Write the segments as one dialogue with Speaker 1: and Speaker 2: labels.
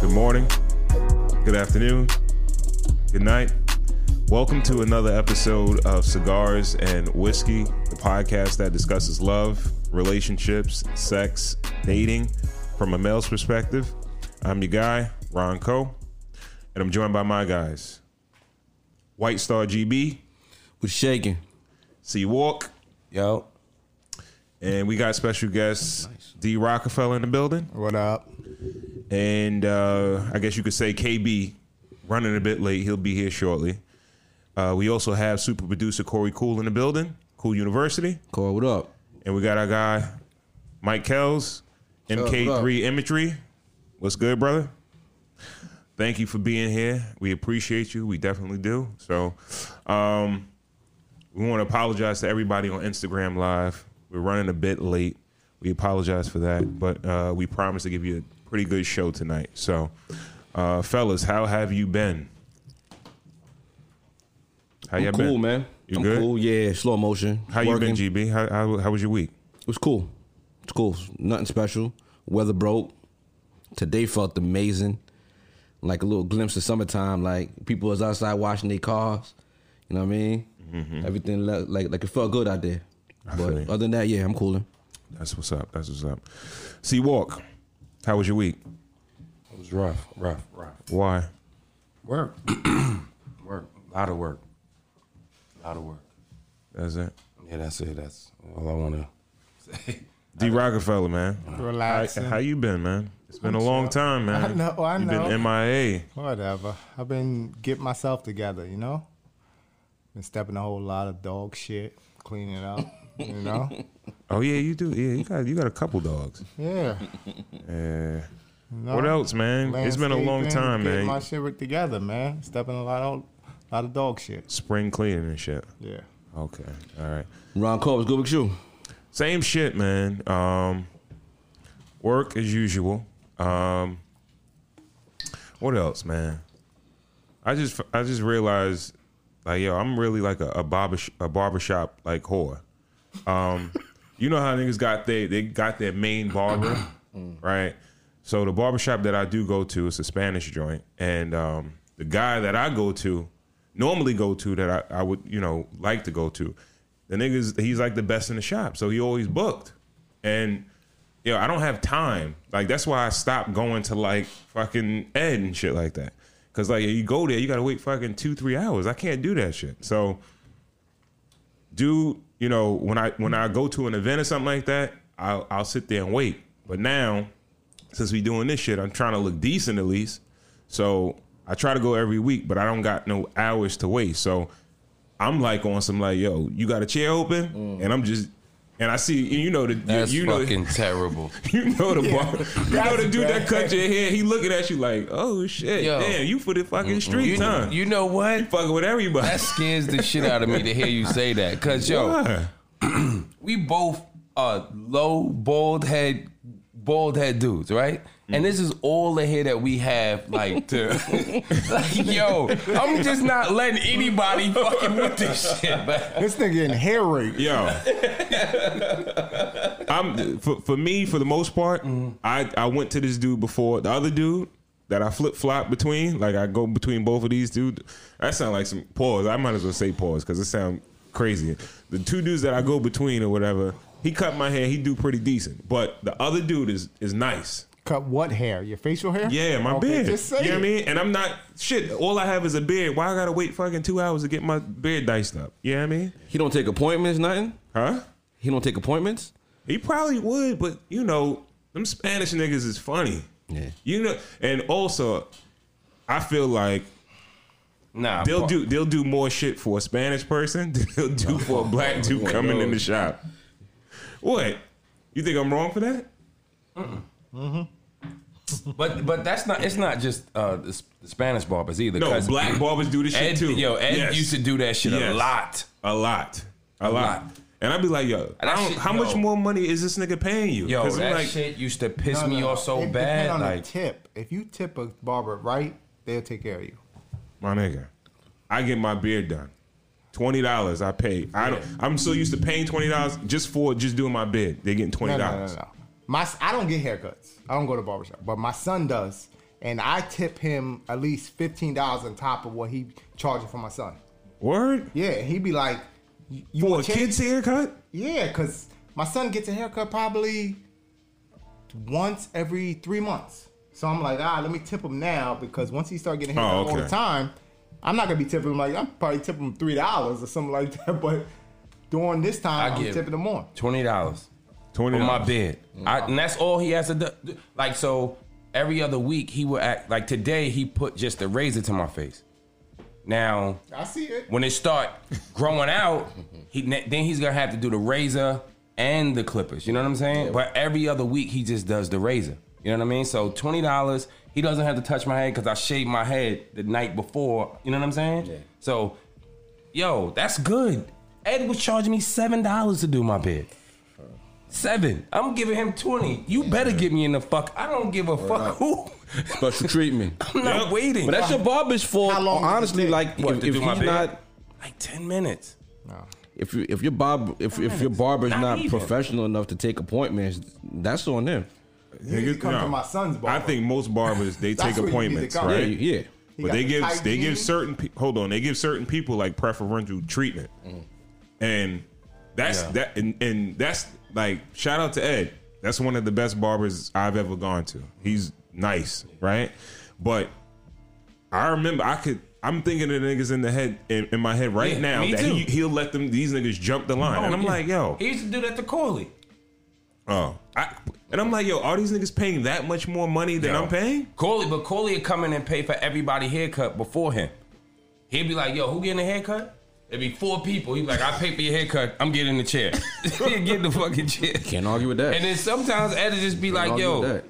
Speaker 1: Good morning, good afternoon, good night. Welcome to another episode of Cigars and Whiskey, the podcast that discusses love, relationships, sex, dating from a male's perspective. I'm your guy, Ron Coe, and I'm joined by my guys White Star GB,
Speaker 2: What's shaking?
Speaker 1: C Walk,
Speaker 2: Yo.
Speaker 1: and we got special guests D Rockefeller in the building.
Speaker 3: What up?
Speaker 1: and uh, I guess you could say KB running a bit late. He'll be here shortly. Uh, we also have super producer Corey Cool in the building, Cool University,
Speaker 2: Cole, what up?
Speaker 1: and we got our guy Mike Kells,
Speaker 2: up,
Speaker 1: MK3 Imagery. What's good, brother? Thank you for being here. We appreciate you. We definitely do. So, um, we want to apologize to everybody on Instagram Live. We're running a bit late. We apologize for that, but uh, we promise to give you a pretty good show tonight. So, uh, fellas, how have you been? How
Speaker 2: I'm
Speaker 1: you
Speaker 2: cool,
Speaker 1: been?
Speaker 2: man.
Speaker 1: You
Speaker 2: I'm
Speaker 1: good?
Speaker 2: cool. Yeah, slow motion.
Speaker 1: How
Speaker 2: Working.
Speaker 1: you been, GB? How, how, how was your week?
Speaker 2: It was cool. It's cool. Nothing special. Weather broke. Today felt amazing. Like a little glimpse of summertime. Like people was outside washing their cars. You know what I mean?
Speaker 1: Mm-hmm.
Speaker 2: Everything le- like like it felt good out there. But
Speaker 1: feel you.
Speaker 2: other than that, yeah, I'm cooling.
Speaker 1: That's what's up. That's what's up. See, walk. How was your week?
Speaker 4: It was rough, rough, rough.
Speaker 1: Why?
Speaker 4: Work, work, a lot of work, a lot of work.
Speaker 1: That's it.
Speaker 4: Yeah, that's it. That's all I want to say.
Speaker 1: D Rockefeller, man. How,
Speaker 3: Relaxing.
Speaker 1: how you been, man? It's been a long time, man.
Speaker 3: I know, I
Speaker 1: you
Speaker 3: know.
Speaker 1: been MIA.
Speaker 3: Whatever. I've been getting myself together, you know? Been stepping a whole lot of dog shit, cleaning up, you know?
Speaker 1: Oh yeah, you do. Yeah, you got you got a couple dogs.
Speaker 3: Yeah.
Speaker 1: Yeah.
Speaker 3: you know?
Speaker 1: What else, man? It's been a long
Speaker 3: Landscaping,
Speaker 1: time,
Speaker 3: getting
Speaker 1: man.
Speaker 3: my shit together, man. Stepping a lot of, lot of dog shit.
Speaker 1: Spring cleaning and shit.
Speaker 3: Yeah.
Speaker 1: Okay. All right.
Speaker 2: Ron Cole was good with you.
Speaker 1: Same shit, man. Um, work as usual. Um, what else, man? I just I just realized, like, yo, I'm really like a, a barber a barbershop like whore. Um, you know how niggas got they they got their main barber, right? So the barbershop that I do go to is a Spanish joint, and um, the guy that I go to, normally go to that I, I would you know like to go to, the niggas he's like the best in the shop, so he always booked, and yo, I don't have time. Like that's why I stopped going to like fucking Ed and shit like that. Cause like you go there, you gotta wait fucking two three hours. I can't do that shit. So do you know when I when I go to an event or something like that, I'll I'll sit there and wait. But now, since we doing this shit, I'm trying to look decent at least. So I try to go every week, but I don't got no hours to waste. So I'm like on some like, yo, you got a chair open, and I'm just and I see and you know the
Speaker 4: Mm. That's
Speaker 1: you, you know
Speaker 4: fucking terrible.
Speaker 1: you know the bar. You know the dude that
Speaker 3: That's
Speaker 1: cut your hair. He looking at you like, oh shit,
Speaker 4: Yo.
Speaker 1: damn, you for the fucking street
Speaker 4: You,
Speaker 1: time. You,
Speaker 4: you know what?
Speaker 1: fucking with everybody.
Speaker 4: That scares the shit out of me to hear you say that. Cause yo,
Speaker 1: Why?
Speaker 4: we both are low bald head bald head dudes, right? And
Speaker 1: Mm.
Speaker 4: this is all the hair that we have, like, to, like, yo, I'm just not letting anybody fucking with this shit, man.
Speaker 3: This nigga in hair rape.
Speaker 1: Yo, I'm for, for me for the most part.
Speaker 3: Mm-hmm.
Speaker 1: I I went to this dude before the other dude that I flip flop between. Like I go between both of these dudes. That sound like some pause. I might as well say pause because it sound crazy. The two dudes that I go between or whatever. He cut my hair. He do pretty decent, but the other dude is is nice.
Speaker 3: Cut what hair? Your facial hair?
Speaker 1: Yeah, my
Speaker 3: Okay,
Speaker 1: beard.
Speaker 3: Just say
Speaker 1: you know what I
Speaker 3: it.
Speaker 1: mean? And I'm not shit. All I have is a beard. Why I gotta wait fucking two hours to get my beard diced up? You know what I mean?
Speaker 2: He don't take appointments, nothing.
Speaker 1: Huh?
Speaker 2: He don't take appointments.
Speaker 1: He probably would, but you know, them Spanish niggas is funny.
Speaker 2: Yeah.
Speaker 1: You know, and also, I feel like
Speaker 4: Nah,
Speaker 1: they'll
Speaker 4: fuck.
Speaker 1: do they'll do more shit for a Spanish person than they'll do for a
Speaker 4: Oh
Speaker 1: black dude coming in the shop. What? You think I'm wrong for that?
Speaker 4: But but that's not. It's not just uh, the, S- the Spanish barbers either.
Speaker 1: No,
Speaker 4: 'cause
Speaker 1: black barbers do this shit
Speaker 4: Ed,
Speaker 1: too.
Speaker 4: Yo, Ed
Speaker 1: Yes.
Speaker 4: used to do that shit
Speaker 1: Yes.
Speaker 4: a lot.
Speaker 1: A lot. A, lot.
Speaker 4: lot.
Speaker 1: And I'd be like, yo, I
Speaker 4: That
Speaker 1: don't,
Speaker 4: shit-
Speaker 1: how much
Speaker 4: yo.
Speaker 1: more money is this nigga paying you?
Speaker 4: Yo,
Speaker 1: 'Cause I'm
Speaker 4: that
Speaker 1: like,
Speaker 4: shit used to piss
Speaker 3: No, no,
Speaker 4: me
Speaker 3: no.
Speaker 4: off so
Speaker 3: It depend
Speaker 4: bad.
Speaker 3: on
Speaker 4: Like,
Speaker 3: the tip. If you tip a barber right, they'll take care of you.
Speaker 1: my nigga, I get my beard done Twenty dollars I pay. I don't, I'm so used to paying twenty dollars just for just doing my bid. They're getting twenty
Speaker 3: No, no, no,
Speaker 1: dollars.
Speaker 3: no. My, I don't get haircuts. I don't go to barbershop, but my son does, and I tip him at least fifteen dollars on top of what he charging for my son.
Speaker 1: Word
Speaker 3: Yeah, and he'd be like, "You you
Speaker 1: for a
Speaker 3: want change?"
Speaker 1: kid's haircut?
Speaker 3: Yeah, cause my son gets a haircut probably once every three months. So I'm like, ah, let me tip him now because once he start getting a
Speaker 1: Oh,
Speaker 3: haircut all
Speaker 1: okay.
Speaker 3: the time, I'm not gonna be tipping him like I'm probably tipping him three dollars or something like that. But during this time,
Speaker 4: I
Speaker 3: I'm
Speaker 4: get-
Speaker 3: tipping him more.
Speaker 4: Twenty dollars.
Speaker 1: Twenty
Speaker 4: on my
Speaker 1: dollars.
Speaker 4: bed. I, and that's all he has to do. Like so, every other week he would act like today he put just a razor to my face. Now
Speaker 3: I see it.
Speaker 4: when it start growing out, he ne- then he's gonna have to do the razor and the clippers. You know what I'm saying? But every other week he just does the razor. You know what I mean? So twenty dollars. He doesn't have to touch my head because I shaved my head the night before. You know what I'm saying?
Speaker 2: Yeah.
Speaker 4: So, yo, that's good. Ed was charging me seven dollars to do my bed. Seven. I'm giving him twenty. You better get me in the fuck. I don't give a fuck who.
Speaker 2: Special treatment.
Speaker 4: I'm not waiting.
Speaker 2: But that's your barber's fault.
Speaker 3: How long does it
Speaker 2: honestly,
Speaker 3: take?
Speaker 2: like
Speaker 4: What,
Speaker 2: if,
Speaker 4: to
Speaker 2: if
Speaker 4: do my
Speaker 2: he's
Speaker 4: beard?
Speaker 2: not,
Speaker 4: like ten minutes.
Speaker 2: if you, if your barb, if, if your barber's
Speaker 4: Not
Speaker 2: not
Speaker 4: even.
Speaker 2: professional enough to take appointments, that's on them.
Speaker 3: You come to my son's
Speaker 1: I
Speaker 3: barber.
Speaker 1: think most barbers they
Speaker 3: That's
Speaker 1: take
Speaker 3: where you need to
Speaker 1: appointments,
Speaker 3: go.
Speaker 2: Yeah,
Speaker 1: right?
Speaker 2: yeah.
Speaker 3: He
Speaker 1: but
Speaker 3: got
Speaker 1: they give they
Speaker 3: hygiene.
Speaker 1: give certain pe- hold on they give certain people like preferential treatment, and that's
Speaker 4: Yeah.
Speaker 1: that and, and that's like shout out to Ed. That's one of the best barbers I've ever gone to. He's nice, right? But I remember I could. I'm thinking of the niggas in the head in, in my head right
Speaker 4: Yeah,
Speaker 1: now
Speaker 4: me
Speaker 1: that
Speaker 4: too.
Speaker 1: he, he'll let them these niggas jump the line, and I'm like, yo,
Speaker 4: He used to do that to Corley.
Speaker 1: oh, I, and I'm like, yo, are these niggas paying that much more money than
Speaker 4: Yo.
Speaker 1: I'm paying?
Speaker 4: Corley, but Corley would come in and pay for everybody haircut before him. He'd be like, yo, who getting a haircut? It'd be four people. He'd be like, I pay for your haircut. I'm getting the chair. He'd get the fucking chair.
Speaker 2: Can't argue with that.
Speaker 4: And then sometimes Ed would just be
Speaker 2: Can't
Speaker 4: like,
Speaker 2: argue with
Speaker 4: yo,
Speaker 2: that.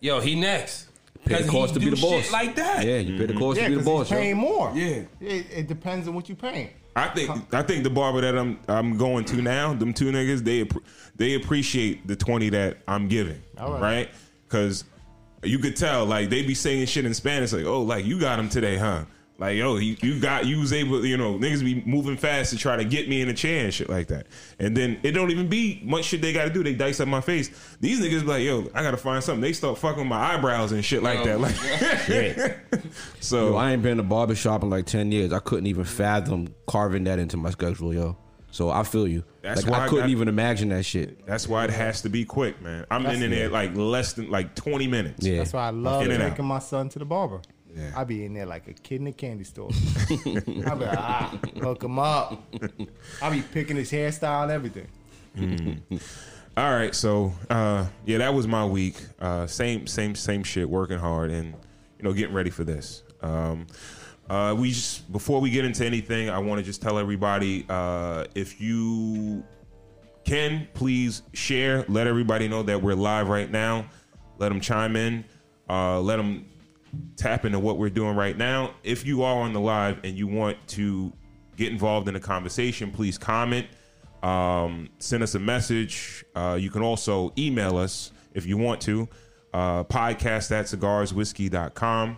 Speaker 4: yo, he next.
Speaker 2: Pay the
Speaker 4: 'Cause
Speaker 2: cost
Speaker 4: he
Speaker 2: to be
Speaker 4: do
Speaker 2: the boss.
Speaker 4: shit like that.
Speaker 2: Yeah, you pay the cost
Speaker 3: Mm-hmm. yeah,
Speaker 2: to be the
Speaker 3: because
Speaker 2: boss. yo.
Speaker 3: paying more.
Speaker 4: Yeah.
Speaker 3: it, it depends on what you paying.
Speaker 1: I think I think the barber that I'm I'm going to now, them two niggas, they appre- they appreciate the twenty that I'm giving,
Speaker 3: All right.
Speaker 1: right? Because you could tell, like they be saying shit in Spanish, like, "Oh, like you got him today, huh?" Like, "Yo, you, you got you was able, you know, niggas be moving fast to try to get me in a chair and shit like that." And then it don't even be much shit they got to do. They dice up my face. These niggas be like, "Yo, I gotta find something." They start fucking my eyebrows and shit
Speaker 3: Oh
Speaker 1: like that. Like, so
Speaker 2: Yo, I ain't been to barber shop in like ten years. I couldn't even fathom carving that into my schedule, yo. So I feel you.
Speaker 1: That's
Speaker 2: like
Speaker 1: why
Speaker 2: I
Speaker 1: I
Speaker 2: couldn't
Speaker 1: got-
Speaker 2: even imagine that shit.
Speaker 1: That's why it has to be quick, man. I'm in there like less than like 20 minutes.
Speaker 2: Yeah.
Speaker 3: That's why I love
Speaker 1: In and out.
Speaker 3: taking my son to the barber. I be in there like a kid in a candy store. I be like, ah, hook him up. I be picking his hairstyle and everything.
Speaker 1: All right, so uh, yeah, that was my week. Uh, same, same, same shit. Working hard and you know getting ready for this. Um, uh, we just before we get into anything, I want to just tell everybody uh, if you Ken, please share. Let everybody know that we're live right now. Let them chime in. Uh, let them tap into what we're doing right now. If you are on the live and you want to get involved in the conversation, please comment, um, send us a message. Uh, you can also email us if you want to. Uh, podcast at cigarswhiskey.com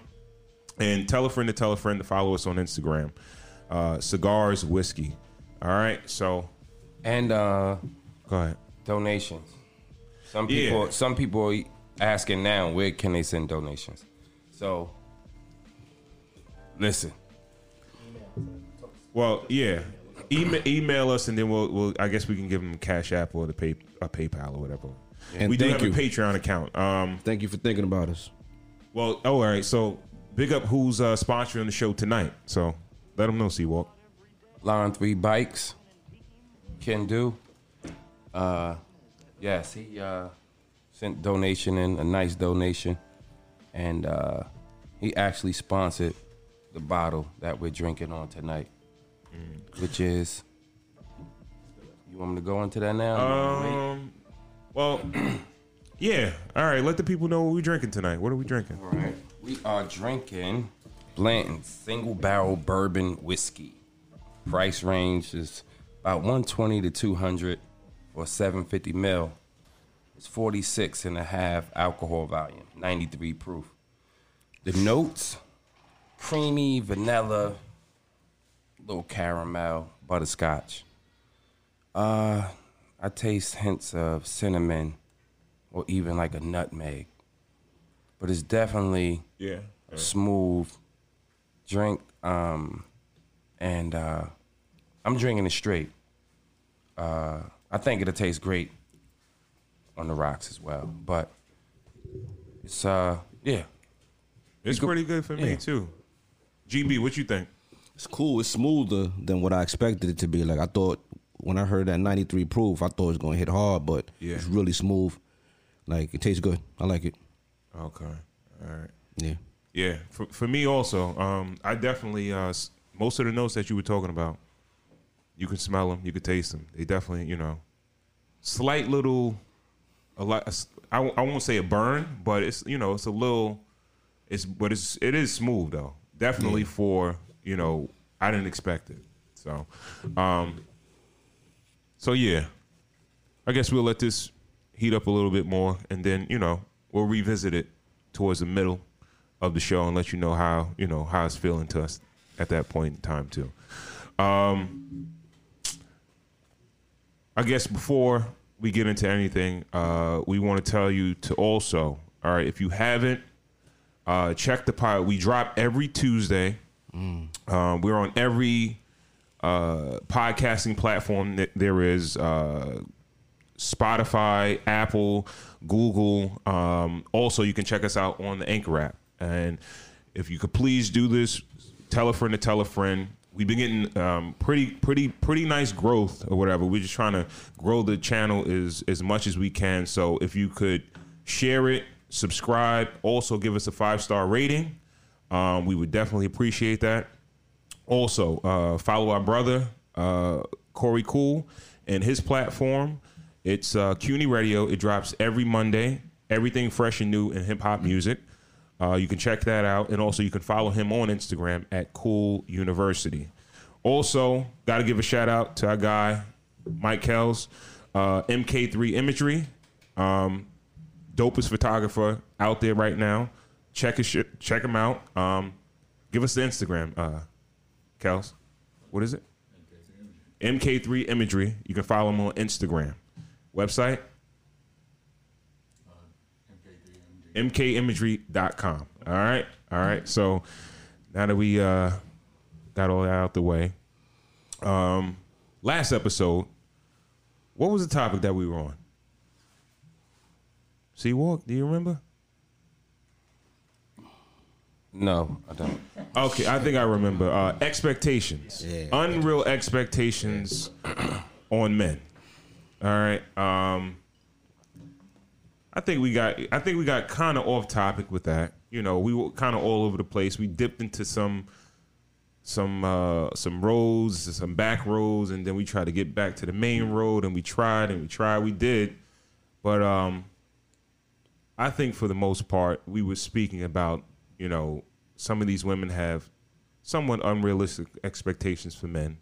Speaker 1: and tell a friend to tell a friend to follow us on Instagram. Uh, cigars whiskey. All right, so
Speaker 4: And uh,
Speaker 1: go ahead.
Speaker 4: donations. Some
Speaker 1: Yeah.
Speaker 4: people, some people are asking now, where can they send donations? So, listen.
Speaker 1: Well, yeah. Email, email us and then we'll, we'll. I guess we can give them Cash App or the pay, a PayPal or whatever.
Speaker 2: And
Speaker 1: we do have
Speaker 2: thank
Speaker 1: a
Speaker 2: you.
Speaker 1: Patreon account. Um.
Speaker 2: Thank you for thinking about us.
Speaker 1: Well. Oh, all right. So big up who's uh, sponsoring the show tonight. So let them know. Seawalk.
Speaker 4: Line Three Bikes can do. Uh, yes, he uh, sent donation in a nice donation, and uh, he actually sponsored the bottle that we're drinking on tonight, which is. You want me to go into that now?
Speaker 1: Um. Well. Yeah. All right. Let the people know what we're drinking tonight. What are we drinking?
Speaker 4: All right, we are drinking Blanton Single Barrel Bourbon Whiskey. Price range is about 120 to 200 or 750 mil. It's 46 and a half alcohol volume, 93 proof. The notes: creamy vanilla, little caramel, butterscotch. Uh, I taste hints of cinnamon, or even like a nutmeg. But it's definitely
Speaker 1: Yeah. yeah.
Speaker 4: Mm. smooth drink. Um, and uh, I'm drinking it straight. Uh, I think it'll taste great on the rocks as well. But it's uh, yeah,
Speaker 1: It's pretty good for me
Speaker 4: yeah.
Speaker 1: too. GB, what you think?
Speaker 2: It's cool. It's smoother than what I expected it to be. Like I thought when I heard that 93 proof, I thought it was gonna hit hard, but
Speaker 1: Yeah.
Speaker 2: it's really smooth. Like it tastes good. I like it.
Speaker 1: Okay. All right.
Speaker 2: Yeah.
Speaker 1: Yeah, for, for me also. Um, I definitely uh, s- most of the notes that you were talking about, you can smell them, you can taste them. They definitely, you know, slight little, a lot. a s- I, w- I won't say a burn, but it's you know it's a little, it's but it's it is smooth though. Definitely for you know I didn't expect it. So, um, so yeah, I guess we'll let this heat up a little bit more, and then you know we'll revisit it towards the middle of the show and let you know how you know how it's feeling to us at that point in time too. Um, I guess before we get into anything, uh, we want to tell you to also, all right, if you haven't, uh, check the pod. We drop every Tuesday. Um, we're on every uh, podcasting platform that there is. Uh, Spotify, Apple, Google. Um, also, you can check us out on the Anchor app. And if you could please do this, tell a friend to tell a friend. We've been getting um, pretty, pretty, pretty nice growth or whatever. We're just trying to grow the channel as as much as we can. So if you could share it, subscribe, also give us a five star rating, um, we would definitely appreciate that. Also, uh, follow our brother uh, Corey Cool and his platform. It's uh, CUNY Radio. It drops every Monday. Everything fresh and new in hip hop music. Uh, you can check that out, and also you can follow him on Instagram at Cool University. Also, got to give a shout out to our guy Mike Kells, uh, MK3 Imagery Um, dopest photographer out there right now. Check his shit, check him out. Um, give us the Instagram, uh, Kels. What is it? MK3 Imagery. You can follow him on Instagram. Website? MKImagery.com. All right. All right. So now that we uh, got all that out the way, um, last episode, what was the topic that we were on? Sea Walk, do you remember?
Speaker 4: no, I don't.
Speaker 1: Okay, I think I remember. Uh, expectations. Unreal expectations on men. All right. Um, I think we got. I think we got kind of off topic with that. You know, we were kind of all over the place. We dipped into some, some, uh, some roads, some back roads, and then we tried to get back to the main road, and we tried and we tried. We did, but um, I think for the most part, we were speaking about, you know, some of these women have somewhat unrealistic expectations for men.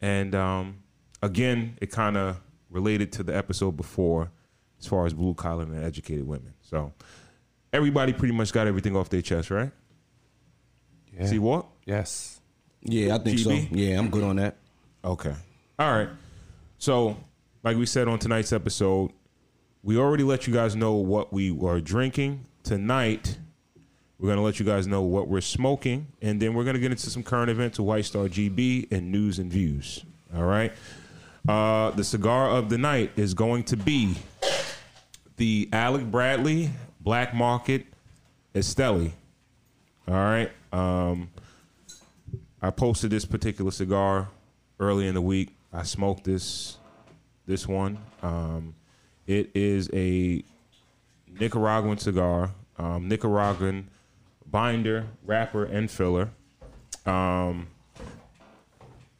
Speaker 1: And um, again, it kind of related to the episode before as far as blue collar and educated women. So everybody pretty much got everything off their chest, right?
Speaker 4: Yeah.
Speaker 1: See what?
Speaker 4: Yes.
Speaker 2: Yeah, I think
Speaker 1: GB?
Speaker 2: so. Yeah, I'm good on that.
Speaker 1: Okay. All right. So, like we said on tonight's episode, we already let you guys know what we are drinking. Tonight, we're going to let you guys know what we're smoking, and then we're going to get into some current events of White Star GB and news and views. All right. Uh, the cigar of the night is going to be the Alec Bradley Black Market Esteli. All right. Um, I posted this particular cigar early in the week. I smoked this this one. Um, it is a Nicaraguan cigar, um, Nicaraguan binder, wrapper, and filler. Um,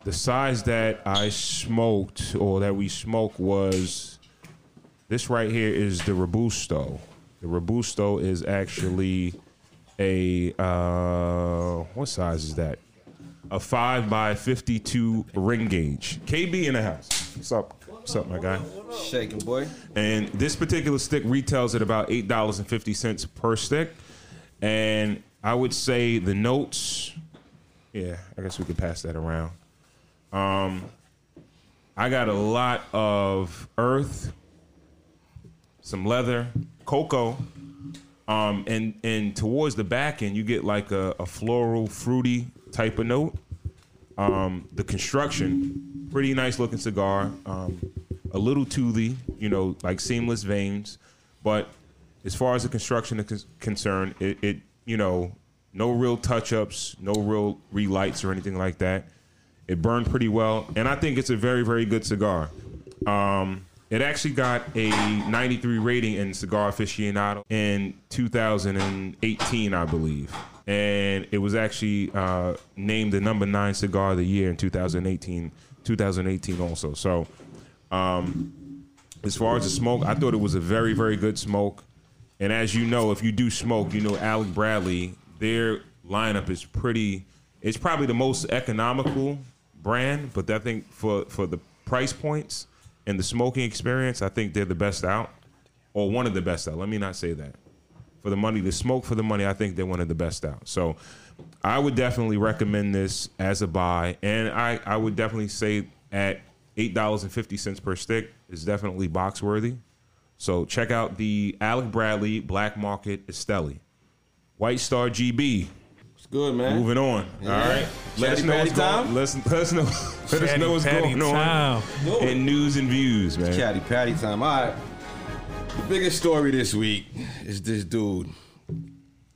Speaker 1: the size that I smoked or that we smoked was this right here is the Robusto. The Robusto is actually a uh, what size is that? a five by fifty-two ring gauge. KB in the house. What's up? What's up, my guy?
Speaker 2: Shaking boy.
Speaker 1: And this particular stick retails at about eight dollars and fifty cents per stick. And I would say the notes. Yeah, I guess we could pass that around. Um, I got a lot of earth, some leather, cocoa, um, and and towards the back end you get like a, a floral, fruity type of note. Um, the construction, pretty nice looking cigar. Um, a little toothy, you know, like seamless veins, but as far as the construction is con- concerned, it, it you know, no real touch ups, no real relights or anything like that. It burned pretty well, and I think it's a very very good cigar. Um, it actually got a 93 rating in Cigar Aficionado in 2018, I believe. And it was actually uh, named the number nine cigar of the year in 2018. 2018 also. So as far as the smoke, I thought it was a very, very good smoke. And as you know, if you do smoke, you know Alec Bradley, their lineup is pretty. It's probably the most economical brand, but I think for for the price points and the smoking experience, I think they're the best out, or one of the best out. Let me not say that. For the money, the smoke for the money, I think they're one of the best out. So, I would definitely recommend this as a buy, and I I would definitely say at eight dollars and fifty cents per stick is definitely box worthy. So check out the Alec Bradley Black Market Esteli. White Star GB.
Speaker 2: It's good, man.
Speaker 1: Moving on. All right. Let us
Speaker 2: Chatty
Speaker 1: know what's going.
Speaker 2: Patty time?
Speaker 1: Let us, let us know. Let us know what's
Speaker 5: Patty
Speaker 1: going on
Speaker 5: time.
Speaker 1: in news and views, man.
Speaker 2: Chatty Patty time. All right. The biggest story this week is this dude,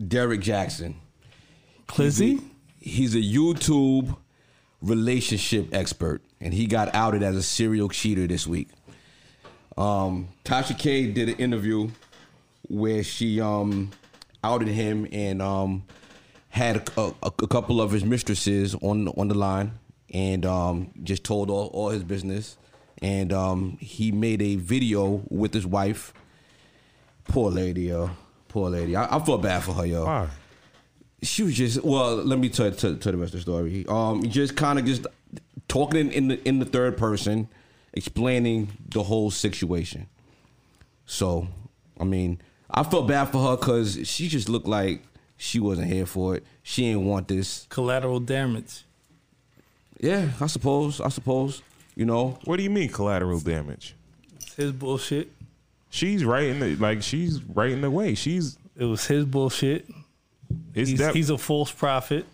Speaker 2: Derek Jackson.
Speaker 5: Clizzy?
Speaker 2: He's a YouTube relationship expert, and he got outed as a serial cheater this week. Um, Tasha K did an interview where she um, outed him and um, had a, a- a couple of his mistresses on on the line, and um, just told all, all his business. And um, he made a video with his wife. Poor lady, yo. Poor lady. I, I felt bad for her, yo
Speaker 1: Why?
Speaker 2: Um,
Speaker 5: Collateral damage.
Speaker 2: Yeah, I suppose. I suppose. You know,
Speaker 1: What do you mean collateral damage?
Speaker 5: It's his bullshit.
Speaker 1: She's right in the like she's right in the way. She's
Speaker 5: It was his bullshit.
Speaker 1: it's
Speaker 5: He's,
Speaker 1: that
Speaker 5: he's a false prophet.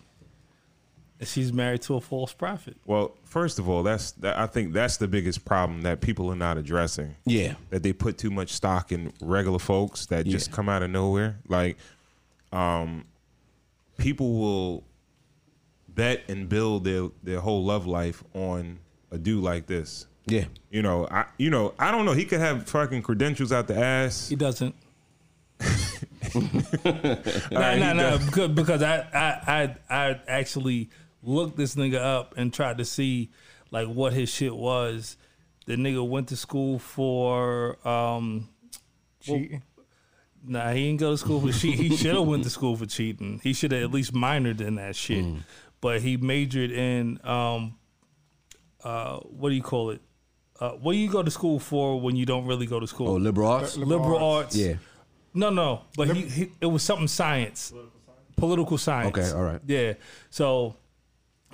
Speaker 5: And she's married to a false prophet.
Speaker 1: well, first of all, that's that, I think that's the biggest problem that people are not addressing.
Speaker 2: Yeah.
Speaker 1: That they put too much stock in regular folks that just
Speaker 2: Yeah.
Speaker 1: come out of nowhere. Like um, people will bet and build their their whole love life on a dude like this.
Speaker 2: Yeah.
Speaker 1: You know, I you know, I don't know. He could have fucking credentials out the ass.
Speaker 5: He doesn't.
Speaker 1: All
Speaker 5: No,
Speaker 1: right,
Speaker 5: no,
Speaker 1: he
Speaker 5: no.
Speaker 1: does-
Speaker 5: Because, because I, I, I, I actually looked this nigga up and tried to see like what his shit was. The nigga went to school for. um
Speaker 3: Cheating.
Speaker 5: Nah, he didn't go to school for cheating. He should have went to school for cheating. He should have at least minored in that shit.
Speaker 2: Mm.
Speaker 5: But he majored in um, uh, what do you call it? Uh, what do you go to school for when you don't really go to school?
Speaker 2: Oh, liberal arts.
Speaker 5: liberal arts.
Speaker 2: Yeah.
Speaker 5: No, no, but he, he it was something science, political science.
Speaker 2: Okay, all right.
Speaker 5: Yeah, so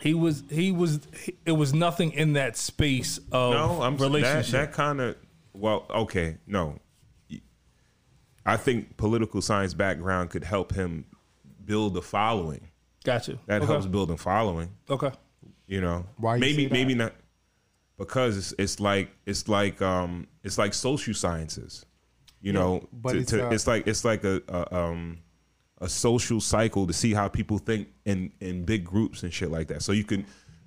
Speaker 5: he was he was he, it was nothing in that space of
Speaker 1: no, I'm that,
Speaker 5: relationship.
Speaker 1: that kind of well, okay, no. I think political science background could help him build a following.
Speaker 5: gotcha.
Speaker 1: That
Speaker 5: okay.
Speaker 1: helps build a following.
Speaker 5: Okay.
Speaker 1: you know
Speaker 3: Why you
Speaker 1: maybe
Speaker 3: say that?
Speaker 1: maybe not because it's it's like it's like um it's like social sciences you know
Speaker 3: but
Speaker 1: to-
Speaker 3: it's,
Speaker 1: to-
Speaker 3: uh,
Speaker 1: it's like it's like a, a um a social cycle to see how people think in in big groups and shit like that so you can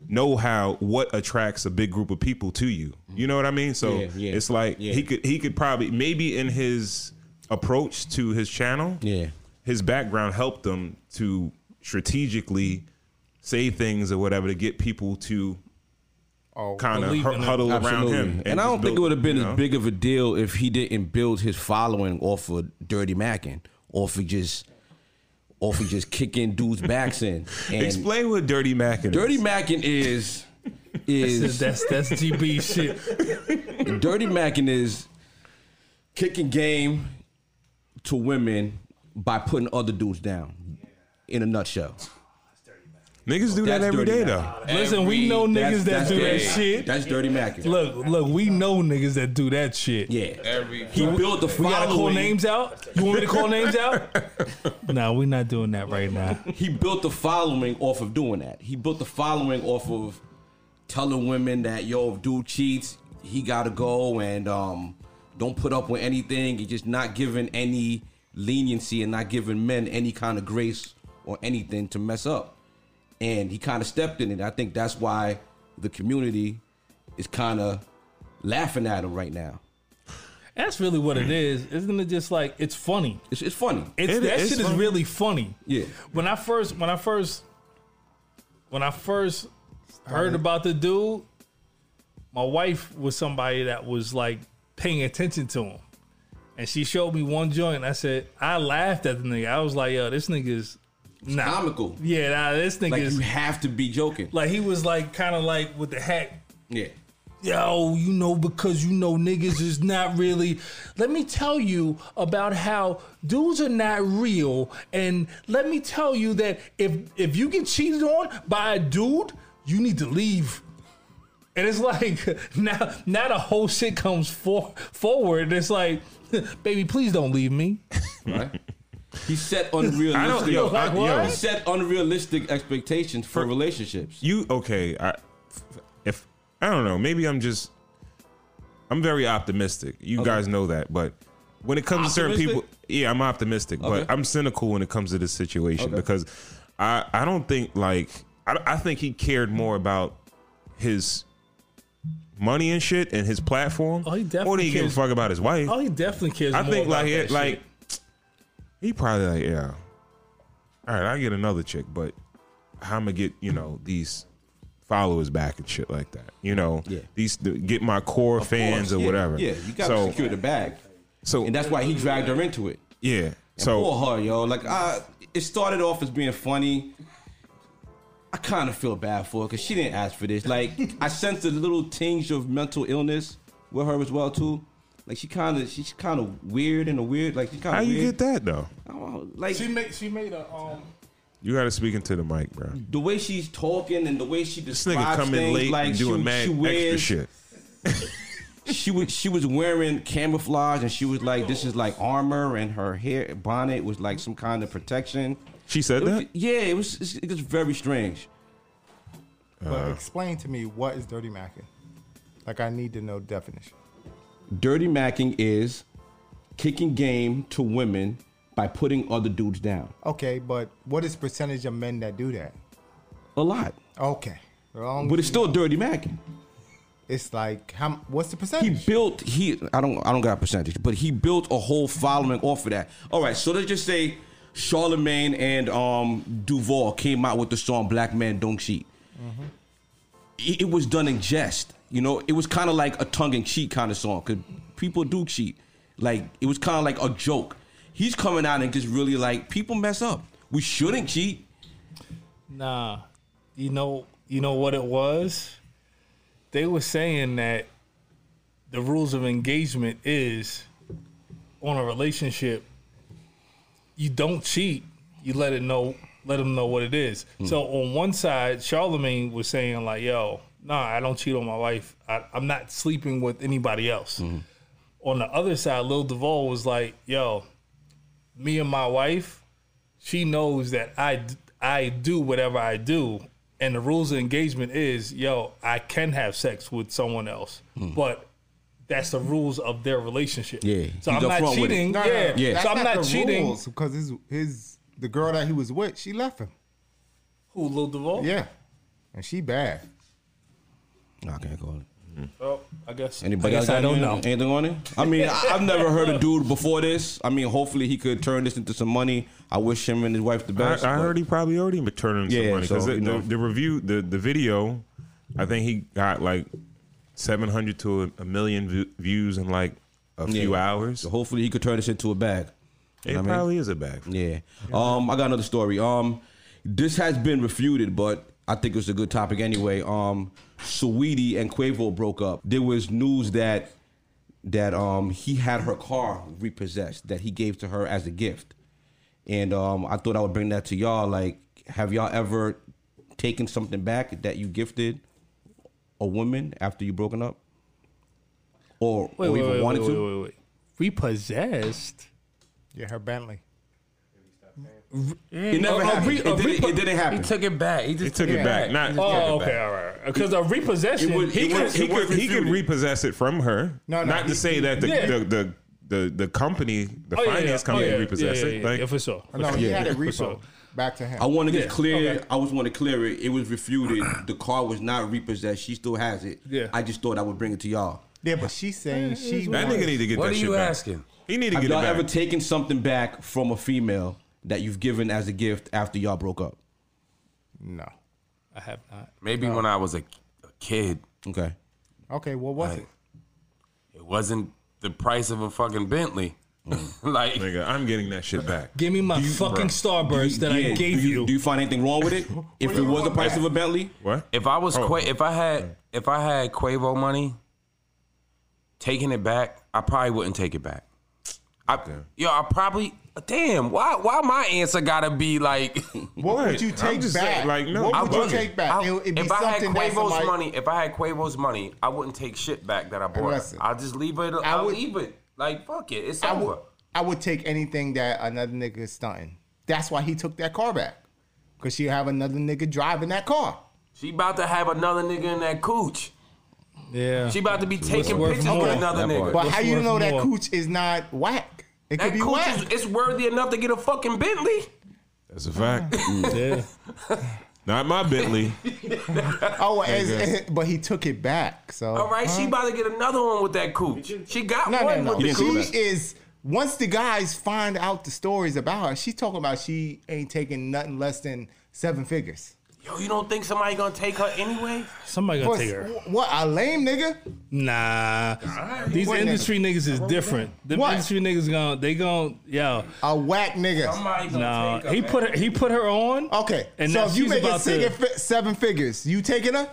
Speaker 1: know how what attracts a big group of people to you you know what i mean so
Speaker 2: Yeah, yeah.
Speaker 1: it's like
Speaker 2: Yeah.
Speaker 1: he could he could probably maybe in his approach to his channel
Speaker 2: Yeah.
Speaker 1: his background helped him to strategically say things or whatever to get people to
Speaker 3: Oh,
Speaker 1: kind of
Speaker 5: Believe in him.
Speaker 1: huddle around
Speaker 2: Absolutely.
Speaker 1: him.
Speaker 2: And, I don't
Speaker 1: just
Speaker 2: think it
Speaker 1: build-
Speaker 2: would have been
Speaker 1: you know?
Speaker 2: as big of a deal if he didn't build his following off of dirty macking, off of just off of just kicking dudes backs in. And
Speaker 1: Explain what dirty macking.
Speaker 2: dirty
Speaker 1: is.
Speaker 2: macking is is
Speaker 5: That's that's GB shit.
Speaker 2: dirty macking is kicking game to women by putting other dudes down. In a nutshell.
Speaker 1: Niggas do that
Speaker 2: That's
Speaker 1: every
Speaker 2: dirty
Speaker 1: day
Speaker 2: now.
Speaker 1: though.
Speaker 5: Listen, we
Speaker 4: Every-
Speaker 5: know niggas that do that
Speaker 4: dirty.
Speaker 5: shit.
Speaker 2: That's dirty Mackin.
Speaker 5: Look, look, we know niggas that do that shit.
Speaker 2: yeah,
Speaker 4: Every
Speaker 2: he built the
Speaker 5: We gotta call
Speaker 2: following.
Speaker 5: names out. You want me to call names out? nah, we're not doing that right now.
Speaker 2: He built the following off of doing that. He built the following off of telling women that yo, if dude cheats, he gotta go and um, don't put up with anything. He just not giving any leniency and not giving men any kind of grace or anything to mess up. And he kind of stepped in it. I think that's why the community is kind of laughing at him right now.
Speaker 5: That's really what it is. Isn't it just like it's funny?
Speaker 2: It's, it's funny.
Speaker 5: It's
Speaker 1: It-
Speaker 5: that
Speaker 1: it's
Speaker 5: shit is
Speaker 1: funny.
Speaker 5: really funny.
Speaker 2: Yeah.
Speaker 5: When I first, when I first, when I first heard about the dude, my wife was somebody that was like paying attention to him, and she showed me one joint. And I said, I laughed at the nigga. I was like, Yo, this nigga's nah.
Speaker 2: comical.
Speaker 5: Yeah, nah, this nigga
Speaker 2: Like
Speaker 5: is
Speaker 2: you have to be joking.
Speaker 5: like he was like kind of like with the hat
Speaker 2: Yeah.
Speaker 5: yo, you know, because you know niggas is not really. Let me tell you about how dudes are not real, and let me tell you that if if you get cheated on by a dude, you need to leave. And it's like now, now the whole shit comes for, forward. It's like, baby, please don't leave me.
Speaker 2: Right? he set unrealistic.
Speaker 1: I don't yo, I,
Speaker 5: Like
Speaker 1: yo
Speaker 5: what?
Speaker 2: he set unrealistic expectations for, relationships.
Speaker 1: you okay I, if i don't know maybe i'm just i'm very optimistic you guys know that but when it comes to certain
Speaker 2: Optimistic?
Speaker 1: people yeah i'm optimistic
Speaker 2: Okay.
Speaker 1: but i'm cynical when it comes to this situation
Speaker 2: Okay.
Speaker 1: because i i don't think like I, I think he cared more about his money and shit and his platform
Speaker 5: Oh, he definitely
Speaker 1: or did he give a
Speaker 5: cares-
Speaker 1: fuck about his wife
Speaker 5: Oh, he definitely cares.
Speaker 1: i
Speaker 5: more
Speaker 1: think
Speaker 5: about
Speaker 1: like
Speaker 5: that
Speaker 1: it,
Speaker 5: shit.
Speaker 1: like he probably like yeah all right i get another chick but how i'm gonna get you know these followers back and shit like that you know
Speaker 2: Yeah.
Speaker 1: these the- get my core fans or
Speaker 2: Of course, yeah,
Speaker 1: whatever
Speaker 2: Yeah, you got to
Speaker 1: so
Speaker 2: secure the bag,
Speaker 1: so
Speaker 2: and that's why he dragged her into it.
Speaker 1: yeah
Speaker 2: So
Speaker 1: so
Speaker 2: her, yo, like I, it started off as being funny. I kind of feel bad for her because she didn't ask for this. Like I sensed a little tinge of mental illness with her as well too. Like she kind of, she's kind of weird and a weird. Like she kind of
Speaker 1: how you
Speaker 2: weird.
Speaker 1: get that though
Speaker 2: I don't know, like
Speaker 5: made she made a um.
Speaker 1: you gotta speak into the mic bro
Speaker 2: the way she's talking and the way she
Speaker 1: this
Speaker 2: describes
Speaker 1: nigga coming
Speaker 2: Mm. things,
Speaker 1: late
Speaker 2: like
Speaker 1: and
Speaker 2: she-
Speaker 1: doing mad
Speaker 2: she
Speaker 1: extra
Speaker 2: wears-
Speaker 1: shit
Speaker 2: she was she was wearing camouflage and she was like this is like armor and her hair bonnet was like some kind of protection.
Speaker 1: she said
Speaker 2: It was-
Speaker 1: that
Speaker 2: yeah, it was it's- it was very strange.
Speaker 1: Uh-huh.
Speaker 3: But explain to me what is dirty macking. Like I need to know definition.
Speaker 2: Dirty macking is kicking game to women by putting other dudes down.
Speaker 3: Okay, but what is percentage of men that do that?
Speaker 2: A lot.
Speaker 3: Okay, wrong.
Speaker 2: But it's still dirty macking.
Speaker 3: it's like how? What's the
Speaker 2: He
Speaker 3: percentage?
Speaker 2: built he I don't I don't got a percentage, but he built a whole following off of that. All right, so let's just say Charlemagne and um Duval came out with the song Black Man Don't Cheat. Mm-hmm. It, it was done in jest. You know, it was kind of like a tongue in cheek kind of song cuz people do cheat. Like it was kind of like a joke. He's coming out and just really like people mess up. We shouldn't cheat.
Speaker 5: Nah, you know, you know what it was. They were saying that the rules of engagement is on a relationship. You don't cheat. You let it know. Let them know what it is.
Speaker 2: Hmm.
Speaker 5: So on one side, Charlemagne was saying like, "Yo, nah, I don't cheat on my wife. I, I'm not sleeping with anybody else."
Speaker 2: Hmm.
Speaker 5: On the other side, Lil Duval was like, "Yo, me and my wife." she knows that I d- I do whatever I do, and the rules of engagement is yo I can have sex with someone else, but. That's the rules of their relationship.
Speaker 2: Hmm. Yeah,
Speaker 5: So
Speaker 2: he's
Speaker 5: I'm not
Speaker 2: upfront with it.
Speaker 5: cheating.
Speaker 3: No, no,
Speaker 5: yeah.
Speaker 3: no, that's
Speaker 5: So I'm not
Speaker 3: the
Speaker 5: cheating.
Speaker 3: rules, because his his the girl that he was with, she left him.
Speaker 5: Who, Lil Duval?
Speaker 3: Yeah, and she bad.
Speaker 2: No, I can't call it.
Speaker 5: Oh, I guess.
Speaker 2: Anybody
Speaker 5: I
Speaker 2: else
Speaker 5: guess
Speaker 2: got
Speaker 5: I don't
Speaker 2: any-
Speaker 5: know.
Speaker 2: anything on it? I mean, I, I've never heard a dude before this. I mean, hopefully he could turn this into some money. I wish him and his wife the best.
Speaker 1: I, I
Speaker 2: but-
Speaker 1: heard he probably already been turning some
Speaker 2: Yeah,
Speaker 1: money
Speaker 2: so,
Speaker 1: because the,
Speaker 2: you know.
Speaker 1: the, the review, the the video, I think he got like seven hundred to a, a million v- views in like a few
Speaker 2: Yeah.
Speaker 1: hours.
Speaker 2: So hopefully he could turn this into a bag.
Speaker 1: It
Speaker 2: I mean-
Speaker 1: probably is a bag.
Speaker 2: Yeah. Um, I got another story. Um, this has been refuted, but I think it was a good topic anyway. Um, Saweetie and Quavo broke up. There was news that that um he had her car repossessed that he gave to her as a gift, and um I thought I would bring that to y'all. Like, have y'all ever taking something back that you gifted a woman after you broken up, or,
Speaker 5: Wait,
Speaker 2: or
Speaker 5: wait,
Speaker 2: even
Speaker 5: wait,
Speaker 2: wanted
Speaker 5: wait,
Speaker 2: to?
Speaker 5: wait, wait, wait. Repossessed.
Speaker 3: Yeah, her Bentley.
Speaker 5: Mm.
Speaker 2: It never
Speaker 4: Oh,
Speaker 2: happened.
Speaker 4: re-
Speaker 2: it, didn't, it didn't
Speaker 4: He
Speaker 2: happen.
Speaker 4: took it back. He just
Speaker 1: He took it back. Not
Speaker 5: Oh, okay, all right. Because a repossession,
Speaker 2: It would-
Speaker 5: he
Speaker 2: it
Speaker 5: could-
Speaker 2: would-
Speaker 1: he could he could
Speaker 2: refuted.
Speaker 1: repossess it from her.
Speaker 3: No, no,
Speaker 1: Not to
Speaker 3: he-
Speaker 1: say that the,
Speaker 5: yeah.
Speaker 1: the, the the the company, the
Speaker 5: oh, yeah, yeah,
Speaker 1: finance
Speaker 5: yeah.
Speaker 1: company
Speaker 5: oh, yeah,
Speaker 1: repossess
Speaker 5: yeah,
Speaker 1: it.
Speaker 5: yeah, yeah,
Speaker 1: Like,
Speaker 5: yeah, for sure.
Speaker 3: Oh, No, he
Speaker 2: Yeah.
Speaker 3: had it repo
Speaker 5: So-
Speaker 3: back to him.
Speaker 2: I want to get
Speaker 5: Yeah,
Speaker 2: clear.
Speaker 5: okay.
Speaker 2: I just want to clear it. It was refuted. the car was not repossessed. She still has it.
Speaker 5: Yeah.
Speaker 2: I just thought I would bring it to y'all.
Speaker 3: yeah, but she's saying she.
Speaker 1: that
Speaker 3: wants-
Speaker 1: nigga need to get
Speaker 4: What
Speaker 1: that
Speaker 4: are
Speaker 1: shit
Speaker 4: you
Speaker 1: back.
Speaker 4: asking?
Speaker 1: He need to
Speaker 2: Have
Speaker 1: get it
Speaker 2: y'all
Speaker 1: back.
Speaker 2: ever taken something back from a female that you've given as a gift after y'all broke up?
Speaker 3: No.
Speaker 5: I have not.
Speaker 4: Maybe when I was a, a kid,
Speaker 2: Okay.
Speaker 3: Okay, what was
Speaker 4: Right.
Speaker 3: it?
Speaker 4: it wasn't the price of a fucking Bentley. like
Speaker 1: Nigga, I'm getting that shit back.
Speaker 5: Give me my fucking
Speaker 1: bro.
Speaker 5: Starburst that
Speaker 2: Yeah,
Speaker 5: I gave
Speaker 2: do
Speaker 5: you.
Speaker 2: Do you find anything wrong with it? if it was the price of a Bentley,
Speaker 1: What?
Speaker 4: if I
Speaker 3: Oh.
Speaker 4: was Qua- if I had if I had Quavo money, taking it back, I probably wouldn't take it back. I yo, I probably damn. Why why my answer gotta be like?
Speaker 3: What would you
Speaker 1: I'm
Speaker 3: take
Speaker 1: just
Speaker 3: back?
Speaker 1: saying, like, no,
Speaker 3: what
Speaker 1: I
Speaker 3: would you
Speaker 1: wasn't.
Speaker 3: take back?
Speaker 4: I-
Speaker 3: it would it'd be
Speaker 4: if I had
Speaker 3: something that
Speaker 4: Quavo's
Speaker 3: somebody.
Speaker 4: money, if I had Quavo's money, I wouldn't take shit back that I bought.
Speaker 3: Listen.
Speaker 4: I'll just leave it. I'll
Speaker 3: would-
Speaker 4: leave it. Like fuck it. It's
Speaker 3: I
Speaker 4: over.
Speaker 3: would, I would take anything that another nigga is stunting. That's why he took that car back. Because she'll have another nigga driving that car.
Speaker 4: She about to have another nigga in that cooch.
Speaker 5: Yeah.
Speaker 4: She about to be taking
Speaker 5: worth
Speaker 4: pictures
Speaker 5: more?
Speaker 4: with another
Speaker 2: That
Speaker 4: nigga.
Speaker 2: part.
Speaker 3: But
Speaker 5: What's
Speaker 3: how you
Speaker 5: worth
Speaker 3: know that
Speaker 5: more?
Speaker 3: cooch is not whack? It could
Speaker 4: That
Speaker 3: be
Speaker 4: cooch
Speaker 3: whack.
Speaker 4: is it's worthy enough to get a fucking Bentley.
Speaker 1: That's a fact.
Speaker 5: yeah.
Speaker 1: Not my Bentley.
Speaker 3: oh, as, but he took it back. So
Speaker 4: All right, she about to get another one with that cooch. She got
Speaker 3: No, no,
Speaker 4: one
Speaker 3: no.
Speaker 4: with the
Speaker 2: didn't do
Speaker 4: cooch.
Speaker 2: that.
Speaker 3: She is. Once the guys find out the stories about her, she's talking about she ain't taking nothing less than seven figures.
Speaker 4: Yo, you don't think somebody gonna take her anyway?
Speaker 5: Somebody gonna take her.
Speaker 3: What, what a lame nigga?
Speaker 5: Nah. These
Speaker 3: What
Speaker 5: industry niggas is different. The
Speaker 3: What?
Speaker 5: industry niggas gonna they gonna yo.
Speaker 3: A whack nigga.
Speaker 4: Somebody gonna
Speaker 5: Nah.
Speaker 4: take her.
Speaker 5: He
Speaker 4: man.
Speaker 5: put her, he put her on.
Speaker 3: Okay,
Speaker 5: And
Speaker 3: so
Speaker 5: now
Speaker 3: if you
Speaker 5: she's
Speaker 3: make it
Speaker 5: about to-
Speaker 3: singing fi- seven figures, you taking her?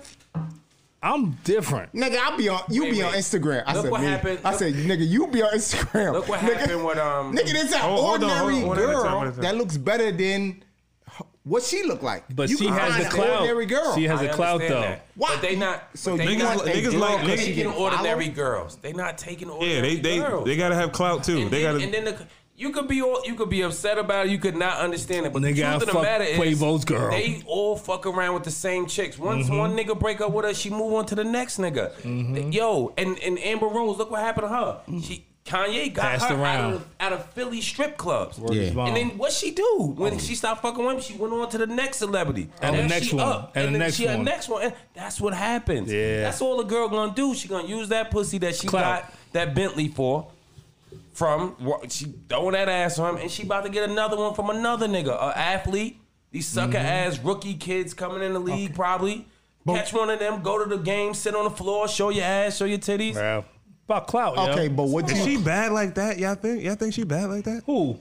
Speaker 5: I'm different.
Speaker 3: Nigga, I'll be on. You
Speaker 4: Wait,
Speaker 3: be on
Speaker 4: wait.
Speaker 3: Instagram. I
Speaker 4: Look
Speaker 3: said,
Speaker 4: what
Speaker 3: me.
Speaker 4: happened-
Speaker 3: I
Speaker 4: look-
Speaker 3: said, nigga, you be on Instagram.
Speaker 4: Look what
Speaker 3: nigga,
Speaker 4: happened with, um,
Speaker 3: Nigga, this an
Speaker 1: Oh, hold on, hold on,
Speaker 3: ordinary
Speaker 1: one at a time,
Speaker 3: girl
Speaker 1: one at a time.
Speaker 3: that looks better than h- what she look like.
Speaker 5: But
Speaker 3: you
Speaker 5: she
Speaker 3: can
Speaker 5: has
Speaker 3: find
Speaker 5: the
Speaker 3: an
Speaker 5: clout.
Speaker 3: Ordinary girl.
Speaker 5: She has
Speaker 4: I
Speaker 5: the clout though.
Speaker 4: understand that.
Speaker 3: Why?
Speaker 4: But they not.
Speaker 3: So
Speaker 4: So they
Speaker 3: you
Speaker 4: not
Speaker 3: want a
Speaker 1: niggas
Speaker 3: girl
Speaker 1: like-
Speaker 3: 'cause she
Speaker 1: niggas-
Speaker 4: taking
Speaker 3: getting
Speaker 4: ordinary
Speaker 3: followed?
Speaker 4: girls. They not taking ordinary
Speaker 1: Yeah, they they
Speaker 4: girls.
Speaker 1: they gotta have clout too.
Speaker 4: and
Speaker 1: they
Speaker 4: then,
Speaker 1: gotta.
Speaker 4: and then the, you could be all, you could be upset about it. You could not understand it. But the
Speaker 5: Nigga, I
Speaker 4: truth of the
Speaker 5: fuck
Speaker 4: matter is,
Speaker 5: Quavo's girl. Mm-hmm.
Speaker 4: they all fuck around with the same chicks. Once one nigga break up with her, she move on to the next nigga. Yo, and and Amber Rose, look what happened to her. She Kanye got
Speaker 5: Mm. Passed
Speaker 4: her out
Speaker 5: around.
Speaker 4: of, out of Philly strip clubs.
Speaker 2: Yeah.
Speaker 5: It's bomb.
Speaker 4: And then what she do when she stopped fucking with him? She went on to the next celebrity,
Speaker 5: Mm. And the
Speaker 4: Now
Speaker 5: next
Speaker 4: she
Speaker 5: one.
Speaker 4: up.
Speaker 5: And the
Speaker 4: then
Speaker 5: next
Speaker 4: she a
Speaker 5: one.
Speaker 4: next one. And that's what happens.
Speaker 5: Yeah.
Speaker 4: that's all the girl gonna do. She gonna use that pussy that she
Speaker 5: Clout.
Speaker 4: got that Bentley for. From wha- she throwing that ass on him, and she about to get another one from another nigga, a athlete. These sucker ass rookie kids coming in the league probably. Catch one of them, go to the game, sit on the floor, show your ass, show your titties.
Speaker 5: Bruh. About clout. yo.
Speaker 3: Okay, but what
Speaker 1: is
Speaker 3: you?
Speaker 1: she bad like that? Y'all think? Y'all think she bad like that?
Speaker 5: Who?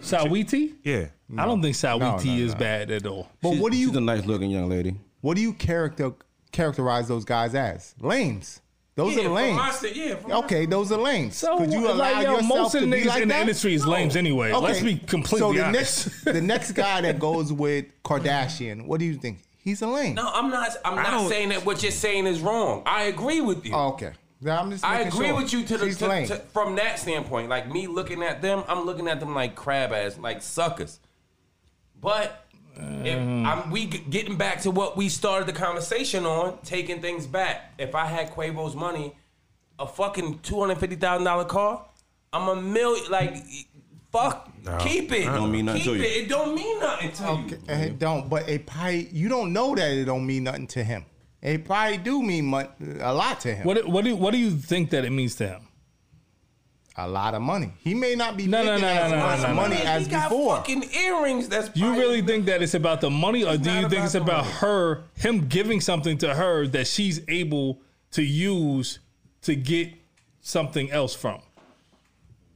Speaker 5: Sawiti?
Speaker 1: Yeah.
Speaker 5: I don't think Sawiti
Speaker 3: no,
Speaker 5: is bad at all.
Speaker 3: But what do you?
Speaker 2: She's a nice looking young lady.
Speaker 3: what do you character characterize those guys as? Lames. Those
Speaker 4: Yeah,
Speaker 3: are
Speaker 4: from
Speaker 3: lames.
Speaker 4: my sta- yeah, from my
Speaker 3: okay, those are lames.
Speaker 5: So
Speaker 3: Could you allow
Speaker 5: like, yo,
Speaker 3: yourself
Speaker 5: most
Speaker 3: to
Speaker 5: of the
Speaker 3: be
Speaker 5: niggas
Speaker 3: like
Speaker 5: in
Speaker 3: that?
Speaker 5: the industry is lames anyway.
Speaker 3: Okay,
Speaker 5: Let's be completely
Speaker 3: so the
Speaker 5: honest.
Speaker 3: next the next guy that goes with Kardashian, what do you think? He's a lame.
Speaker 4: No, I'm not. I'm not
Speaker 1: don't-
Speaker 4: saying that what you're saying is wrong. I agree with you.
Speaker 3: Oh, okay. Now, I'm just
Speaker 4: I
Speaker 3: making
Speaker 4: agree
Speaker 3: sure.
Speaker 4: with you to the
Speaker 3: She's
Speaker 4: to-
Speaker 3: lame.
Speaker 4: to- from that standpoint. Like me looking at them, I'm looking at them like crab ass, like suckers. But if
Speaker 3: Mm.
Speaker 4: I'm we g- getting back to what we started the conversation on, taking things back. If I had Quavo's money, a fucking two hundred fifty thousand dollar car, I'm a million. Like fuck, keep it.
Speaker 2: don't mean nothing
Speaker 4: keep
Speaker 2: to you.
Speaker 4: it. It don't mean nothing to you.
Speaker 3: And it don't, but it probably you don't know that it don't mean nothing to him. It probably do mean mon- a lot to him.
Speaker 5: What do- what do what do you think that it means to him?
Speaker 3: A lot of money. He may not be
Speaker 5: No, no,
Speaker 3: making
Speaker 5: no,
Speaker 3: as
Speaker 5: no, no,
Speaker 3: much
Speaker 5: no, no,
Speaker 3: money
Speaker 5: no.
Speaker 3: as
Speaker 4: he got
Speaker 3: before.
Speaker 4: fucking earrings. That's
Speaker 5: Do you
Speaker 4: probably-
Speaker 5: really think that it's about the money, or do
Speaker 4: not
Speaker 5: you think
Speaker 4: about
Speaker 5: it's
Speaker 4: the
Speaker 5: about
Speaker 4: money.
Speaker 5: her, him giving something to her that she's able to use to get something else from?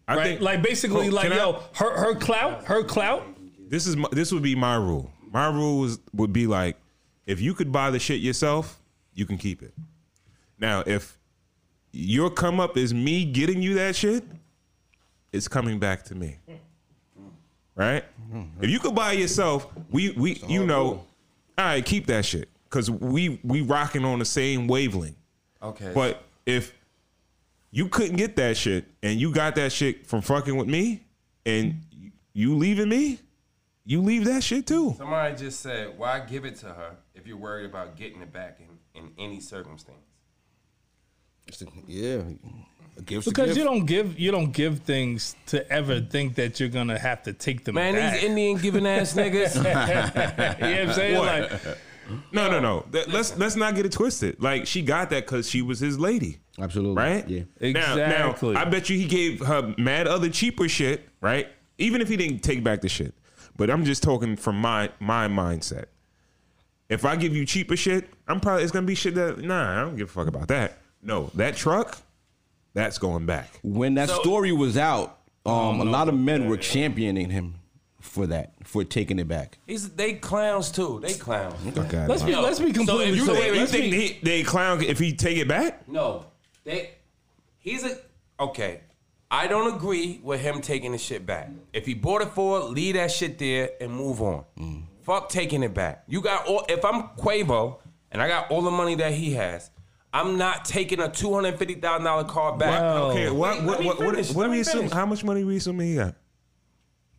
Speaker 1: I
Speaker 5: Right,
Speaker 1: think
Speaker 5: like basically,
Speaker 1: Hold-
Speaker 5: like
Speaker 1: can I-
Speaker 5: yo, her her clout, her clout.
Speaker 1: this is my, this would be my rule. My rule is, would be like, if you could buy the shit yourself, you can keep it. Now, if your come up is me getting you that shit, it's coming back to me. Right? If you could buy it yourself, we we you know, all right, keep that shit because we we rocking on the same wavelength.
Speaker 4: Okay.
Speaker 1: But if you couldn't get that shit and you got that shit from fucking with me and you leaving me, you leave that shit too.
Speaker 4: somebody just said, why give it to her if you're worried about getting it back in, in any circumstance?
Speaker 2: Yeah, a gift's a
Speaker 5: Because
Speaker 2: gift.
Speaker 5: you don't give you don't give things to ever think that you're gonna have to take them
Speaker 4: Man,
Speaker 5: back.
Speaker 4: these Indian giving ass niggas.
Speaker 5: you know what I'm saying?
Speaker 1: What?
Speaker 5: Like,
Speaker 1: No, no, no. That- let's let's not get it twisted. Like she got that because she was his lady.
Speaker 2: Absolutely.
Speaker 1: right?
Speaker 2: Yeah.
Speaker 1: Now-
Speaker 5: Exactly.
Speaker 1: Now, I bet you he gave her mad other cheaper shit, right? Even if he didn't take back the shit. But I'm just talking from my my mindset. If I give you cheaper shit, I'm probably it's gonna be shit that nah, I don't give a fuck about that. No, that truck, that's going back.
Speaker 2: When that story was out, um, a lot of men were championing him for that, for taking it back.
Speaker 4: These, they clowns too. They clowns.
Speaker 2: God,
Speaker 5: let's be
Speaker 4: Yo,
Speaker 5: let's be
Speaker 4: so if
Speaker 5: completely
Speaker 4: you
Speaker 5: so
Speaker 4: think-
Speaker 5: let's
Speaker 4: you
Speaker 5: be-
Speaker 1: Think he- they clown if he take it back?
Speaker 4: No, they. He's a okay. I don't agree with him taking the shit back. If he bought it for, leave that shit there and move on. Fuck taking it back. You got all. If I'm Quavo and I got all the money that he has, I'm not taking a two hundred fifty thousand dollar car back.
Speaker 5: Wow.
Speaker 1: Okay, what what
Speaker 4: Wait, let me
Speaker 1: what, what,
Speaker 4: finish,
Speaker 1: what
Speaker 4: let
Speaker 1: do we
Speaker 4: me
Speaker 1: assume?
Speaker 4: finish.
Speaker 1: How much money we assume he got?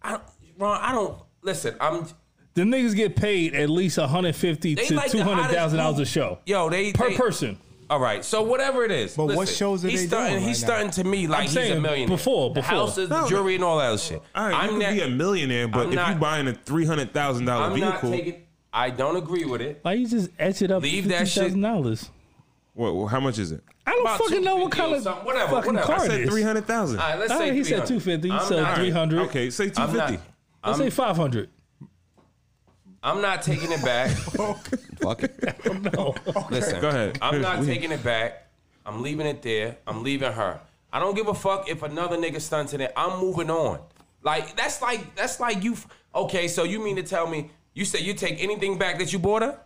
Speaker 4: I don't, Ron, I don't listen. I'm.
Speaker 5: the niggas get paid at least 150
Speaker 4: They
Speaker 5: to
Speaker 4: like the
Speaker 5: 200,000 dollars a
Speaker 4: hottest group.
Speaker 5: show
Speaker 4: Yo, they
Speaker 5: per
Speaker 4: they-
Speaker 5: person.
Speaker 4: All right, so whatever it is.
Speaker 3: But what shows are
Speaker 4: he's
Speaker 3: they
Speaker 4: starting,
Speaker 3: doing
Speaker 4: He's
Speaker 3: right now?
Speaker 4: starting to me like he's a
Speaker 5: saying
Speaker 4: millionaire.
Speaker 5: before-
Speaker 4: the
Speaker 5: before.
Speaker 4: house is
Speaker 1: No,
Speaker 4: the
Speaker 1: no.
Speaker 4: jury and all that other shit.
Speaker 1: All right, you could
Speaker 4: not-
Speaker 1: be a millionaire, but
Speaker 4: I'm
Speaker 1: if
Speaker 4: not-
Speaker 1: you buying a three hundred thousand dollar
Speaker 4: I'm not
Speaker 1: vehicle,
Speaker 4: taking. I don't agree with it.
Speaker 5: Why you just etch it up
Speaker 4: Leave
Speaker 5: to
Speaker 4: that shit-
Speaker 5: $50,000?
Speaker 1: what, what- how much is it?
Speaker 5: I don't
Speaker 4: About
Speaker 5: fucking know what
Speaker 4: 250
Speaker 5: kind
Speaker 4: or
Speaker 5: of
Speaker 4: something. Whatever,
Speaker 5: fucking
Speaker 4: whatever. I
Speaker 5: car
Speaker 1: I
Speaker 5: it
Speaker 1: said
Speaker 5: is.
Speaker 1: three hundred thousand.
Speaker 4: All right, let's
Speaker 5: All
Speaker 4: say
Speaker 5: right, he said 250. You
Speaker 4: I'm
Speaker 5: said
Speaker 4: not-
Speaker 5: 300.
Speaker 1: Okay, say two
Speaker 4: I'm not.
Speaker 1: fifty.
Speaker 5: I say 500.
Speaker 4: I'm not taking it back.
Speaker 2: fuck it.
Speaker 5: No.
Speaker 4: Listen,
Speaker 1: Go ahead.
Speaker 4: I'm not taking it back. I'm leaving it there. I'm leaving her. I don't give a fuck if another nigga stunts in it. I'm moving on. Like that's like that's like you. f- Okay, so you mean to tell me you said you take anything back that you bought her?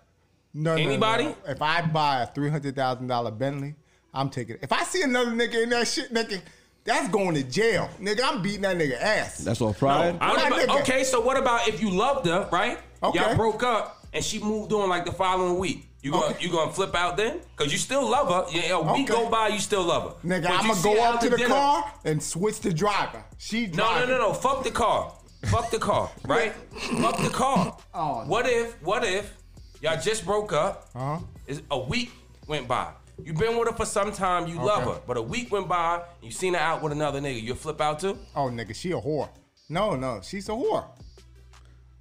Speaker 3: No, no, no.
Speaker 4: Anybody?
Speaker 3: If I buy a three hundred thousand dollar Bentley, I'm taking it. If I see another nigga in that shit, nigga, that's going to jail, nigga. I'm beating that nigga ass.
Speaker 2: That's all pride.
Speaker 4: What
Speaker 3: I'm
Speaker 4: about-
Speaker 3: not nigga.
Speaker 4: okay, so what about if you loved her, right?
Speaker 3: Okay.
Speaker 4: Y'all broke up and she moved on like the following week. You gonna you gonna flip out then? Cause you still love her. Yeah, a week
Speaker 3: Okay.
Speaker 4: go by, you still love her.
Speaker 3: Nigga,
Speaker 4: But
Speaker 3: I'm
Speaker 4: you
Speaker 3: gonna
Speaker 4: see
Speaker 3: go
Speaker 4: her
Speaker 3: up
Speaker 4: out
Speaker 3: to
Speaker 4: to
Speaker 3: the
Speaker 4: dinner.
Speaker 3: car and switch the driver. She
Speaker 4: No, no,
Speaker 3: driving.
Speaker 4: no, no. Fuck the car. Fuck the car. Right? Fuck the car.
Speaker 3: Oh.
Speaker 4: What if? What if? Y'all just broke up.
Speaker 3: Uh-huh.
Speaker 4: It's- A week went by. You've been with her for some time. You love her, but a week went by. and You seen her out with another nigga. You flip out too?
Speaker 3: Oh, nigga, she a whore. No, no, she's a whore.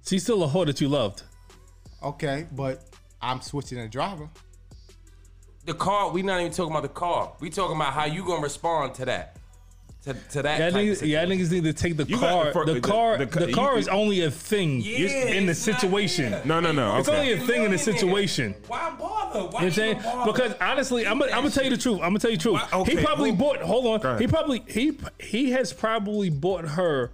Speaker 5: She's still a whore that you loved.
Speaker 3: Okay, but I'm switching the driver.
Speaker 4: The car. We not even talking about the car. We talking about how you gonna respond to that. To, to that.
Speaker 5: Yeah,
Speaker 4: type of
Speaker 5: niggas, yeah,
Speaker 4: situation.
Speaker 5: niggas need to take the
Speaker 1: You got
Speaker 5: car.
Speaker 1: the fir-
Speaker 5: the,
Speaker 1: the-
Speaker 5: car,
Speaker 1: the-
Speaker 5: the,
Speaker 1: the-
Speaker 5: car
Speaker 1: you-
Speaker 5: is only a thing in the
Speaker 4: it's not-
Speaker 5: situation.
Speaker 4: yeah.
Speaker 1: No, no, no.
Speaker 5: It's
Speaker 1: okay.
Speaker 5: only a thing in the situation.
Speaker 4: Why bother? Why
Speaker 5: You know what I'm
Speaker 4: even
Speaker 5: saying?
Speaker 4: bother?
Speaker 5: Because honestly, I'm gonna I'm gonna tell you the truth. I'm gonna tell you the truth.
Speaker 1: Why- okay,
Speaker 5: he probably
Speaker 1: who-
Speaker 5: bought. Hold
Speaker 1: Go
Speaker 5: on.
Speaker 1: ahead.
Speaker 5: He probably he he has probably bought her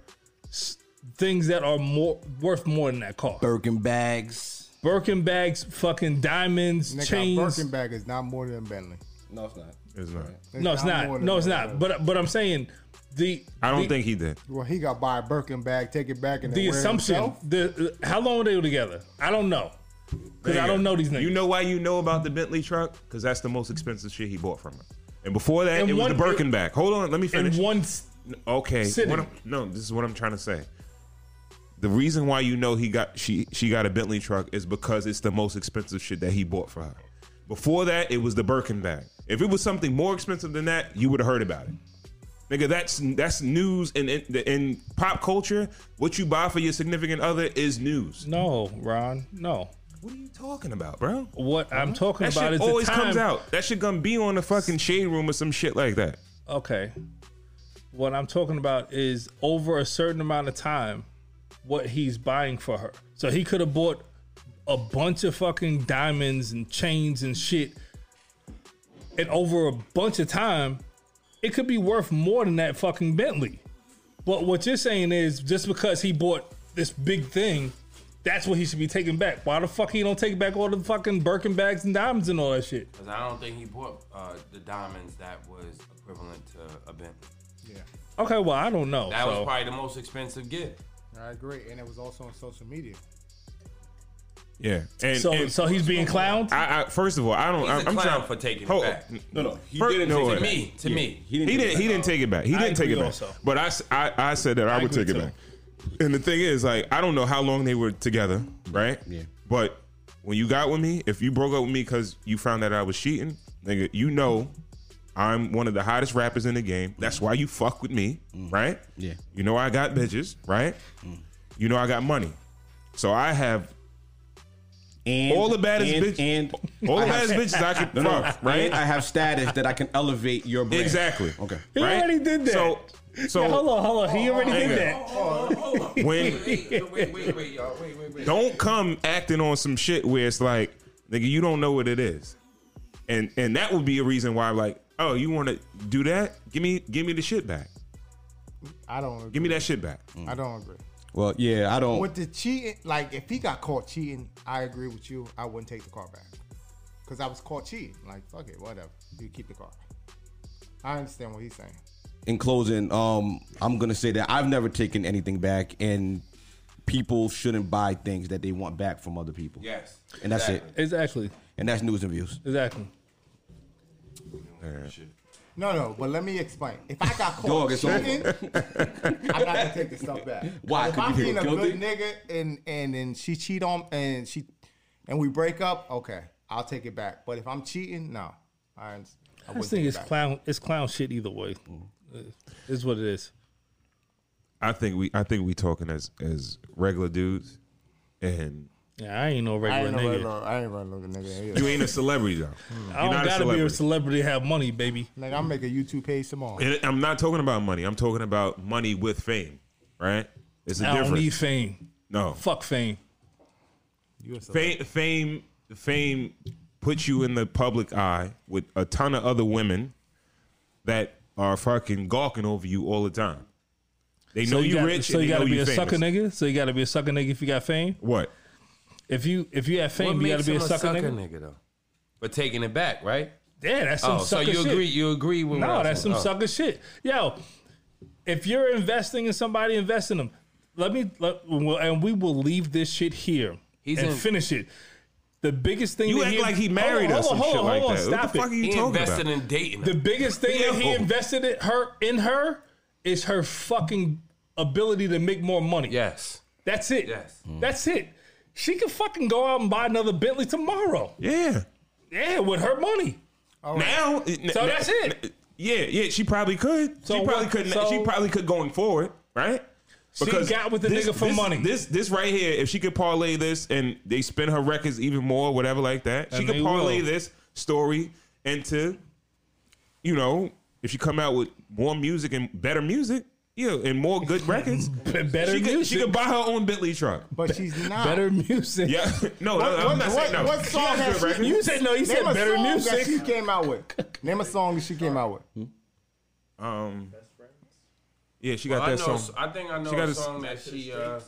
Speaker 5: s- things that are more worth more than that car.
Speaker 2: Birkin bags.
Speaker 5: Birkin bags, fucking diamonds,
Speaker 3: Nigga,
Speaker 5: chains.
Speaker 3: a Birkin bag is not more than a Bentley.
Speaker 2: No, it's not.
Speaker 1: It's not.
Speaker 5: no, it's
Speaker 3: more
Speaker 5: not.
Speaker 3: than
Speaker 5: No, it's
Speaker 3: a
Speaker 5: not.
Speaker 3: Bentley.
Speaker 5: But but I'm saying the
Speaker 1: I don't
Speaker 5: the,
Speaker 1: think he did.
Speaker 3: well, he got to buy a Birkin bag, take it back, and then
Speaker 5: the
Speaker 3: wear it
Speaker 5: assumption.
Speaker 3: himself?
Speaker 5: The uh, how long were they together? I don't know because I don't know these niggas.
Speaker 1: You know why you know about the Bentley truck? Because that's the most expensive shit he bought from her. And before that,
Speaker 5: And
Speaker 1: it
Speaker 5: one-
Speaker 1: was the Birkin bag. Hold on, let me
Speaker 5: and
Speaker 1: finish.
Speaker 5: once
Speaker 1: okay,
Speaker 5: sitting.
Speaker 1: what I'm- no, this is what I'm trying to say. The reason why you know he got she she got a Bentley truck is because it's the most expensive shit that he bought for her. Before that, it was the Birkin bag. If it was something more expensive than that, you would have heard about it. Nigga, that's that's news in, in in pop culture. What you buy for your significant other is news.
Speaker 5: no, Ron, no.
Speaker 1: What are you talking about, bro?
Speaker 5: What I'm talking
Speaker 1: That
Speaker 5: about
Speaker 1: shit
Speaker 5: is
Speaker 1: always
Speaker 5: the time,
Speaker 1: comes out. That shit gonna be on the fucking shade room or some shit like that.
Speaker 5: Okay. What I'm talking about is over a certain amount of time, what he's buying for her. So he could have bought a bunch of fucking diamonds and chains and shit. And over a bunch of time, it could be worth more than that fucking Bentley. But what you're saying is just because he bought this big thing, that's what he should be taking back. Why the fuck he don't take back all the fucking Birkin bags and diamonds and all that shit?
Speaker 4: Because I don't think he bought uh, the diamonds that was equivalent to a Bentley.
Speaker 5: Okay, well I don't know.
Speaker 4: That
Speaker 5: so-
Speaker 4: was probably the most expensive gift.
Speaker 3: I agree, and it was also on social media.
Speaker 1: Yeah. And,
Speaker 5: So,
Speaker 1: and
Speaker 5: so he's being clowned.
Speaker 1: I, I, first of all, I don't.
Speaker 4: He's
Speaker 1: I,
Speaker 4: a
Speaker 1: I'm
Speaker 4: clown
Speaker 1: trying
Speaker 4: for taking it
Speaker 1: hold-
Speaker 4: back.
Speaker 2: No, no, he
Speaker 1: First- didn't no, take it
Speaker 4: To
Speaker 1: back.
Speaker 4: me, to me.
Speaker 2: He didn't.
Speaker 1: He didn't. He didn't take it back. He didn't take it
Speaker 5: agree
Speaker 1: back.
Speaker 5: also.
Speaker 1: But I, s- I- I said that I, would
Speaker 5: agree
Speaker 1: take it
Speaker 5: too.
Speaker 1: back. And the thing is, like, I don't know how long they were together, right?
Speaker 2: Yeah.
Speaker 1: But when you got with me, if you broke up with me because you found that I was cheating, nigga, you know, I'm one of the hottest rappers in the game. That's why you fuck with me, right?
Speaker 2: Mm. Yeah. Mm.
Speaker 1: You know I got bitches, right? You know I got money, so I have
Speaker 2: And,
Speaker 1: all the baddest
Speaker 2: and,
Speaker 1: bitch-
Speaker 2: And
Speaker 1: all the
Speaker 2: I have-
Speaker 1: baddest bitches I could
Speaker 2: No, no,
Speaker 1: fuck, right?
Speaker 2: and I have status that I can elevate your brand.
Speaker 1: Exactly.
Speaker 2: Okay.
Speaker 5: He already did that.
Speaker 1: So, so
Speaker 5: hold on, hold on. He already
Speaker 1: hang
Speaker 5: did
Speaker 1: on.
Speaker 5: that.
Speaker 1: when
Speaker 4: Wait, wait, wait, wait, y'all. Wait, wait, wait.
Speaker 1: don't come acting on some shit where it's like, nigga, you don't know what it is, and and that would be a reason why, like, oh, you want to do that? Give me, give me the shit back.
Speaker 3: I don't agree.
Speaker 1: Give me that shit back.
Speaker 3: I don't agree.
Speaker 2: Well, yeah, I don't.
Speaker 3: With the cheating, like if he got caught cheating, I agree with you. I wouldn't take the car back because I was caught cheating. Like fuck it, whatever. You keep the car. I understand what he's saying.
Speaker 2: in closing, um, I'm gonna say that I've never taken anything back, and people shouldn't buy things that they want back from other people.
Speaker 4: Yes.
Speaker 2: and that's
Speaker 4: exactly.
Speaker 2: it.
Speaker 5: Exactly.
Speaker 2: And that's news and views.
Speaker 5: Exactly.
Speaker 3: No, no, but let me explain. If I got caught
Speaker 2: Dog, it's
Speaker 3: cheating, I got to take the stuff back.
Speaker 2: Why?
Speaker 3: If
Speaker 2: 'Cause
Speaker 3: I'm
Speaker 2: you
Speaker 3: being a
Speaker 2: feel
Speaker 3: good
Speaker 2: guilty?
Speaker 3: nigga and and and she cheat on and she and we break up, okay, I'll take it back. But if I'm cheating, no, I, I,
Speaker 5: I
Speaker 3: wouldn't
Speaker 5: just think
Speaker 3: take
Speaker 5: it's
Speaker 3: it back.
Speaker 5: clown. It's clown shit either way. Is what it is.
Speaker 1: I think we, I think we talking as as regular dudes, and
Speaker 5: Yeah, I ain't no
Speaker 3: I
Speaker 5: regular
Speaker 3: ain't, no
Speaker 5: nigga.
Speaker 3: regular, I ain't regular nigga. either.
Speaker 1: you ain't a celebrity though.
Speaker 5: I don't gotta be a celebrity to have money, baby.
Speaker 3: Nigga, I'm making YouTube page tomorrow.
Speaker 1: And I'm not talking about money. I'm talking about money with fame, right? It's a
Speaker 5: I
Speaker 1: difference.
Speaker 5: don't need fame.
Speaker 1: no,
Speaker 5: Fuck fame.
Speaker 3: You a celeb.
Speaker 1: fame, fame, fame puts you in the public eye with a ton of other women that are fucking gawking over you all the time. They know you
Speaker 5: got-
Speaker 1: rich.
Speaker 5: So
Speaker 1: and
Speaker 5: you
Speaker 1: they
Speaker 5: gotta
Speaker 1: know
Speaker 5: be
Speaker 1: you
Speaker 5: a
Speaker 1: famous.
Speaker 5: sucker nigga. So you gotta be a sucker nigga if you got fame.
Speaker 1: What?
Speaker 5: If you if you have
Speaker 4: What
Speaker 5: fame, you gotta
Speaker 4: makes
Speaker 5: be
Speaker 4: him
Speaker 5: a sucker, nigga.
Speaker 4: though? But taking it back, right?
Speaker 5: Yeah, that's some
Speaker 4: Oh, so
Speaker 5: sucker
Speaker 4: you
Speaker 5: shit.
Speaker 4: agree? You agree with? what
Speaker 5: No,
Speaker 4: I'm
Speaker 5: that's some
Speaker 1: uh,
Speaker 4: saying.
Speaker 5: sucker shit. Yo, if you're investing in somebody, invest in them. Let me, let, well, and we will leave this shit here
Speaker 4: He's
Speaker 5: and
Speaker 4: in-
Speaker 5: finish it. The biggest thing
Speaker 1: You
Speaker 5: that
Speaker 1: act like he married
Speaker 5: Hold
Speaker 1: us
Speaker 5: on,
Speaker 1: and
Speaker 5: hold
Speaker 1: shit
Speaker 5: on,
Speaker 1: like
Speaker 5: hold on,
Speaker 1: that.
Speaker 5: Stop
Speaker 1: what the fuck
Speaker 5: it.
Speaker 1: are you
Speaker 4: He
Speaker 1: talking
Speaker 4: invested
Speaker 1: about?
Speaker 4: in dating.
Speaker 5: The biggest thing that he
Speaker 1: Yo.
Speaker 5: invested in her in her is her fucking ability to make more money.
Speaker 4: yes.
Speaker 5: That's it. Mm.
Speaker 4: Yes.
Speaker 5: That's it. She could fucking go out and buy another Bentley tomorrow.
Speaker 1: yeah.
Speaker 5: Yeah, with her money.
Speaker 1: Now,
Speaker 5: So that's it.
Speaker 1: Yeah, yeah. She probably could.
Speaker 5: So
Speaker 1: she probably
Speaker 5: what-
Speaker 1: could.
Speaker 5: so-
Speaker 1: she probably could going forward, right?
Speaker 5: got with the nigga for
Speaker 1: this,
Speaker 5: money.
Speaker 1: This this right here, if she could parlay this and they spin her records even more, whatever like that, she
Speaker 5: And
Speaker 1: could
Speaker 5: they
Speaker 1: parlay
Speaker 5: will.
Speaker 1: this story into, you know, if she come out with more music and better music, yeah, and more good records,
Speaker 5: Better
Speaker 1: she could,
Speaker 5: music.
Speaker 1: she could buy her own Bentley truck.
Speaker 3: But she's not.
Speaker 5: better music.
Speaker 1: Yeah, no, no,
Speaker 3: What-
Speaker 1: I'm not
Speaker 3: what-
Speaker 1: saying no.
Speaker 3: what
Speaker 1: She
Speaker 3: song
Speaker 1: has
Speaker 3: has
Speaker 1: good
Speaker 3: she
Speaker 1: records.
Speaker 5: You said no. You said
Speaker 3: Name a
Speaker 5: better
Speaker 3: song
Speaker 5: music.
Speaker 3: that she came out with. Name a song that she came out with.
Speaker 1: Um, yeah, she got
Speaker 4: I know.
Speaker 1: that song.
Speaker 4: I think I know
Speaker 1: She got
Speaker 4: a
Speaker 1: a-
Speaker 4: song that she uh,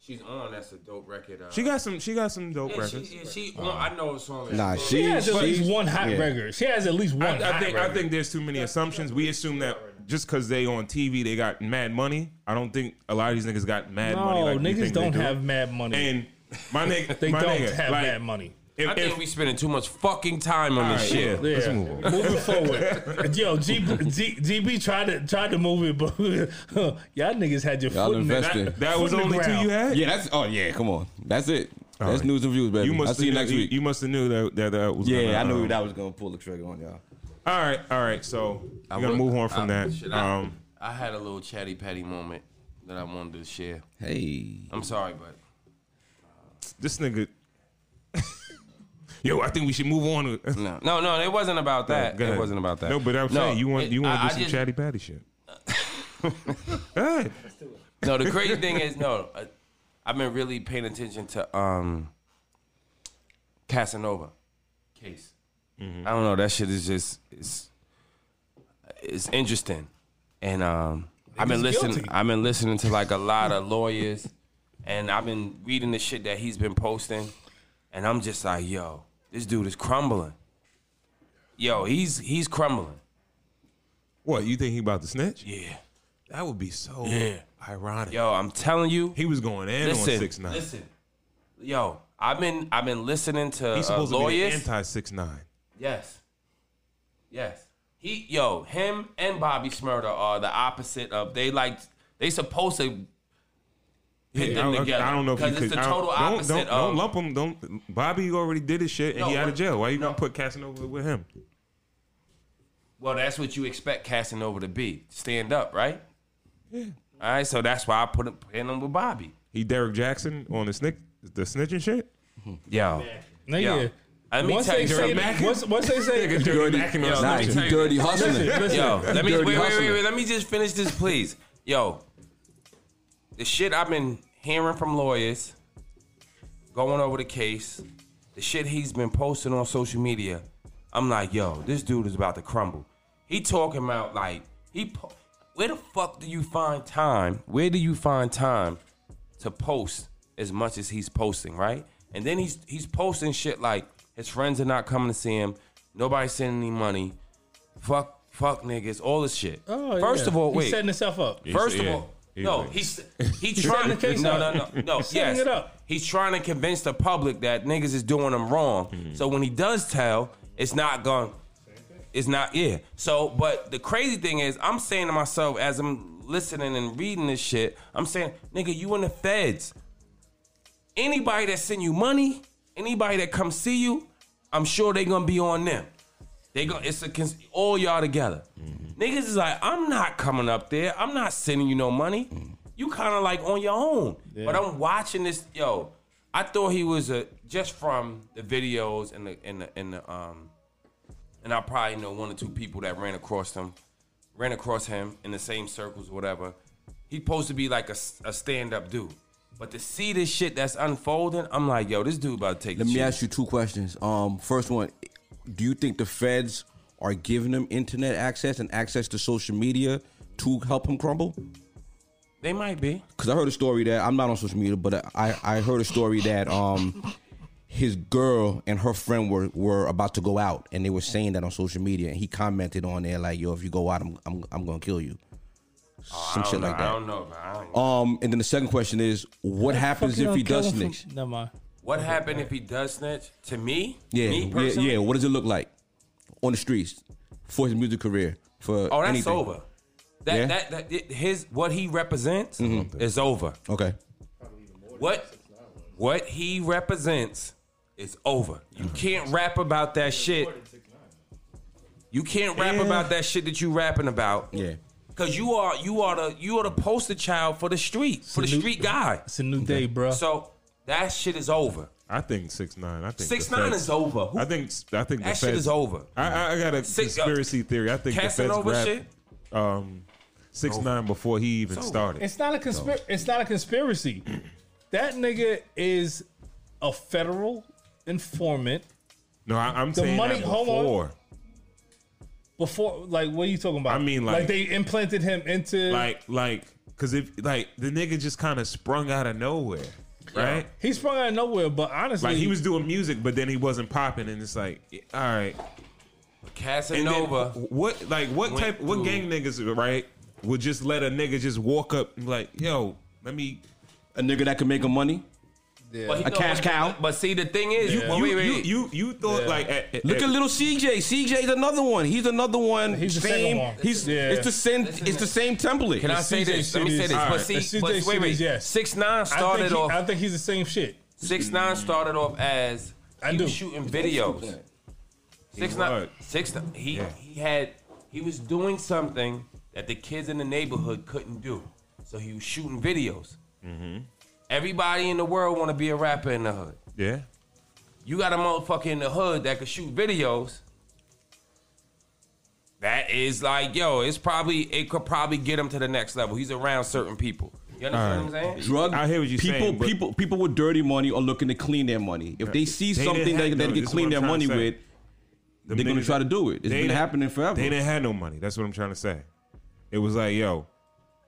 Speaker 4: she's on. That's a dope record. Uh,
Speaker 1: She got some. She got some dope
Speaker 4: yeah, she,
Speaker 1: records.
Speaker 4: yeah, she on, I know a song. that
Speaker 2: Nah,
Speaker 4: she.
Speaker 5: She
Speaker 2: she.
Speaker 5: has at
Speaker 2: she
Speaker 5: least one hot record. She has at least one.
Speaker 1: I, I
Speaker 5: hot
Speaker 1: think I
Speaker 5: record.
Speaker 1: think there's too many assumptions. We assume that just because they on TV, they got mad money. I don't think a lot of these niggas got mad money.
Speaker 5: no
Speaker 1: Like we
Speaker 5: niggas
Speaker 1: think
Speaker 5: don't
Speaker 1: they do.
Speaker 5: have mad money.
Speaker 1: And my nigga,
Speaker 5: they
Speaker 1: my
Speaker 5: don't
Speaker 1: nigga,
Speaker 5: have
Speaker 1: like,
Speaker 5: mad money.
Speaker 1: If,
Speaker 4: I think
Speaker 1: if-
Speaker 4: we spending too much fucking time on this
Speaker 1: Alright,
Speaker 4: shit.
Speaker 1: yeah. Let's
Speaker 5: Yeah.
Speaker 1: move
Speaker 5: Moving forward, yo, G, G, GB tried to tried to move it, but y'all niggas had your
Speaker 2: Y'all
Speaker 5: foot in
Speaker 2: invested.
Speaker 5: it.
Speaker 1: that, that
Speaker 5: Foot
Speaker 1: was
Speaker 5: in the
Speaker 1: only two
Speaker 5: ground.
Speaker 1: you had.
Speaker 2: Yeah, that's. Oh yeah, come on. That's it.
Speaker 1: All
Speaker 2: that's
Speaker 1: right.
Speaker 2: news and views, baby.
Speaker 1: You must
Speaker 2: I'll see you
Speaker 1: have
Speaker 2: next
Speaker 1: knew-
Speaker 2: week.
Speaker 1: You must have knew that that, that was.
Speaker 2: yeah,
Speaker 1: gonna,
Speaker 2: I knew
Speaker 1: um,
Speaker 2: that was gonna pull the trigger on y'all.
Speaker 1: All right, all right. So we're gonna
Speaker 4: will-
Speaker 1: move on from
Speaker 4: I-
Speaker 1: that.
Speaker 4: shit, I,
Speaker 1: Um,
Speaker 4: I had a little chatty patty moment that I wanted to share.
Speaker 2: Hey,
Speaker 4: I'm sorry, but
Speaker 1: this nigga. Yo, I think we should move on. to-
Speaker 4: no, no, no. It wasn't about that.
Speaker 1: Go
Speaker 4: it
Speaker 1: ahead.
Speaker 4: wasn't about that.
Speaker 1: No, but I'm saying you want
Speaker 4: it-
Speaker 1: you want to
Speaker 4: I-
Speaker 1: do
Speaker 4: I
Speaker 1: some
Speaker 4: just-
Speaker 1: chatty patty shit. All right.
Speaker 4: No, the crazy thing is, no, I, I've been really paying attention to um Casanova case.
Speaker 1: Mm-hmm.
Speaker 4: I don't know. That shit is just it's it's interesting, and um, I've been
Speaker 5: was
Speaker 4: listening.
Speaker 5: guilty.
Speaker 4: I've been listening to like a lot of lawyers, and I've been reading the shit that he's been posting, and I'm just like, yo, this dude is crumbling. Yo, he's he's crumbling.
Speaker 1: What you think he about to snitch?
Speaker 4: Yeah.
Speaker 1: That would be so
Speaker 4: Yeah.
Speaker 1: ironic.
Speaker 4: Yo, I'm telling you.
Speaker 1: He was going in on
Speaker 4: listen,
Speaker 1: six nine.
Speaker 4: listen, yo, I've been I've been listening to
Speaker 1: He's
Speaker 4: uh,
Speaker 1: supposed to be
Speaker 4: lawyers.
Speaker 1: anti six nine.
Speaker 4: yes, yes. He yo him and Bobby Smurda are the opposite of they like they supposed to pit
Speaker 1: I,
Speaker 4: them
Speaker 1: don't-
Speaker 4: together.
Speaker 1: I don't know if you
Speaker 4: because
Speaker 1: could.
Speaker 4: it's the
Speaker 1: I
Speaker 4: total
Speaker 1: don't,
Speaker 4: opposite
Speaker 1: Don't, don't,
Speaker 4: of
Speaker 1: lump him. Don't. Bobby already did his shit and
Speaker 4: No,
Speaker 1: he out of
Speaker 4: what-
Speaker 1: jail. Why you
Speaker 4: no.
Speaker 1: gonna put Casanova with him?
Speaker 4: Well, that's what you expect Casanova to be. Stand up, right? Yeah. All right, so that's why I put him, put him with Bobby.
Speaker 1: He Derek Jackson on the snick the snitching shit.
Speaker 4: Yo.
Speaker 5: Nigga,
Speaker 4: Yo. Let me
Speaker 5: once
Speaker 4: tell
Speaker 5: they
Speaker 4: you
Speaker 5: say
Speaker 4: something.
Speaker 5: that, once, once they say
Speaker 1: Dirty
Speaker 2: Dirty,
Speaker 1: Mac and
Speaker 4: yo,
Speaker 1: all
Speaker 4: let
Speaker 2: nah,
Speaker 4: me
Speaker 1: that
Speaker 2: he
Speaker 1: shit.
Speaker 4: tell you-
Speaker 2: dirty hustling.
Speaker 4: Yo, let me wait,
Speaker 2: Dirty
Speaker 4: wait, wait,
Speaker 2: hustling.
Speaker 4: wait. Let me just finish this, please. Yo, the shit I've been hearing from lawyers, going over the case, the shit he's been posting on social media. I'm like, yo, this dude is about to crumble. He talking about like he. Po- where the fuck do you find time? Where do you find time to post as much as he's posting, right? And then he's he's posting shit like his friends are not coming to see him. Nobody's sending any money. Fuck, fuck niggas. All this shit.
Speaker 5: Oh,
Speaker 4: First
Speaker 5: yeah.
Speaker 4: of all,
Speaker 5: He's
Speaker 4: wait.
Speaker 5: setting himself up.
Speaker 4: First of
Speaker 1: yeah,
Speaker 4: all,
Speaker 1: he
Speaker 4: no,
Speaker 1: was-
Speaker 4: he's he trying
Speaker 5: setting the case
Speaker 4: no, no,
Speaker 5: up.
Speaker 4: no, no, no.
Speaker 5: setting
Speaker 4: yes,
Speaker 5: it up.
Speaker 4: he's trying to convince the public that niggas is doing him wrong. So when he does tell, it's not going. It's not yeah. So, but the crazy thing is, I'm saying to myself as I'm listening and reading this shit, I'm saying, nigga, you in the feds. Anybody that send you money, anybody that come see you, I'm sure they gonna be on them. They go. It's a cons- all y'all together. Niggas is like, I'm not coming up there. I'm not sending you no money. You kind of like on your own. But I'm watching this. Yo, I thought he was a just from the videos and the and the and the um and I probably know one or two people that ran across him, ran across him in the same circles, or whatever. He supposed to be like a, stand up dude. But to see this shit that's unfolding, I'm like, yo, this dude about to take.
Speaker 2: Let
Speaker 4: the
Speaker 2: me
Speaker 4: shit.
Speaker 2: ask you two questions. Um, first one, do you think the feds are giving them internet access and access to social media to help him crumble?
Speaker 4: They might be.
Speaker 2: Because I heard a story that I'm not on social media, but I I heard a story that um his girl and her friend were were about to go out and they were saying that on social media and he commented on there like yo if you go out I'm I'm, I'm gonna kill you some
Speaker 4: I
Speaker 2: shit
Speaker 4: don't know.
Speaker 2: like
Speaker 4: I
Speaker 2: that.
Speaker 4: don't know. man. I don't know.
Speaker 2: Um, and then the second question is what happens if he does snitch?
Speaker 5: snitch? Never mind.
Speaker 4: What happened if he does snitch? To me,
Speaker 2: Yeah,
Speaker 4: me
Speaker 2: yeah,
Speaker 4: personally?
Speaker 2: yeah. What does it look like on the streets for his music career? For
Speaker 4: Oh, that's
Speaker 2: anything?
Speaker 4: over. That,
Speaker 2: Yeah? Mm-hmm.
Speaker 4: that that it- his what he represents is over.
Speaker 2: Okay,
Speaker 4: What what he represents is over. You can't rap about that shit. You can't rap about that shit that you rapping about.
Speaker 2: yeah.
Speaker 4: Cause you are you are the you are the poster child for the street for the
Speaker 5: Salute.
Speaker 4: street guy.
Speaker 5: It's a new day, bro.
Speaker 4: So that shit is over.
Speaker 1: I think six nine. I think
Speaker 4: Six
Speaker 1: the
Speaker 4: nine
Speaker 1: feds-
Speaker 4: is over. Who
Speaker 1: I think I think the
Speaker 4: That shit
Speaker 1: feds-
Speaker 4: is over.
Speaker 1: I- I, I got a
Speaker 4: Six- uh,
Speaker 1: conspiracy theory. I think the feds
Speaker 4: Casanova
Speaker 1: grabbed
Speaker 4: shit?
Speaker 1: um six nine before he even
Speaker 4: over.
Speaker 1: started.
Speaker 5: It's not a conspir- It's not a conspiracy. That nigga is a federal informant.
Speaker 1: No, I, I'm saying
Speaker 5: money-
Speaker 1: that
Speaker 5: hold on.
Speaker 1: before.
Speaker 5: Before, like, what are you talking about?
Speaker 1: I mean, like-
Speaker 5: they implanted him into.
Speaker 1: Like like because if like the nigga just kind of sprung out of nowhere, right?
Speaker 5: he sprung out of nowhere, but honestly,
Speaker 4: Mm-hmm.
Speaker 1: Like he was doing music, but then he wasn't popping, and it's like, all right. And then
Speaker 4: Casanova.
Speaker 1: what like what
Speaker 4: went
Speaker 1: type what
Speaker 4: through-
Speaker 1: gang niggas right would just let a nigga just walk up and be like, yo, let me
Speaker 2: A nigga that can make him money.
Speaker 4: But he
Speaker 2: A
Speaker 4: know-
Speaker 2: cash cow.
Speaker 4: But see, the thing is, you,
Speaker 1: you,
Speaker 4: wait, wait,
Speaker 1: you,
Speaker 4: wait.
Speaker 1: you you thought like at, at-
Speaker 2: Look
Speaker 1: at-
Speaker 2: at little CJ. CJ's another one. He's another one.
Speaker 5: He's the
Speaker 2: same.
Speaker 5: second one.
Speaker 2: He's
Speaker 5: Yeah.
Speaker 2: it's the same. It's the same template.
Speaker 4: Can I say
Speaker 5: CJ
Speaker 4: this? Let me say
Speaker 5: shit
Speaker 4: this.
Speaker 5: is-
Speaker 4: But
Speaker 1: Alright.
Speaker 5: The
Speaker 4: see,
Speaker 5: CJ
Speaker 4: but wait,
Speaker 5: shit
Speaker 4: wait.
Speaker 5: is yes.
Speaker 4: Six nine
Speaker 5: I
Speaker 4: started
Speaker 5: think, he, I
Speaker 4: off.
Speaker 5: think he's the same shit.
Speaker 4: Six nine started off as
Speaker 5: I
Speaker 4: he was
Speaker 5: do.
Speaker 4: shooting videos. Six nine.
Speaker 1: was.
Speaker 4: Six nine. He
Speaker 1: Yeah.
Speaker 4: he had he was doing something that the kids in the neighborhood couldn't do. So he was shooting videos. Everybody in the world want to be a rapper in the hood.
Speaker 1: yeah.
Speaker 4: You got a motherfucker in the hood that could shoot videos. That is like, yo, it's probably it could probably get him to the next level. He's around certain people. You understand what I'm saying?
Speaker 2: Drug.
Speaker 1: I hear what you're
Speaker 2: people,
Speaker 1: saying, but-
Speaker 2: people, people with dirty money are looking to clean their money. If they see
Speaker 1: They didn't
Speaker 2: something
Speaker 1: have-
Speaker 2: that
Speaker 1: no,
Speaker 2: they
Speaker 1: this
Speaker 2: can
Speaker 1: is
Speaker 2: clean
Speaker 1: what
Speaker 2: their
Speaker 1: I'm trying
Speaker 2: money
Speaker 1: to say.
Speaker 2: with,
Speaker 1: Them
Speaker 2: they're gonna
Speaker 1: niggas-
Speaker 2: try to do it. It's
Speaker 1: they
Speaker 2: been
Speaker 1: didn't-
Speaker 2: happening forever.
Speaker 1: They didn't have no money. That's what I'm trying to say. It was like, yo,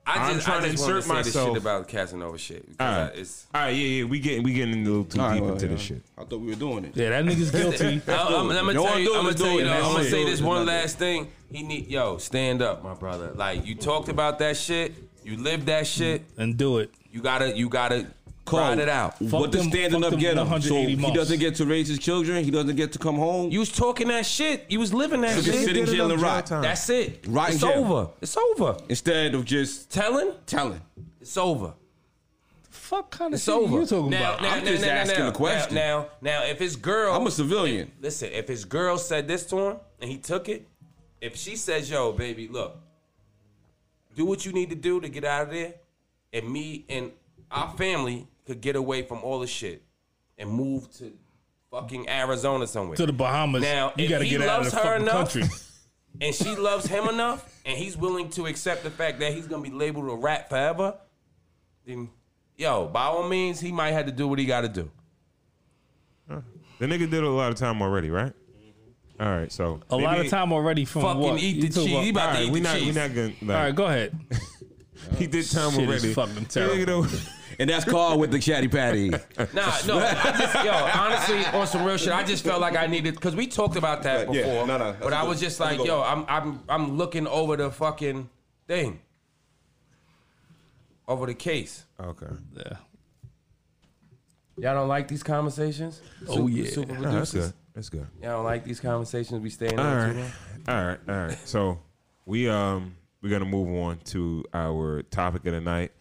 Speaker 4: I
Speaker 1: I'm
Speaker 4: just,
Speaker 1: trying
Speaker 4: I
Speaker 1: to
Speaker 4: just wanted to
Speaker 1: insert
Speaker 4: say this
Speaker 1: myself.
Speaker 4: shit about Casanova shit.
Speaker 1: all
Speaker 4: because
Speaker 1: right,
Speaker 4: I- it's-
Speaker 1: all right, yeah, yeah, we getting we getting a little too
Speaker 2: All right,
Speaker 1: deep
Speaker 2: well,
Speaker 1: into
Speaker 2: yeah.
Speaker 1: this shit.
Speaker 2: I thought we were doing it.
Speaker 5: Yeah, that nigga's guilty.
Speaker 4: I- I'm, I'm gonna
Speaker 2: No,
Speaker 4: tell
Speaker 2: I'm
Speaker 4: you.
Speaker 2: doing
Speaker 4: I'm
Speaker 2: it,
Speaker 4: gonna tell
Speaker 2: doing
Speaker 4: you.
Speaker 2: it.
Speaker 4: though,
Speaker 2: That's
Speaker 4: I'm
Speaker 2: it.
Speaker 4: gonna say
Speaker 2: Doing
Speaker 4: this
Speaker 2: it,
Speaker 4: one
Speaker 2: not
Speaker 4: last thing. He need yo stand up, my brother. Like you talked about that shit. You lived that shit.
Speaker 5: and do it.
Speaker 4: You gotta. You gotta.
Speaker 2: Cole,
Speaker 4: Ride it out.
Speaker 2: What the
Speaker 5: them-
Speaker 2: standing
Speaker 5: fuck
Speaker 2: up
Speaker 5: them
Speaker 2: get him? So he
Speaker 5: 180 months.
Speaker 2: doesn't get to raise his children. He doesn't get to come home.
Speaker 4: You was talking that shit. You was living that
Speaker 2: So
Speaker 4: shit.
Speaker 2: just sit in
Speaker 1: Did it
Speaker 2: jail
Speaker 1: on
Speaker 2: and
Speaker 1: jail
Speaker 2: rot.
Speaker 1: time.
Speaker 4: That's it.
Speaker 2: Right in
Speaker 4: It's
Speaker 2: jail.
Speaker 4: over. It's over.
Speaker 2: Instead of just
Speaker 4: Telling.
Speaker 2: telling.
Speaker 4: It's over.
Speaker 5: Fuck kind of
Speaker 4: It's
Speaker 5: shit
Speaker 4: over.
Speaker 5: you talking
Speaker 4: now,
Speaker 5: about?
Speaker 4: Now,
Speaker 2: I'm
Speaker 4: now,
Speaker 2: just
Speaker 4: now, now,
Speaker 2: asking
Speaker 4: now,
Speaker 2: a question.
Speaker 4: Now, now, now, if his girl,
Speaker 2: I'm a civilian.
Speaker 4: listen. If his girl said this to him and he took it, if she says, "Yo, baby, look, do what you need to do to get out of there," and me and our family could get away from all this shit and move to fucking Arizona somewhere.
Speaker 5: to the Bahamas.
Speaker 4: Now,
Speaker 5: you
Speaker 4: if
Speaker 5: gotta
Speaker 4: he
Speaker 5: get out of
Speaker 4: loves
Speaker 5: the
Speaker 4: her
Speaker 5: fucking
Speaker 4: enough-
Speaker 5: country.
Speaker 4: and she loves him enough, and he's willing to accept the fact that he's gonna be labeled a rat forever, then yo, by all means, he might have to do what he got to do.
Speaker 1: The nigga did a lot of time already, right? All right, so
Speaker 5: A lot of time already from
Speaker 4: Fucking
Speaker 5: what?
Speaker 4: eat
Speaker 5: You
Speaker 4: the
Speaker 5: talking
Speaker 4: cheese.
Speaker 5: about-
Speaker 4: He about
Speaker 1: All
Speaker 4: to
Speaker 1: right,
Speaker 4: eat
Speaker 1: we
Speaker 4: the
Speaker 1: not we
Speaker 4: cheese.
Speaker 1: not gonna. Like,
Speaker 5: All right, go ahead.
Speaker 1: he did time
Speaker 5: Shit is
Speaker 1: already.
Speaker 5: fucking
Speaker 1: The nigga
Speaker 5: terrible.
Speaker 1: don't-
Speaker 2: And that's called with the chatty patty.
Speaker 4: Nah, no, I just, yo, honestly, on some real shit, I just felt like I needed because we talked about that
Speaker 2: Yeah, yeah,
Speaker 4: before.
Speaker 2: no, no, that's
Speaker 4: but
Speaker 2: a
Speaker 4: I
Speaker 2: good-
Speaker 4: was just
Speaker 2: that's a
Speaker 4: like,
Speaker 2: good
Speaker 4: yo,
Speaker 2: one.
Speaker 4: I'm, I'm, I'm looking over the fucking thing, over the case.
Speaker 1: Okay.
Speaker 5: Yeah.
Speaker 4: Y'all don't like these conversations?
Speaker 5: Oh, yeah.
Speaker 4: super
Speaker 1: No, that's
Speaker 4: producers.
Speaker 1: good. That's good.
Speaker 4: Y'all don't like these conversations? We staying in
Speaker 1: All
Speaker 4: too
Speaker 1: right.
Speaker 4: long?
Speaker 1: All right. All right. So we um we're gonna move on to our topic of the night,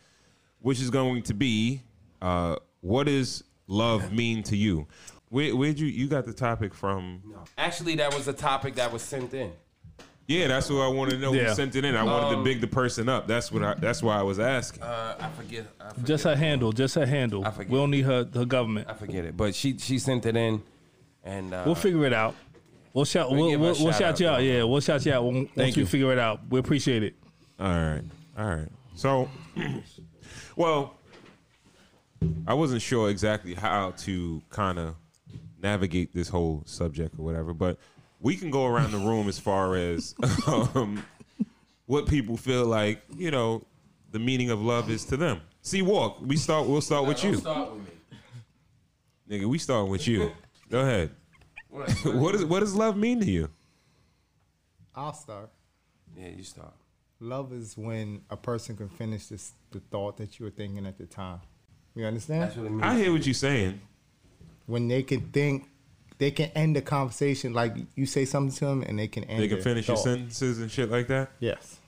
Speaker 1: which is going to be uh what does love mean to you? Where where'd you you got the topic from?
Speaker 4: Actually, that was a topic that was sent in.
Speaker 1: Yeah, that's what I wanted to know.
Speaker 5: Yeah.
Speaker 1: Who sent it in? I wanted to big the person up. That's what I that's why I was asking.
Speaker 4: Uh, I forget. I forget.
Speaker 5: Just her handle. Just her handle.
Speaker 4: I forget.
Speaker 5: We don't need her her government.
Speaker 4: I forget it, but she she sent it in, and uh,
Speaker 5: We'll figure it out. We'll shout.
Speaker 4: We'll
Speaker 5: We'll, we'll,
Speaker 4: give her a
Speaker 5: we'll shout,
Speaker 4: shout out,
Speaker 5: you out.
Speaker 4: though.
Speaker 5: Yeah, we'll shout you out when, once we
Speaker 2: you.
Speaker 5: figure it out. We appreciate it.
Speaker 1: All right. All right. So, well, I wasn't sure exactly how to kind of navigate this whole subject or whatever, but we can go around the room as far as um, what people feel like, you know, the meaning of love is to them. See, walk. We start. We'll start with you,
Speaker 4: Start with me.
Speaker 1: nigga. We start with you. Go ahead.
Speaker 4: What?
Speaker 1: What is what does love mean to you?
Speaker 3: I'll start.
Speaker 4: Yeah, you start.
Speaker 3: Love is when a person can finish this, the thought that you were thinking at the time. You understand?
Speaker 4: That's what it means.
Speaker 1: I hear what you're saying.
Speaker 3: When they can think, they can end the conversation. Like you say something to them, and they can end.
Speaker 1: They can
Speaker 3: the
Speaker 1: finish your
Speaker 3: thought.
Speaker 1: sentences and shit like that.
Speaker 3: Yes.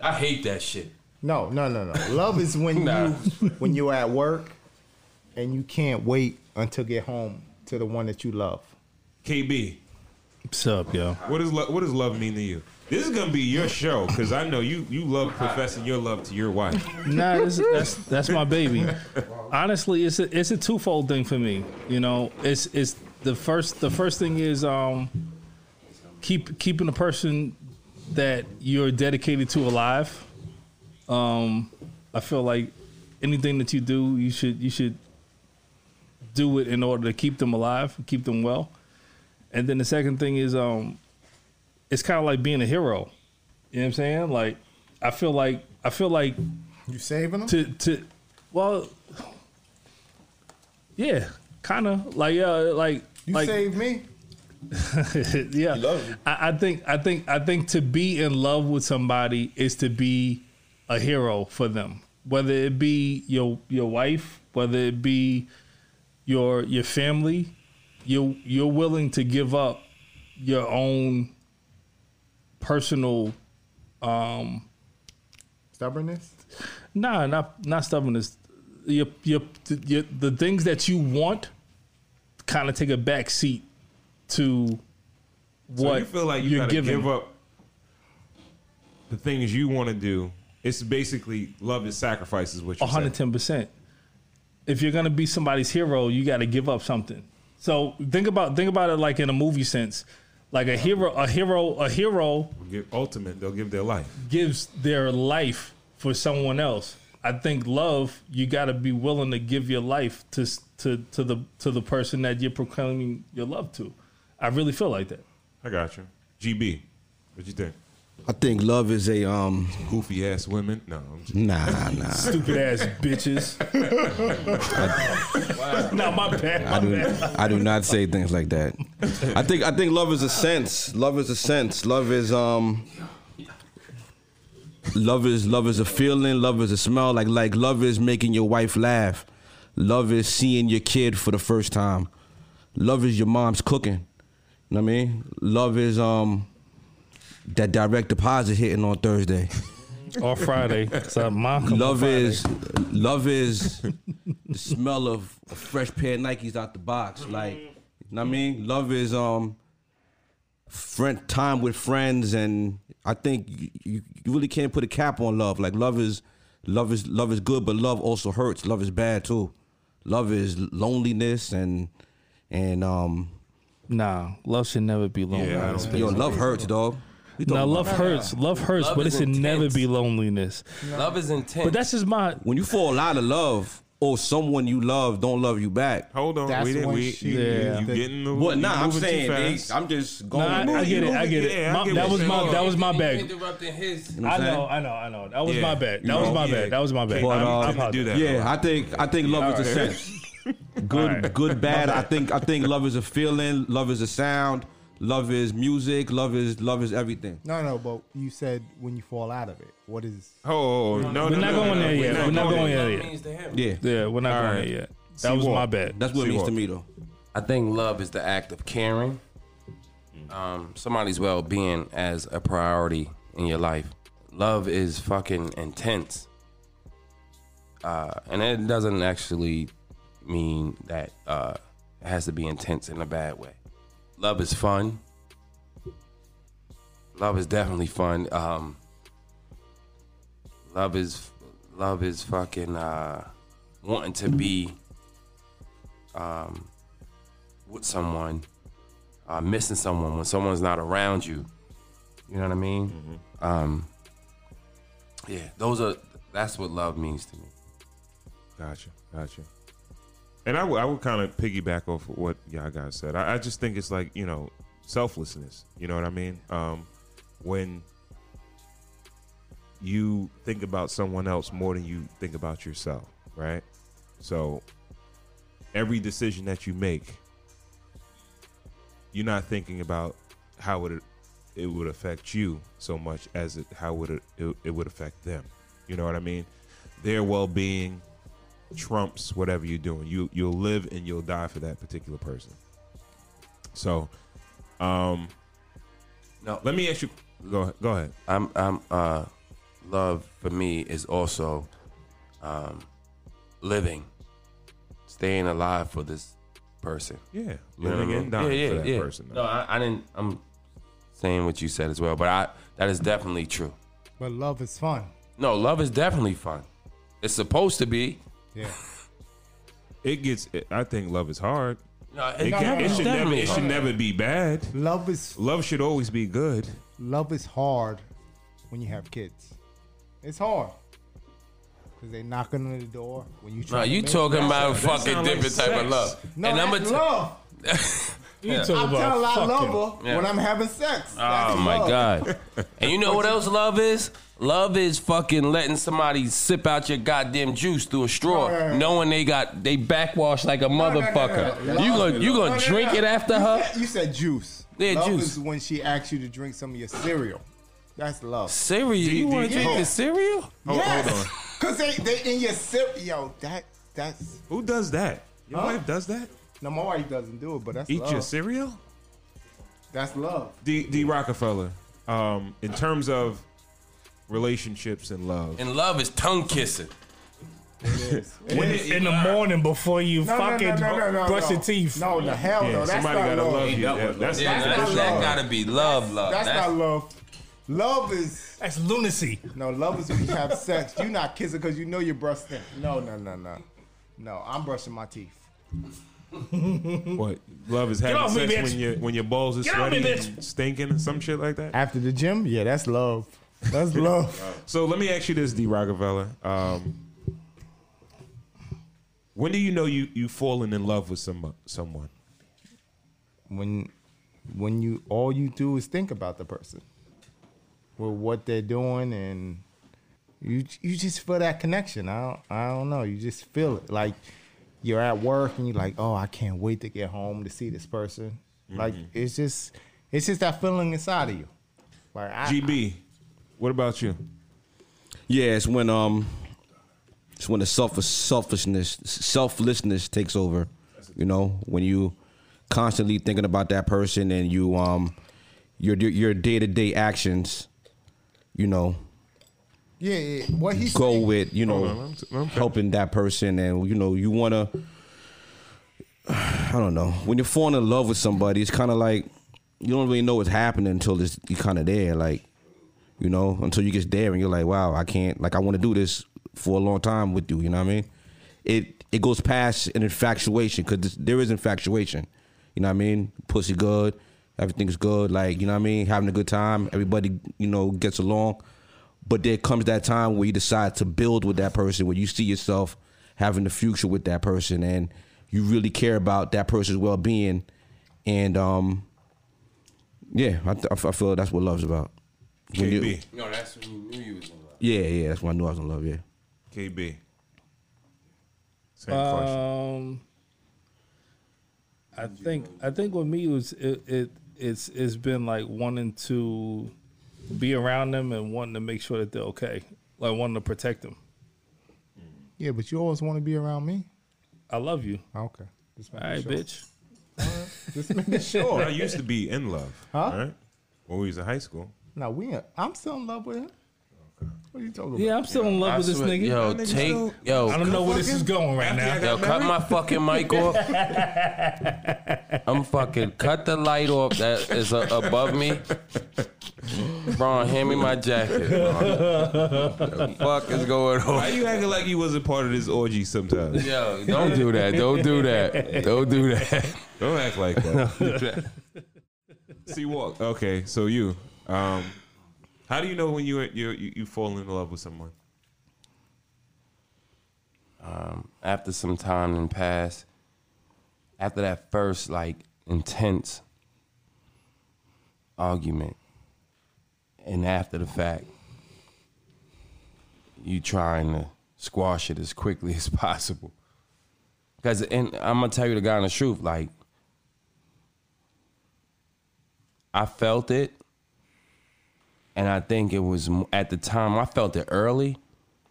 Speaker 4: I hate that shit.
Speaker 3: No, no, no, no. Love is when
Speaker 4: Nah.
Speaker 3: you when you're at work, and you can't wait until get home to the one that you love.
Speaker 1: KB,
Speaker 5: What's up, yo?
Speaker 1: What is love? What does love mean to you? This is gonna be your show because I know you you love professing your love to your wife.
Speaker 5: Nah, this, that's that's my baby. Honestly, it's a it's a twofold thing for me. You know, it's it's the first the first thing is um keep keeping the person that you're dedicated to alive. Um, I feel like anything that you do, you should you should do it in order to keep them alive, keep them well. And then the second thing is um, it's kind of like being a hero. You know what I'm saying? Like, I feel like I feel like
Speaker 3: You saving them?
Speaker 5: to to well yeah kind of like yeah like
Speaker 3: You
Speaker 5: like
Speaker 3: saved me.
Speaker 5: yeah
Speaker 2: love you.
Speaker 5: I, I think i think i think to be in love with somebody is to be a hero for them whether it be your your wife whether it be your your family you you're willing to give up your own personal
Speaker 3: Stubbornness.
Speaker 5: Nah, not not stubbornness. Your your, your the things that you want kind of take a back seat to
Speaker 1: So
Speaker 5: what
Speaker 1: you feel like you
Speaker 5: you're
Speaker 1: gotta
Speaker 5: giving.
Speaker 1: give up the things you want to do. It's basically love is sacrifice is what you're saying.
Speaker 5: 110 percent. If you're gonna be somebody's hero, you got to give up something. So think about think about it like in a movie sense, like a hero, a hero, a hero
Speaker 1: Give, ultimate, they'll give their life.
Speaker 5: gives their life for someone else. I think love, you got to be willing to give your life to s- to to the to the person that you're proclaiming your love to. I really feel like that.
Speaker 1: I got you. GB, what you think?
Speaker 2: I think love is a um
Speaker 1: Goofy ass women? No, I'm just,
Speaker 2: nah nah.
Speaker 5: Stupid ass bitches. Not my bad. My
Speaker 2: I do
Speaker 5: bad.
Speaker 2: I do not say things like that. I think I think love is a sense. Love is a sense. Love is um love is love is a feeling, love is a smell. Like like love is making your wife laugh. Love is seeing your kid for the first time. Love is your mom's cooking. You know what I mean? Love is um that direct deposit hitting on Thursday.
Speaker 5: or Friday. 'cause our mom come on
Speaker 2: love
Speaker 5: Friday.
Speaker 2: is love is the smell of a fresh pair of Nikes out the box. Like, you know what I mean? Love is um friend time with friends, and I think you, you, you really can't put a cap on love. Like, love is love is love is good, but love also hurts. Love is bad too. Love is loneliness and and um
Speaker 5: nah. Love should never be lonely.
Speaker 1: Yeah, I don't
Speaker 2: yo, love hurts, dog. We
Speaker 5: Now
Speaker 2: talking
Speaker 5: love
Speaker 2: about-
Speaker 5: hurts. Love hurts,
Speaker 4: Love
Speaker 5: but it
Speaker 4: is
Speaker 5: should never
Speaker 4: intense.
Speaker 5: be loneliness.
Speaker 4: Love is intense.
Speaker 5: But that's just my
Speaker 2: when you fall out of love or someone you love don't love you back.
Speaker 1: Hold on,
Speaker 3: That's
Speaker 1: we didn't.
Speaker 3: when
Speaker 1: We,
Speaker 3: she-
Speaker 1: you,
Speaker 5: Yeah.
Speaker 1: you getting the?
Speaker 2: But
Speaker 1: you
Speaker 2: nah, I'm
Speaker 1: moving too
Speaker 2: saying
Speaker 1: fast.
Speaker 2: they, I'm just
Speaker 5: No,
Speaker 2: going.
Speaker 5: I,
Speaker 2: with
Speaker 5: I
Speaker 2: it.
Speaker 5: get it.
Speaker 1: moving,
Speaker 5: I get it.
Speaker 1: yeah, I
Speaker 5: My-
Speaker 1: get
Speaker 5: that
Speaker 1: what
Speaker 5: was
Speaker 1: you're
Speaker 5: my
Speaker 1: saying.
Speaker 5: that was my bad.
Speaker 4: Interrupting his.
Speaker 5: I
Speaker 2: saying?
Speaker 5: know, I know, I know. That was
Speaker 1: Yeah.
Speaker 5: my bad.
Speaker 1: You
Speaker 5: That was
Speaker 1: know,
Speaker 5: my
Speaker 1: yeah.
Speaker 5: bad. That was my bad.
Speaker 1: Can't-
Speaker 5: I-
Speaker 2: But, uh,
Speaker 5: I
Speaker 1: tend to do
Speaker 5: apologize.
Speaker 1: that.
Speaker 2: Yeah, I think I think love is a
Speaker 1: Alright.
Speaker 2: sense. Good,
Speaker 5: Alright.
Speaker 2: good, bad. I think I think love is a feeling. Love is a sound. Love is music. Love is love is everything.
Speaker 3: No, no, but you said when you fall out of it, what is?
Speaker 1: Oh, no,
Speaker 5: We're
Speaker 1: no,
Speaker 5: not
Speaker 1: no,
Speaker 5: going
Speaker 1: no,
Speaker 5: there
Speaker 1: we're
Speaker 5: yet. We're not going there
Speaker 4: Love
Speaker 5: yet.
Speaker 4: means to him.
Speaker 2: Yeah,
Speaker 5: Yeah, we're not going
Speaker 1: right.
Speaker 5: there yet. That was
Speaker 1: what?
Speaker 5: my bad.
Speaker 2: that's what it
Speaker 1: See
Speaker 2: means
Speaker 1: what?
Speaker 2: to me though.
Speaker 4: I think love is the act of caring. Um, somebody's well being as a priority in your life. Love is fucking intense. Uh, and it doesn't actually mean that uh, it has to be intense in a bad way. Love is fun. Love is definitely fun. Um, love is love is fucking uh, wanting to be with someone, uh, missing someone when someone's not around you. You know what I mean?
Speaker 1: Mm-hmm.
Speaker 4: Um, yeah, those are that's what love means to me.
Speaker 1: Gotcha, gotcha. And I would, I would kind of piggyback off of what y'all guys said. I, I just think it's like you know selflessness. You know what I mean? Um, when you think about someone else more than you think about yourself, right? So every decision that you make, you're not thinking about how it it would affect you so much as it, how would it, it it would affect them. You know what I mean? Their well being trumps whatever you're doing. You you'll live and you'll die for that particular person. So, um,
Speaker 4: No,
Speaker 1: let me ask you. Go ahead. Go ahead.
Speaker 4: I'm I'm uh, love for me is also um, living, staying alive for this person.
Speaker 1: Yeah,
Speaker 4: You know what I
Speaker 1: living
Speaker 4: mean?
Speaker 1: and dying for that person.
Speaker 4: No, I, I didn't. I'm saying what you said as well, but I that is definitely true.
Speaker 3: But love is fun.
Speaker 4: No, love is definitely fun. It's supposed to be.
Speaker 3: Yeah.
Speaker 1: It gets. I think love is hard.
Speaker 4: No,
Speaker 1: It,
Speaker 4: no,
Speaker 1: can-
Speaker 4: no,
Speaker 1: it
Speaker 4: no.
Speaker 1: should never. It should
Speaker 4: Definitely.
Speaker 1: never be bad.
Speaker 3: Love is
Speaker 1: Love should always be good.
Speaker 3: love is hard when you have kids. It's hard because they knocking on the door when you.
Speaker 4: No,
Speaker 3: try to
Speaker 4: you
Speaker 3: make-
Speaker 4: talking about fucking
Speaker 1: sound like
Speaker 4: different type
Speaker 1: sex.
Speaker 4: of love.
Speaker 3: No, and
Speaker 4: I'ma
Speaker 3: that's
Speaker 4: t-
Speaker 3: love.
Speaker 5: You
Speaker 4: Yeah.
Speaker 5: talking
Speaker 3: I'm
Speaker 5: about
Speaker 3: telling I
Speaker 5: fucking-
Speaker 3: love her
Speaker 4: Yeah.
Speaker 3: when I'm having sex.
Speaker 4: Oh
Speaker 3: That's
Speaker 4: my
Speaker 3: love.
Speaker 4: god! And you know what else love is? Love is fucking letting somebody sip out your goddamn juice through a straw,
Speaker 3: No, no, no.
Speaker 4: knowing they got they backwash like a
Speaker 3: no, no,
Speaker 4: motherfucker.
Speaker 3: no, no.
Speaker 4: You gonna you
Speaker 3: No,
Speaker 4: gonna
Speaker 3: no,
Speaker 4: drink
Speaker 3: no.
Speaker 4: it after
Speaker 3: You
Speaker 4: her?
Speaker 3: said- You said juice.
Speaker 4: Yeah,
Speaker 3: love
Speaker 4: juice.
Speaker 3: is when she asks you to drink some of your cereal. That's love.
Speaker 4: Cereal? You
Speaker 1: do
Speaker 4: wanna
Speaker 1: you-
Speaker 4: drink
Speaker 3: Yeah.
Speaker 4: the cereal?
Speaker 1: Hold,
Speaker 3: yes.
Speaker 1: hold on.
Speaker 3: Cause they they in your cereal. Yo, that that's
Speaker 1: Who does that? Your wife does that.
Speaker 3: no my wife doesn't do it, but that's
Speaker 1: Eat
Speaker 3: love.
Speaker 1: your cereal.
Speaker 3: that's love.
Speaker 1: D D Rockefeller. Um, in terms of relationships and love,
Speaker 4: And love is tongue kissing.
Speaker 5: When it- in the morning before you
Speaker 3: No, no, no,
Speaker 5: fucking
Speaker 3: no, no, no,
Speaker 5: brush
Speaker 3: no.
Speaker 5: your teeth.
Speaker 3: No, the hell
Speaker 1: yeah,
Speaker 3: no. That's
Speaker 1: somebody
Speaker 3: not
Speaker 1: gotta
Speaker 3: love.
Speaker 1: love you. Yeah, that's
Speaker 4: Yeah,
Speaker 1: that's
Speaker 4: that,
Speaker 3: not
Speaker 4: that
Speaker 3: love.
Speaker 4: gotta be love, love.
Speaker 3: That's, not love. Love is
Speaker 5: That's lunacy.
Speaker 3: no love is when you have sex. You not kissing because you know you're brushing. No, no, no, no, no. I'm brushing my teeth.
Speaker 1: What love is
Speaker 5: off
Speaker 1: having
Speaker 5: me,
Speaker 1: sex
Speaker 5: bitch.
Speaker 1: when your when your balls are
Speaker 5: Get off me,
Speaker 1: sweaty, and stinking, and some shit like that.
Speaker 3: After the gym, yeah, that's love. That's love.
Speaker 1: So let me ask you this, D Rockefeller. Um, when do you know you you fallen in love with some someone?
Speaker 3: when when you all you do is think about the person with what they're doing and you you just feel that connection i don't, I don't know you just feel it like you're at work and you're like oh i can't wait to get home to see this person like it's just it's just that feeling inside of you like I,
Speaker 1: GB, what about you?
Speaker 2: Yeah, it's when um It's when the selfish, selfishness, selflessness takes over. You know, when you constantly thinking about that person and you um your your day to day actions, you know,
Speaker 3: Yeah, yeah. What he
Speaker 2: go
Speaker 3: saying-
Speaker 2: with you know
Speaker 1: Hold on, I'm t- I'm t-
Speaker 2: helping that person and you know you want to i don't know when you're falling in love with somebody it's kind of like you don't really know what's happening until it's, you're kind of there like you know until you get there and you're like wow i can't like i want to do this for a long time with you you know what i mean it it goes past an infatuation because there is infatuation you know what i mean pussy good everything's good like you know what i mean having a good time everybody you know gets along but there comes that time where you decide to build with that person, where you see yourself having the future with that person, and you really care about that person's well being. And um, yeah, I, th- I f- I feel that's what love's about. When you-
Speaker 1: KB.
Speaker 4: No, that's who, who you was in love.
Speaker 2: yeah, yeah, that's when I knew I was in love. Yeah,
Speaker 1: KB. Same question.
Speaker 5: Um, I think I think with me it was it, it it's it's been like wanting to be around them and wanting to make sure that they're okay, like wanting to protect them.
Speaker 3: Yeah, but you always want to be around me.
Speaker 5: I love you.
Speaker 3: Okay. Just
Speaker 5: All
Speaker 3: making
Speaker 5: right,
Speaker 3: sure.
Speaker 5: bitch.
Speaker 3: Just making sure.
Speaker 1: I used to be in love.
Speaker 3: Huh?
Speaker 1: Right? When we was in high school.
Speaker 3: now we. in- I'm still in love with him. What are you talking about?
Speaker 5: Yeah, I'm still in love
Speaker 4: I
Speaker 5: with this
Speaker 4: swear-
Speaker 5: nigga.
Speaker 4: Yo,
Speaker 1: That nigga
Speaker 4: take
Speaker 1: still-
Speaker 4: yo.
Speaker 5: I don't know where this is going right now.
Speaker 4: Yo, cut my fucking mic off. I'm fucking cut the light off that is uh, above me. Bron, hand me my jacket. Bron. The fuck is going
Speaker 1: Why
Speaker 4: on?
Speaker 1: you acting like you wasn't part of this orgy sometimes?
Speaker 4: Yo, don't do that. Don't do that. Don't do that.
Speaker 1: Don't act like that. See walk. Okay, so you. Um, how do you know when you you you you fall in love with someone?
Speaker 4: After some time and pass, after that first like intense argument, and after the fact, you trying to squash it as quickly as possible. Cause and I'm gonna tell you the guy in the truth, like I felt it, and I think it was m- at the time I felt it early,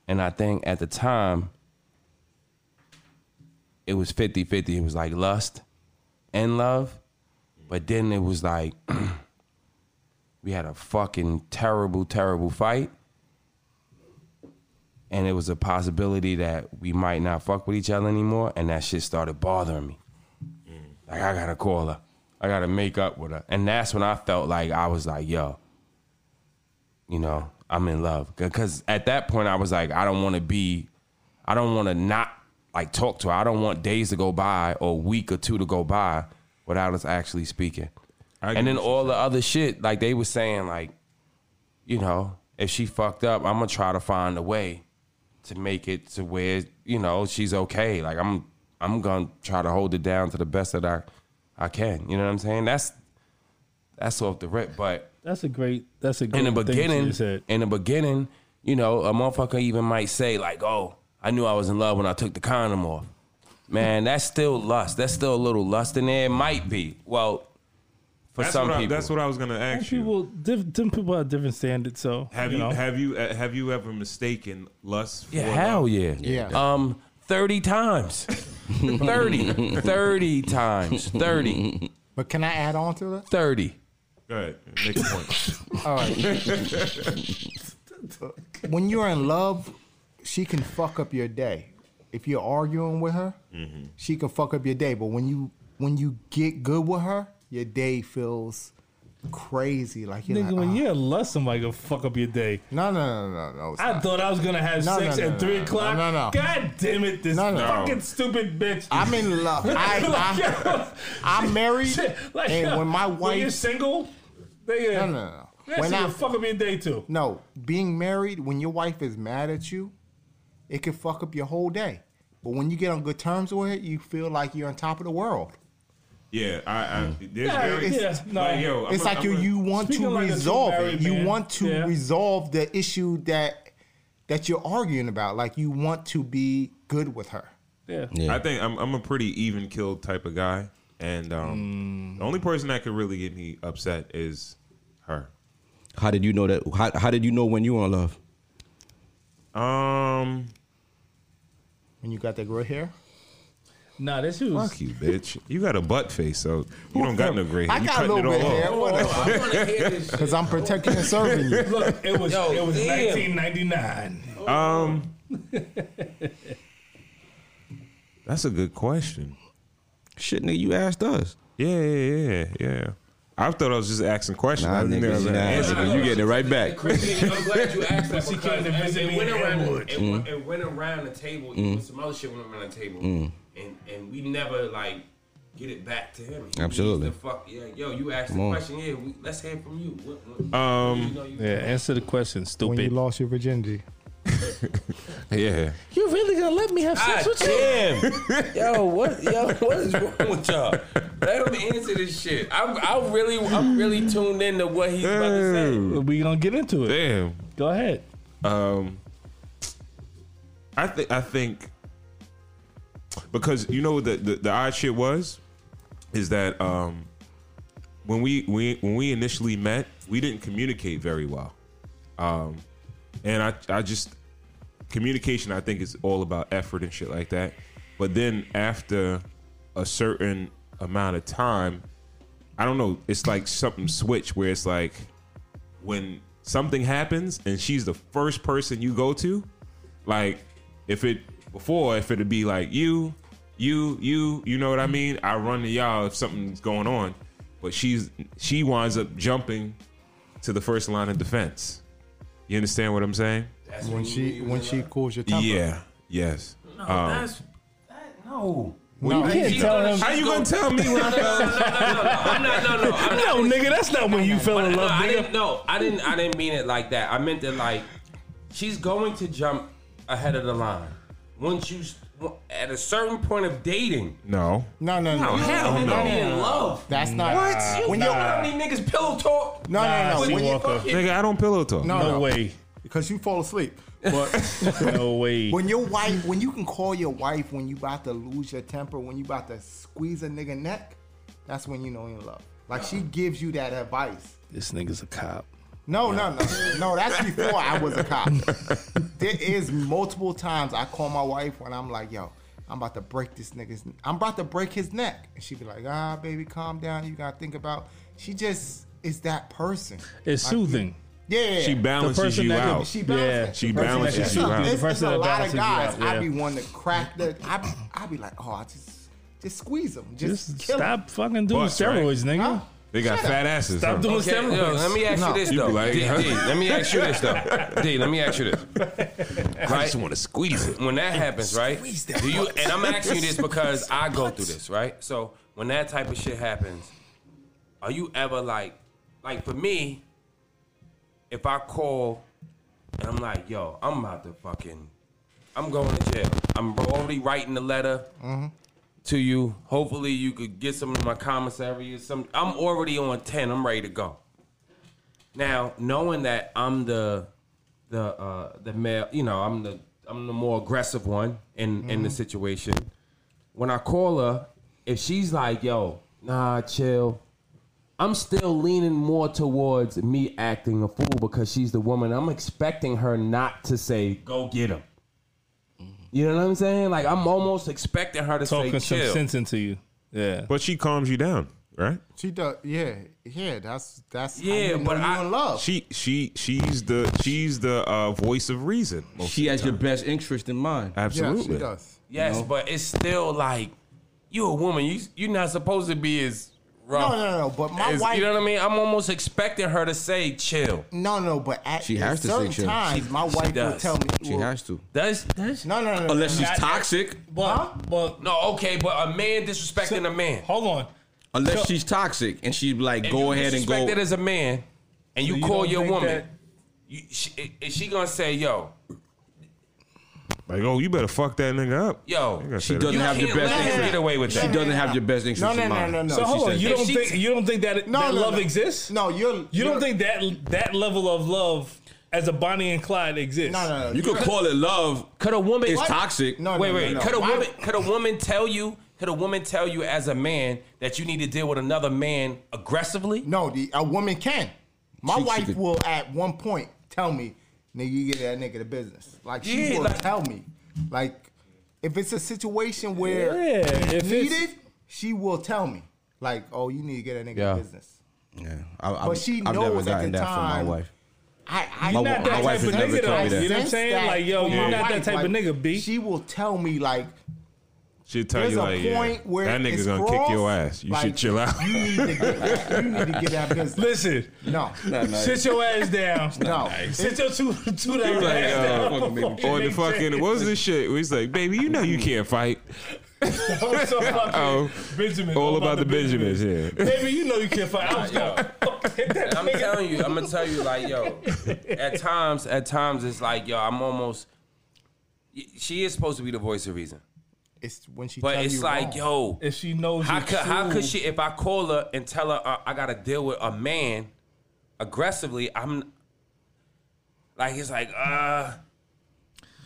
Speaker 4: and I think at the time it was 50-50. It was like lust and love, but then it was like we had a fucking terrible, terrible fight and it was a possibility that we might not fuck with each other anymore, and that shit started bothering me.
Speaker 1: Mm.
Speaker 4: Like I gotta call her, I gotta make up with her, and that's when I felt like I was like, yo, you know, I'm in love. Because at that point, I was like, I don't want to be, I don't want to not like talk to her. I don't want days to go by or a week or two to go by without us actually speaking.
Speaker 1: I get
Speaker 4: and then
Speaker 1: what
Speaker 4: all the other shit, like they were saying, like, you know, if she fucked up, I'm gonna try to find a way to make it to where you know she's okay. Like I'm, I'm gonna try to hold it down to the best that I, I can. You know what I'm saying? That's, that's off the rip. But
Speaker 5: That's a great. That's a great.
Speaker 4: in the
Speaker 5: thing she
Speaker 4: beginning,
Speaker 5: just said.
Speaker 4: in the beginning, you know, a motherfucker even might say like, "Oh, I knew I was in love when I took the condom off." Man, that's still lust. That's still a little lust in there. It might be. Well, for
Speaker 1: That's
Speaker 4: some
Speaker 1: what I,
Speaker 4: people,
Speaker 1: that's what I was gonna
Speaker 5: Some
Speaker 1: ask you.
Speaker 5: people, diff, different people have different standards. So
Speaker 1: Have
Speaker 5: you,
Speaker 1: you
Speaker 5: know.
Speaker 1: have you uh, have you ever mistaken lust? For
Speaker 4: yeah,
Speaker 1: love?
Speaker 4: hell yeah,
Speaker 3: Yeah.
Speaker 4: Um, thirty times, 30, 30 times, 30,
Speaker 3: But can I add on to that?
Speaker 4: 30.
Speaker 1: Go ahead, make a point.
Speaker 3: All right. when you're in love, she can fuck up your day. If you're arguing with her, she can fuck up your day. But when you when you get good with her, your day feels crazy. Like you're
Speaker 5: Nigga,
Speaker 3: like,
Speaker 5: when
Speaker 3: "Ah."
Speaker 5: you're in love, somebody gonna fuck up your day.
Speaker 3: no, no, no, no, no. it's
Speaker 5: I
Speaker 3: not.
Speaker 5: thought I was gonna have
Speaker 3: No,
Speaker 5: sex
Speaker 3: no, no,
Speaker 5: at three
Speaker 3: no, no,
Speaker 5: o'clock.
Speaker 3: no, no.
Speaker 5: God damn it, this
Speaker 3: No, no.
Speaker 5: fucking stupid bitch.
Speaker 3: I'm in love. I, I, I'm married,
Speaker 5: like,
Speaker 3: and when my
Speaker 5: when you're
Speaker 3: wife,
Speaker 5: single, nigga,
Speaker 3: no, no, no, no.
Speaker 5: that
Speaker 3: when
Speaker 5: shit
Speaker 3: I
Speaker 5: will fuck up your day too.
Speaker 3: No, being married when your wife is mad at you, it can fuck up your whole day. But when you get on good terms with it, you feel like you're on top of the world.
Speaker 1: Yeah, I, I there's
Speaker 5: Yeah,
Speaker 1: very
Speaker 5: it's- yeah, no.
Speaker 1: like, yo, I'm
Speaker 3: it's
Speaker 1: a-
Speaker 3: like
Speaker 1: I'm
Speaker 3: you
Speaker 1: a-
Speaker 3: you want
Speaker 5: Speaking
Speaker 3: to
Speaker 5: like a true
Speaker 3: resolve it.
Speaker 5: married
Speaker 3: You
Speaker 5: man,
Speaker 3: want to
Speaker 5: yeah.
Speaker 3: resolve the issue that that you're arguing about. Like you want to be good with her.
Speaker 5: Yeah.
Speaker 2: yeah.
Speaker 1: I think I'm I'm a pretty even killed type of guy, and um,
Speaker 5: Mm.
Speaker 1: the only person that could really get me upset is her.
Speaker 2: how did you know that? How, how did you know when you were in love?
Speaker 1: Um,
Speaker 3: and you got that gray hair.
Speaker 5: Nah, this was
Speaker 1: Fuck you, bitch. You got a butt face, so you don't got no gray hair.
Speaker 3: I
Speaker 1: you
Speaker 3: got a
Speaker 1: cutting
Speaker 3: little
Speaker 1: it
Speaker 3: bit
Speaker 1: all
Speaker 3: of hair,
Speaker 1: off.
Speaker 4: I
Speaker 3: whatever.
Speaker 4: want to hear this shit.
Speaker 3: Cause I'm protecting and serving you.
Speaker 5: Look, it was
Speaker 4: Yo,
Speaker 5: it was
Speaker 4: damn.
Speaker 5: 1999.
Speaker 1: Um, that's a good question.
Speaker 2: Shit, nigga, you asked us.
Speaker 1: Yeah, yeah, yeah, yeah. I thought I was just asking questions.
Speaker 2: Nah,
Speaker 1: I didn't
Speaker 2: niggas,
Speaker 1: know I was
Speaker 2: nah.
Speaker 1: answering.
Speaker 2: Nah, you getting it right back.
Speaker 4: Crazy, I'm glad you asked that
Speaker 5: She
Speaker 4: because
Speaker 5: came to
Speaker 4: it-
Speaker 5: visit
Speaker 4: it
Speaker 5: me
Speaker 4: went
Speaker 5: in
Speaker 4: around the-
Speaker 5: Elmwood.
Speaker 4: it
Speaker 2: Mm.
Speaker 4: went- It went around the table. Even some other shit went around the table,
Speaker 2: Mm.
Speaker 4: and and we never like get it back to him. He
Speaker 2: Absolutely.
Speaker 4: needs to Fuck yeah, yo, you asked
Speaker 2: on.
Speaker 4: the question. Yeah, we, let's hear from you. What, what,
Speaker 1: Um,
Speaker 4: you know, you,
Speaker 5: Yeah, answer the question,
Speaker 3: When you
Speaker 5: stupid.
Speaker 3: lost your virginity,
Speaker 1: Yeah.
Speaker 2: You really gonna let me have
Speaker 4: God damn, yo, what, yo, what is wrong with y'all? Let him answer this shit. I'm, I really, I'm really tuned into what he's about to say.
Speaker 1: Damn.
Speaker 5: We gonna get into it.
Speaker 1: Damn.
Speaker 5: Go ahead.
Speaker 1: Um, I think I think because you know what the, the the odd shit was is that um when we we when we initially met we didn't communicate very well, um, and I I just communication I think is all about effort and shit like that, but then after a certain amount of time, I don't know, it's like something switch where it's like when something happens and she's the first person you go to, like if it before if it'd be like you, you, you, you know what I mean? I run to y'all if something's going on, but she's she winds up jumping to the first line of defense. You understand what I'm saying?
Speaker 4: That's
Speaker 3: when
Speaker 4: you
Speaker 3: she
Speaker 4: knew he
Speaker 3: when
Speaker 4: was
Speaker 3: she
Speaker 4: alive.
Speaker 3: calls your top,
Speaker 1: Yeah. Yes.
Speaker 4: no, that's that, no.
Speaker 3: no,
Speaker 5: you can't
Speaker 4: She's
Speaker 5: tell
Speaker 4: gonna-
Speaker 5: him.
Speaker 1: How you gonna tell me when I
Speaker 4: No, no, no, no, no, no. I'm not. No, no. I'm not.
Speaker 5: No, nigga, that's not when you fell in
Speaker 4: No,
Speaker 5: love,
Speaker 4: I didn't.
Speaker 5: nigga.
Speaker 4: No, I didn't. I didn't mean it like that. I meant that like she's going to jump ahead of the line once you at a certain point of dating.
Speaker 1: No.
Speaker 3: no, no, no,
Speaker 4: You
Speaker 1: hell
Speaker 4: don't
Speaker 1: no.
Speaker 4: gotta be in love.
Speaker 3: That's not
Speaker 1: What?
Speaker 4: You
Speaker 3: When
Speaker 4: know
Speaker 3: you're
Speaker 4: how many niggas pillow talk?
Speaker 3: no, no,
Speaker 5: Nah,
Speaker 3: no.
Speaker 5: see,
Speaker 3: When you,
Speaker 5: Walker.
Speaker 1: Nigga, I don't pillow talk.
Speaker 3: no,
Speaker 5: No,
Speaker 3: no,
Speaker 5: way.
Speaker 3: because you fall asleep. But
Speaker 5: No way.
Speaker 3: when your wife, when you can call your wife when you about to lose your temper, when you about to squeeze a nigga neck, that's when you know you're in love. Like she gives you that advice.
Speaker 5: this nigga's a cop.
Speaker 3: No, no, no, no. That's before I was a cop. there is multiple times I call my wife when I'm like, "Yo, I'm about to break this nigga's. I'm about to break his neck," and she be like, "Ah, baby, calm down. You gotta think about." She just is that person.
Speaker 5: It's soothing.
Speaker 3: Yeah, yeah, yeah.
Speaker 1: She balances
Speaker 5: person
Speaker 1: you
Speaker 5: that can-
Speaker 1: out.
Speaker 3: She
Speaker 5: Yeah,
Speaker 3: balances.
Speaker 1: she balances you
Speaker 5: you
Speaker 1: out.
Speaker 5: out.
Speaker 3: There's,
Speaker 5: The
Speaker 3: there's
Speaker 5: person
Speaker 3: a
Speaker 5: that
Speaker 3: lot of
Speaker 5: balances you
Speaker 3: guys.
Speaker 5: out.
Speaker 3: I be
Speaker 5: Yeah.
Speaker 3: one to crack the. I be, I be like, oh, I just just squeeze them. Just,
Speaker 5: Just
Speaker 3: kill 'em."
Speaker 5: stop fucking doing
Speaker 1: Butts, right?
Speaker 5: steroids, nigga.
Speaker 3: Huh?
Speaker 1: They got fat asses.
Speaker 5: Stop
Speaker 1: huh?
Speaker 5: doing
Speaker 4: Okay,
Speaker 5: steroids.
Speaker 4: yo, let me ask
Speaker 3: No.
Speaker 4: you this
Speaker 1: You be
Speaker 4: though.
Speaker 1: like,
Speaker 4: D,
Speaker 1: huh?
Speaker 4: D, let me ask you this though. D, let me ask you this.
Speaker 1: I just want to squeeze it.
Speaker 4: when that happens, right? Do you? And I'm asking you this because I go through this, right? So when that type of shit happens, are you ever like, like for me, if I call and I'm like, yo, I'm about to fucking, I'm going to jail. I'm already writing the letter. To you, hopefully you could get some of my commissary or some. I'm already on ten. I'm ready to go. Now, knowing that I'm the the uh the male, you know, I'm the I'm the more aggressive one in in
Speaker 3: Mm-hmm.
Speaker 4: the situation. When I call her, if she's like, "Yo, nah, chill," I'm still leaning more towards me acting a fool because she's the woman. I'm expecting her not to say, "Go get him."
Speaker 3: Mm-hmm.
Speaker 4: You know what I'm saying? Like I'm almost expecting her to
Speaker 5: Talking
Speaker 4: say,
Speaker 5: some
Speaker 4: "Chill."
Speaker 5: sense into you. Yeah.
Speaker 1: But she calms you down, right?
Speaker 3: She does. Yeah, yeah. That's that's. how
Speaker 4: Yeah,
Speaker 3: you know
Speaker 4: but
Speaker 3: you
Speaker 4: I-
Speaker 3: in love.
Speaker 1: She she she's the she's the uh, voice of reason. most
Speaker 2: She
Speaker 1: of
Speaker 2: has
Speaker 1: the
Speaker 2: your
Speaker 1: time.
Speaker 2: best interest in mind.
Speaker 1: absolutely.
Speaker 3: Yeah, she does.
Speaker 4: Yes, but it's still like you a woman. You you're not supposed to be as rough.
Speaker 3: No, no, no. But my
Speaker 4: As-
Speaker 3: wife.
Speaker 4: you know what I mean? I'm almost expecting her to say chill.
Speaker 3: No, no. But at
Speaker 2: She has to say
Speaker 3: certain
Speaker 2: chill.
Speaker 3: times, my wife will
Speaker 4: does.
Speaker 3: tell me.
Speaker 2: She
Speaker 3: well,
Speaker 2: has to,
Speaker 4: That's that's
Speaker 3: No, no, no. no,
Speaker 2: unless
Speaker 3: no,
Speaker 2: she's toxic.
Speaker 5: But, but
Speaker 4: no okay, but a man disrespecting a man.
Speaker 5: hold on.
Speaker 2: Unless she's toxic, and she's like,
Speaker 4: If
Speaker 2: go
Speaker 4: you
Speaker 2: ahead and
Speaker 4: disrespect
Speaker 2: go.
Speaker 4: it as a man, and you,
Speaker 5: you
Speaker 4: call
Speaker 5: don't
Speaker 4: your
Speaker 5: think
Speaker 4: woman,
Speaker 5: that-
Speaker 4: you, she, is she gonna say yo
Speaker 1: Like, oh, you better fuck that nigga up.
Speaker 4: yo?
Speaker 1: You gotta
Speaker 2: She
Speaker 1: say
Speaker 2: doesn't
Speaker 1: that.
Speaker 4: You
Speaker 2: have your
Speaker 4: can't
Speaker 2: best
Speaker 4: let her
Speaker 2: interest.
Speaker 4: get away with
Speaker 2: she
Speaker 4: that.
Speaker 2: doesn't have your best
Speaker 3: No,
Speaker 2: interest
Speaker 3: no,
Speaker 2: in
Speaker 3: no,
Speaker 2: mind.
Speaker 3: no, no.
Speaker 5: So hold on.
Speaker 2: said
Speaker 5: You
Speaker 4: that.
Speaker 5: don't
Speaker 4: She-
Speaker 5: think you don't think that
Speaker 3: No,
Speaker 5: that
Speaker 3: no,
Speaker 5: love
Speaker 3: no.
Speaker 5: exists?
Speaker 3: No, you're.
Speaker 5: You
Speaker 3: you're-
Speaker 5: don't think that that level of love as a Bonnie and Clyde exists?
Speaker 3: No, no, no.
Speaker 2: You could call it love.
Speaker 4: Could a woman?
Speaker 2: It's toxic.
Speaker 3: No,
Speaker 4: Wait,
Speaker 3: no,
Speaker 4: wait.
Speaker 3: No, no.
Speaker 4: Could a
Speaker 3: My-
Speaker 4: woman? Could a woman tell you? Could a woman tell you as a man that you need to deal with another man aggressively?
Speaker 3: No, the, a woman can. My
Speaker 2: She- she
Speaker 3: wife
Speaker 2: could-
Speaker 3: will at one point tell me, "Nigga, you get that nigga the business." Like she
Speaker 4: Yeah,
Speaker 3: will
Speaker 4: like-
Speaker 3: tell me, like if it's a situation where
Speaker 5: Yeah,
Speaker 3: it's
Speaker 5: if it's-
Speaker 3: needed, she will tell me. Like, oh, you need to get a nigga
Speaker 4: Yeah.
Speaker 3: business.
Speaker 6: Yeah, I, I,
Speaker 3: But she
Speaker 6: I've never
Speaker 3: knows at
Speaker 6: gotten
Speaker 3: the
Speaker 6: that from my
Speaker 3: time-
Speaker 6: wife.
Speaker 3: I, I
Speaker 6: My-
Speaker 5: not that
Speaker 6: my wife
Speaker 5: type
Speaker 6: has
Speaker 5: of
Speaker 6: never
Speaker 5: nigga
Speaker 6: told me
Speaker 5: though.
Speaker 6: that.
Speaker 5: You know what I'm
Speaker 3: sense
Speaker 5: saying?
Speaker 3: that
Speaker 5: Like, yo,
Speaker 3: from
Speaker 5: you're
Speaker 3: my
Speaker 5: not that
Speaker 3: wife.
Speaker 5: type of
Speaker 3: Like,
Speaker 5: nigga, B.
Speaker 3: She will tell me like
Speaker 1: She'll tell
Speaker 3: There's
Speaker 1: you
Speaker 3: a
Speaker 1: like, yeah,
Speaker 3: point where
Speaker 1: that nigga's
Speaker 3: it's
Speaker 1: gonna
Speaker 3: crossed,
Speaker 1: kick your ass. You
Speaker 3: like,
Speaker 1: should chill out.
Speaker 3: you need to get you need to get out of business.
Speaker 5: Listen,
Speaker 3: No,
Speaker 5: sit your ass down.
Speaker 3: no.
Speaker 5: Sit your two two
Speaker 1: Like,
Speaker 5: dollar ass down.
Speaker 1: uh, or the fucking what was this shit? He's like, baby, you know you can't fight.
Speaker 5: So fucking
Speaker 1: Oh,
Speaker 5: Benjamin,
Speaker 1: all about the Benjamins. Yeah,
Speaker 5: Baby, you know you can't fight. I was gonna fucking hit that
Speaker 4: I'm
Speaker 5: nigga.
Speaker 4: telling you, I'm gonna tell you, like, yo, at times, at times, it's like, yo, I'm almost. She is supposed to be the voice of reason,
Speaker 3: It's when she.
Speaker 4: but
Speaker 3: tell
Speaker 4: it's
Speaker 3: you
Speaker 4: like,
Speaker 3: wrong.
Speaker 4: yo,
Speaker 5: If she knows
Speaker 4: how
Speaker 5: your
Speaker 4: could how
Speaker 5: true-
Speaker 4: could she? If I call her and tell her uh, I gotta deal with a man aggressively, I'm like, it's like, uh,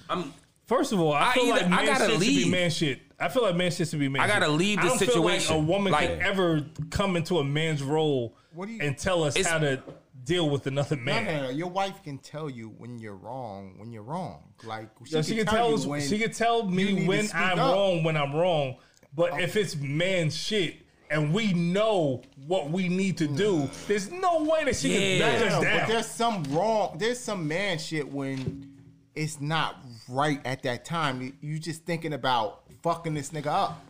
Speaker 4: I'm
Speaker 5: First of all, I,
Speaker 4: I
Speaker 5: feel
Speaker 4: either-
Speaker 5: like man
Speaker 4: I gotta
Speaker 5: shit should
Speaker 4: leave.
Speaker 5: be man shit. I feel like man shit should be man.
Speaker 4: I gotta
Speaker 5: shit.
Speaker 4: leave
Speaker 5: I
Speaker 4: the
Speaker 5: don't Feel like
Speaker 4: situation.
Speaker 5: a woman
Speaker 4: Like-
Speaker 5: can ever come into a man's role
Speaker 3: What do you-
Speaker 5: and tell us
Speaker 4: It's-
Speaker 5: how to deal with another
Speaker 3: No,
Speaker 5: man.
Speaker 3: no, no. Your wife can tell you when you're wrong. When you're wrong, like she,
Speaker 5: Yeah,
Speaker 3: can,
Speaker 5: she can
Speaker 3: tell,
Speaker 5: tell
Speaker 3: you
Speaker 5: us,
Speaker 3: when
Speaker 5: she can tell
Speaker 3: you need
Speaker 5: me
Speaker 3: to
Speaker 5: when
Speaker 3: speak
Speaker 5: I'm
Speaker 3: up. Oh.
Speaker 5: wrong when I'm wrong. But if it's man shit and we know what we need to do, there's no way that she can
Speaker 4: Yeah.
Speaker 5: back
Speaker 3: No,
Speaker 5: us
Speaker 3: no, but
Speaker 5: down.
Speaker 3: there's some wrong. There's some man shit when it's not right at that time. You- You just thinking about fucking this nigga up,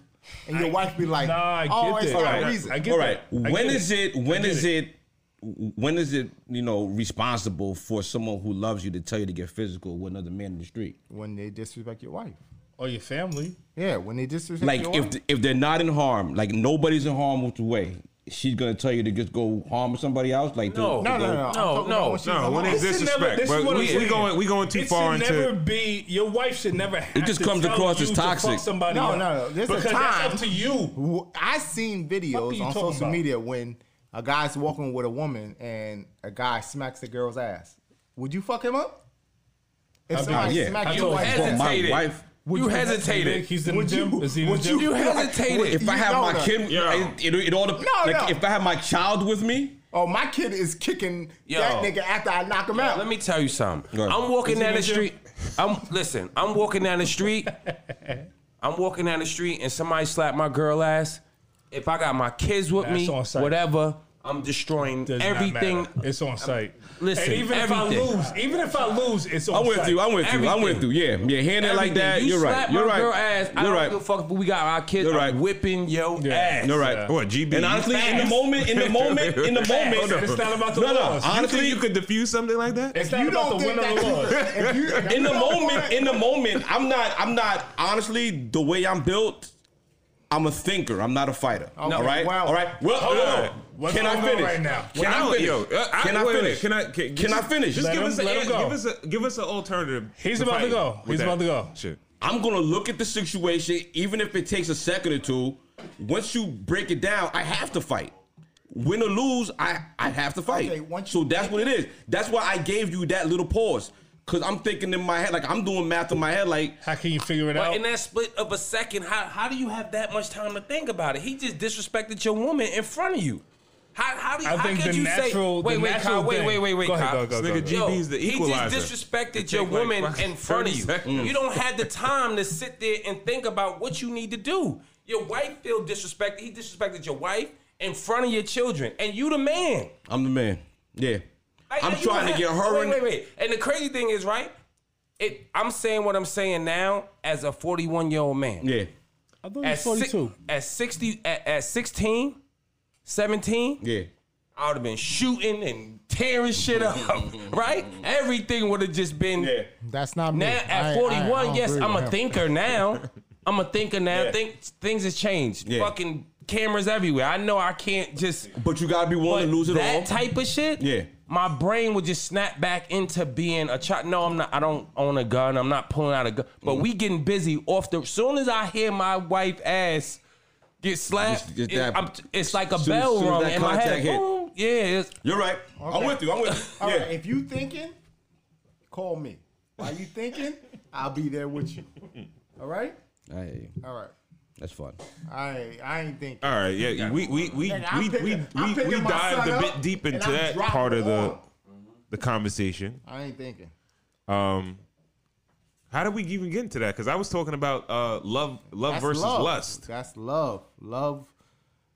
Speaker 3: and your wife be like,
Speaker 5: Nah, I get
Speaker 3: "Oh, it's
Speaker 5: that.
Speaker 3: for
Speaker 5: All
Speaker 3: a
Speaker 5: right.
Speaker 3: reason."
Speaker 5: I get
Speaker 2: All right.
Speaker 5: that. I
Speaker 2: When
Speaker 5: get
Speaker 2: is it? When is it? When is it? You know, responsible for someone who loves you to tell you to get physical with another man in the street?
Speaker 3: when they disrespect your wife,
Speaker 5: Or Oh, your family.
Speaker 3: yeah. When they disrespect
Speaker 2: Like
Speaker 3: your
Speaker 2: if
Speaker 3: wife,
Speaker 2: if they're not in harm, like nobody's in harm with the way. She's gonna tell you to just go harm somebody else, like to-
Speaker 4: No.
Speaker 2: to
Speaker 3: no,
Speaker 2: go-
Speaker 3: no, no, I'm
Speaker 4: No,
Speaker 3: talking
Speaker 4: no,
Speaker 3: about when she's
Speaker 1: no, when
Speaker 3: alone.
Speaker 1: they
Speaker 5: This should never-
Speaker 1: disrespect,
Speaker 5: this is
Speaker 1: but
Speaker 5: what
Speaker 1: we,
Speaker 5: I'm
Speaker 1: we
Speaker 5: saying.
Speaker 1: going we going too
Speaker 5: it
Speaker 1: far
Speaker 5: should
Speaker 1: into.
Speaker 5: never be. Your wife should never. Have
Speaker 2: just
Speaker 5: to
Speaker 2: comes
Speaker 5: tell
Speaker 2: across
Speaker 5: you
Speaker 2: as
Speaker 5: to fuck
Speaker 2: toxic.
Speaker 5: Somebody
Speaker 3: No,
Speaker 5: up.
Speaker 3: no, there's a
Speaker 5: because that's
Speaker 3: time.
Speaker 5: up to you.
Speaker 3: Wh- I seen
Speaker 5: Fuck are
Speaker 3: videos
Speaker 5: you
Speaker 3: on
Speaker 5: talking
Speaker 3: social
Speaker 5: about?
Speaker 3: media when a guy's walking with a woman and a guy smacks the girl's ass. Would you fuck him up? If somebody
Speaker 2: yeah.
Speaker 3: smacked
Speaker 2: I
Speaker 3: your
Speaker 4: you
Speaker 3: wife,
Speaker 2: hesitate.
Speaker 4: hesitated.
Speaker 2: my wife-
Speaker 4: you hesitated.
Speaker 5: He's in the
Speaker 3: Would
Speaker 5: gym.
Speaker 3: you-
Speaker 5: Is he in the
Speaker 3: would
Speaker 5: gym?
Speaker 4: You hesitated.
Speaker 2: If I have
Speaker 3: No,
Speaker 2: my
Speaker 3: no.
Speaker 2: kid,
Speaker 1: Yo.
Speaker 2: it, it, it all dep-
Speaker 3: No,
Speaker 2: like
Speaker 3: no.
Speaker 2: if I have my child with me,
Speaker 3: oh my kid is kicking
Speaker 4: Yo.
Speaker 3: that nigga after I knock him out.
Speaker 4: Let me tell you something.
Speaker 2: Go ahead.
Speaker 4: I'm walking
Speaker 5: Is he
Speaker 4: down the
Speaker 5: in jail?
Speaker 4: street. I'm listen. I'm walking down the street. I'm walking down the street, and somebody slapped my girl ass. If I got my kids with
Speaker 5: That's
Speaker 4: me,
Speaker 5: on site.
Speaker 4: whatever, I'm destroying
Speaker 5: Does not
Speaker 4: everything.
Speaker 5: matter. It's on site.
Speaker 4: Listen,
Speaker 5: and even
Speaker 4: everything.
Speaker 5: if I lose, even if I lose, it's on
Speaker 2: I'm with
Speaker 5: site.
Speaker 2: you. I'm with you. I'm with you. Yeah, yeah. Hand it like
Speaker 4: Everything.
Speaker 2: that.
Speaker 4: You
Speaker 2: are right.
Speaker 4: slap
Speaker 2: You're
Speaker 4: my
Speaker 2: right.
Speaker 4: Girl ass. I
Speaker 2: You're
Speaker 4: don't
Speaker 2: right.
Speaker 4: give a fuck if we got our kids.
Speaker 2: You're
Speaker 4: I'm
Speaker 2: right.
Speaker 4: whipping your
Speaker 5: Yeah.
Speaker 4: ass.
Speaker 2: You're right.
Speaker 5: Yeah.
Speaker 1: What GB?
Speaker 2: And honestly, in the
Speaker 1: Fast.
Speaker 2: moment, in the moment, in the
Speaker 5: Hold on. It's
Speaker 2: moment,
Speaker 5: not about the
Speaker 2: No, no,
Speaker 5: loss.
Speaker 2: I-
Speaker 1: You think
Speaker 2: honestly-
Speaker 1: you could defuse something like that?
Speaker 5: it's not about the win or the loss.
Speaker 3: if you, if
Speaker 2: in
Speaker 3: you
Speaker 2: the
Speaker 3: don't
Speaker 2: moment,
Speaker 3: want-
Speaker 2: in the moment, I'm not. I'm not. Honestly, the way I'm built, I'm a thinker. I'm not a fighter.
Speaker 3: Okay,
Speaker 2: All right.
Speaker 3: wow.
Speaker 2: All right. Well, hold
Speaker 5: on.
Speaker 2: on.
Speaker 5: What's
Speaker 2: Can I
Speaker 5: going on
Speaker 2: finish
Speaker 5: right now?
Speaker 2: Can I
Speaker 1: don't-
Speaker 2: finish?
Speaker 1: yo, uh,
Speaker 2: Can I
Speaker 1: wait, wait,
Speaker 2: finish?
Speaker 1: Can I? Can,
Speaker 2: Can I
Speaker 1: just-
Speaker 2: finish?
Speaker 1: Just
Speaker 5: Let
Speaker 1: give
Speaker 5: him-
Speaker 1: us a,
Speaker 5: let him go.
Speaker 1: give us a give us an alternative.
Speaker 5: He's about to
Speaker 1: fight
Speaker 5: go.
Speaker 1: with
Speaker 5: He's
Speaker 1: that
Speaker 5: about to go.
Speaker 1: Shit.
Speaker 2: I'm gonna look at the situation, even if it takes a second or two. Once you break it down, I have to fight. Win or lose, I, I have to fight.
Speaker 3: Okay, once
Speaker 2: so
Speaker 3: you-
Speaker 2: that's what it is. That's why I gave you that little pause. Cause I'm thinking in my head, like I'm doing math in my head, like
Speaker 5: How can you figure it
Speaker 4: But
Speaker 5: out?
Speaker 4: in that split of a second, how, how do you have that much time to think about it? He just disrespected your woman in front of you. How, how, do,
Speaker 5: I
Speaker 4: how
Speaker 5: think
Speaker 4: could
Speaker 5: the
Speaker 4: you
Speaker 5: natural-
Speaker 4: say, wait,
Speaker 5: the
Speaker 4: wait,
Speaker 5: natural
Speaker 4: Kyle, wait,
Speaker 5: thing-
Speaker 4: wait, wait, wait,
Speaker 5: Go ahead,
Speaker 4: Kyle.
Speaker 5: go, go,
Speaker 1: This nigga
Speaker 5: go,
Speaker 4: Yo,
Speaker 1: GB's the equalizer.
Speaker 4: He just
Speaker 1: It
Speaker 4: disrespected
Speaker 1: take
Speaker 4: your
Speaker 1: like
Speaker 4: woman
Speaker 1: fucking
Speaker 4: in front
Speaker 1: 30
Speaker 4: of you.
Speaker 1: seconds.
Speaker 4: You don't have the time to sit there and think about what you need to do. Your wife feel disrespected. He disrespected your wife in front of your children, and you the man.
Speaker 2: I'm the man. Yeah.
Speaker 4: Like,
Speaker 2: I'm
Speaker 4: you
Speaker 2: trying to
Speaker 4: have-
Speaker 2: get her
Speaker 4: Wait,
Speaker 2: in.
Speaker 4: wait, wait. And the crazy thing is, right? It, I'm saying what I'm saying now as a 41 year old man.
Speaker 2: Yeah.
Speaker 5: I thought
Speaker 4: at, six, at 60 at, at 16 17
Speaker 2: Yeah.
Speaker 4: i would have been shooting and tearing shit up right everything would have just been
Speaker 2: Yeah.
Speaker 3: That's not me.
Speaker 4: now
Speaker 3: I- I-
Speaker 4: at
Speaker 3: I
Speaker 4: 41
Speaker 3: don't
Speaker 4: yes
Speaker 3: agree
Speaker 4: i'm
Speaker 3: with
Speaker 4: a
Speaker 3: him.
Speaker 4: thinker now i'm a thinker now
Speaker 2: Yeah.
Speaker 4: Think, things has changed
Speaker 2: Yeah.
Speaker 4: fucking cameras everywhere i know i can't just
Speaker 2: But you gotta be willing to lose it
Speaker 4: that
Speaker 2: all.
Speaker 4: type of shit,
Speaker 2: Yeah.
Speaker 4: my brain would just snap back into being a child. No, I'm not. I don't own a gun. I'm not pulling out a gun. But
Speaker 2: Mm-hmm.
Speaker 4: we getting busy off the. Soon as I hear my wife ass get slapped,
Speaker 2: Just- just
Speaker 4: it-
Speaker 2: that-
Speaker 4: I'm- it's like a
Speaker 2: soon-
Speaker 4: bell
Speaker 2: soon as
Speaker 4: rung
Speaker 2: that
Speaker 4: in my head.
Speaker 2: contact hit.
Speaker 4: Boom. yeah, it's,
Speaker 2: You're right. I'm with you. I'm with you.
Speaker 3: All
Speaker 2: yeah.
Speaker 3: right, if you thinking, call me. While you thinking, I'll be there with you. All right?
Speaker 2: Hey,
Speaker 3: All right.
Speaker 2: that's fun.
Speaker 3: I I ain't thinking.
Speaker 1: All right, yeah, we we we
Speaker 3: Nigga, I'm
Speaker 1: we
Speaker 3: picking-
Speaker 1: we we, we
Speaker 3: I'm picking my
Speaker 1: dived
Speaker 3: son
Speaker 1: a
Speaker 3: up
Speaker 1: bit deep
Speaker 3: and
Speaker 1: into
Speaker 3: I'm
Speaker 1: that
Speaker 3: dropping
Speaker 1: part of the
Speaker 3: on.
Speaker 1: the conversation.
Speaker 3: I ain't thinking.
Speaker 1: Um, How did we even get into that? Because I was talking about uh, love, love
Speaker 3: That's
Speaker 1: versus
Speaker 3: love.
Speaker 1: lust.
Speaker 3: That's love. Love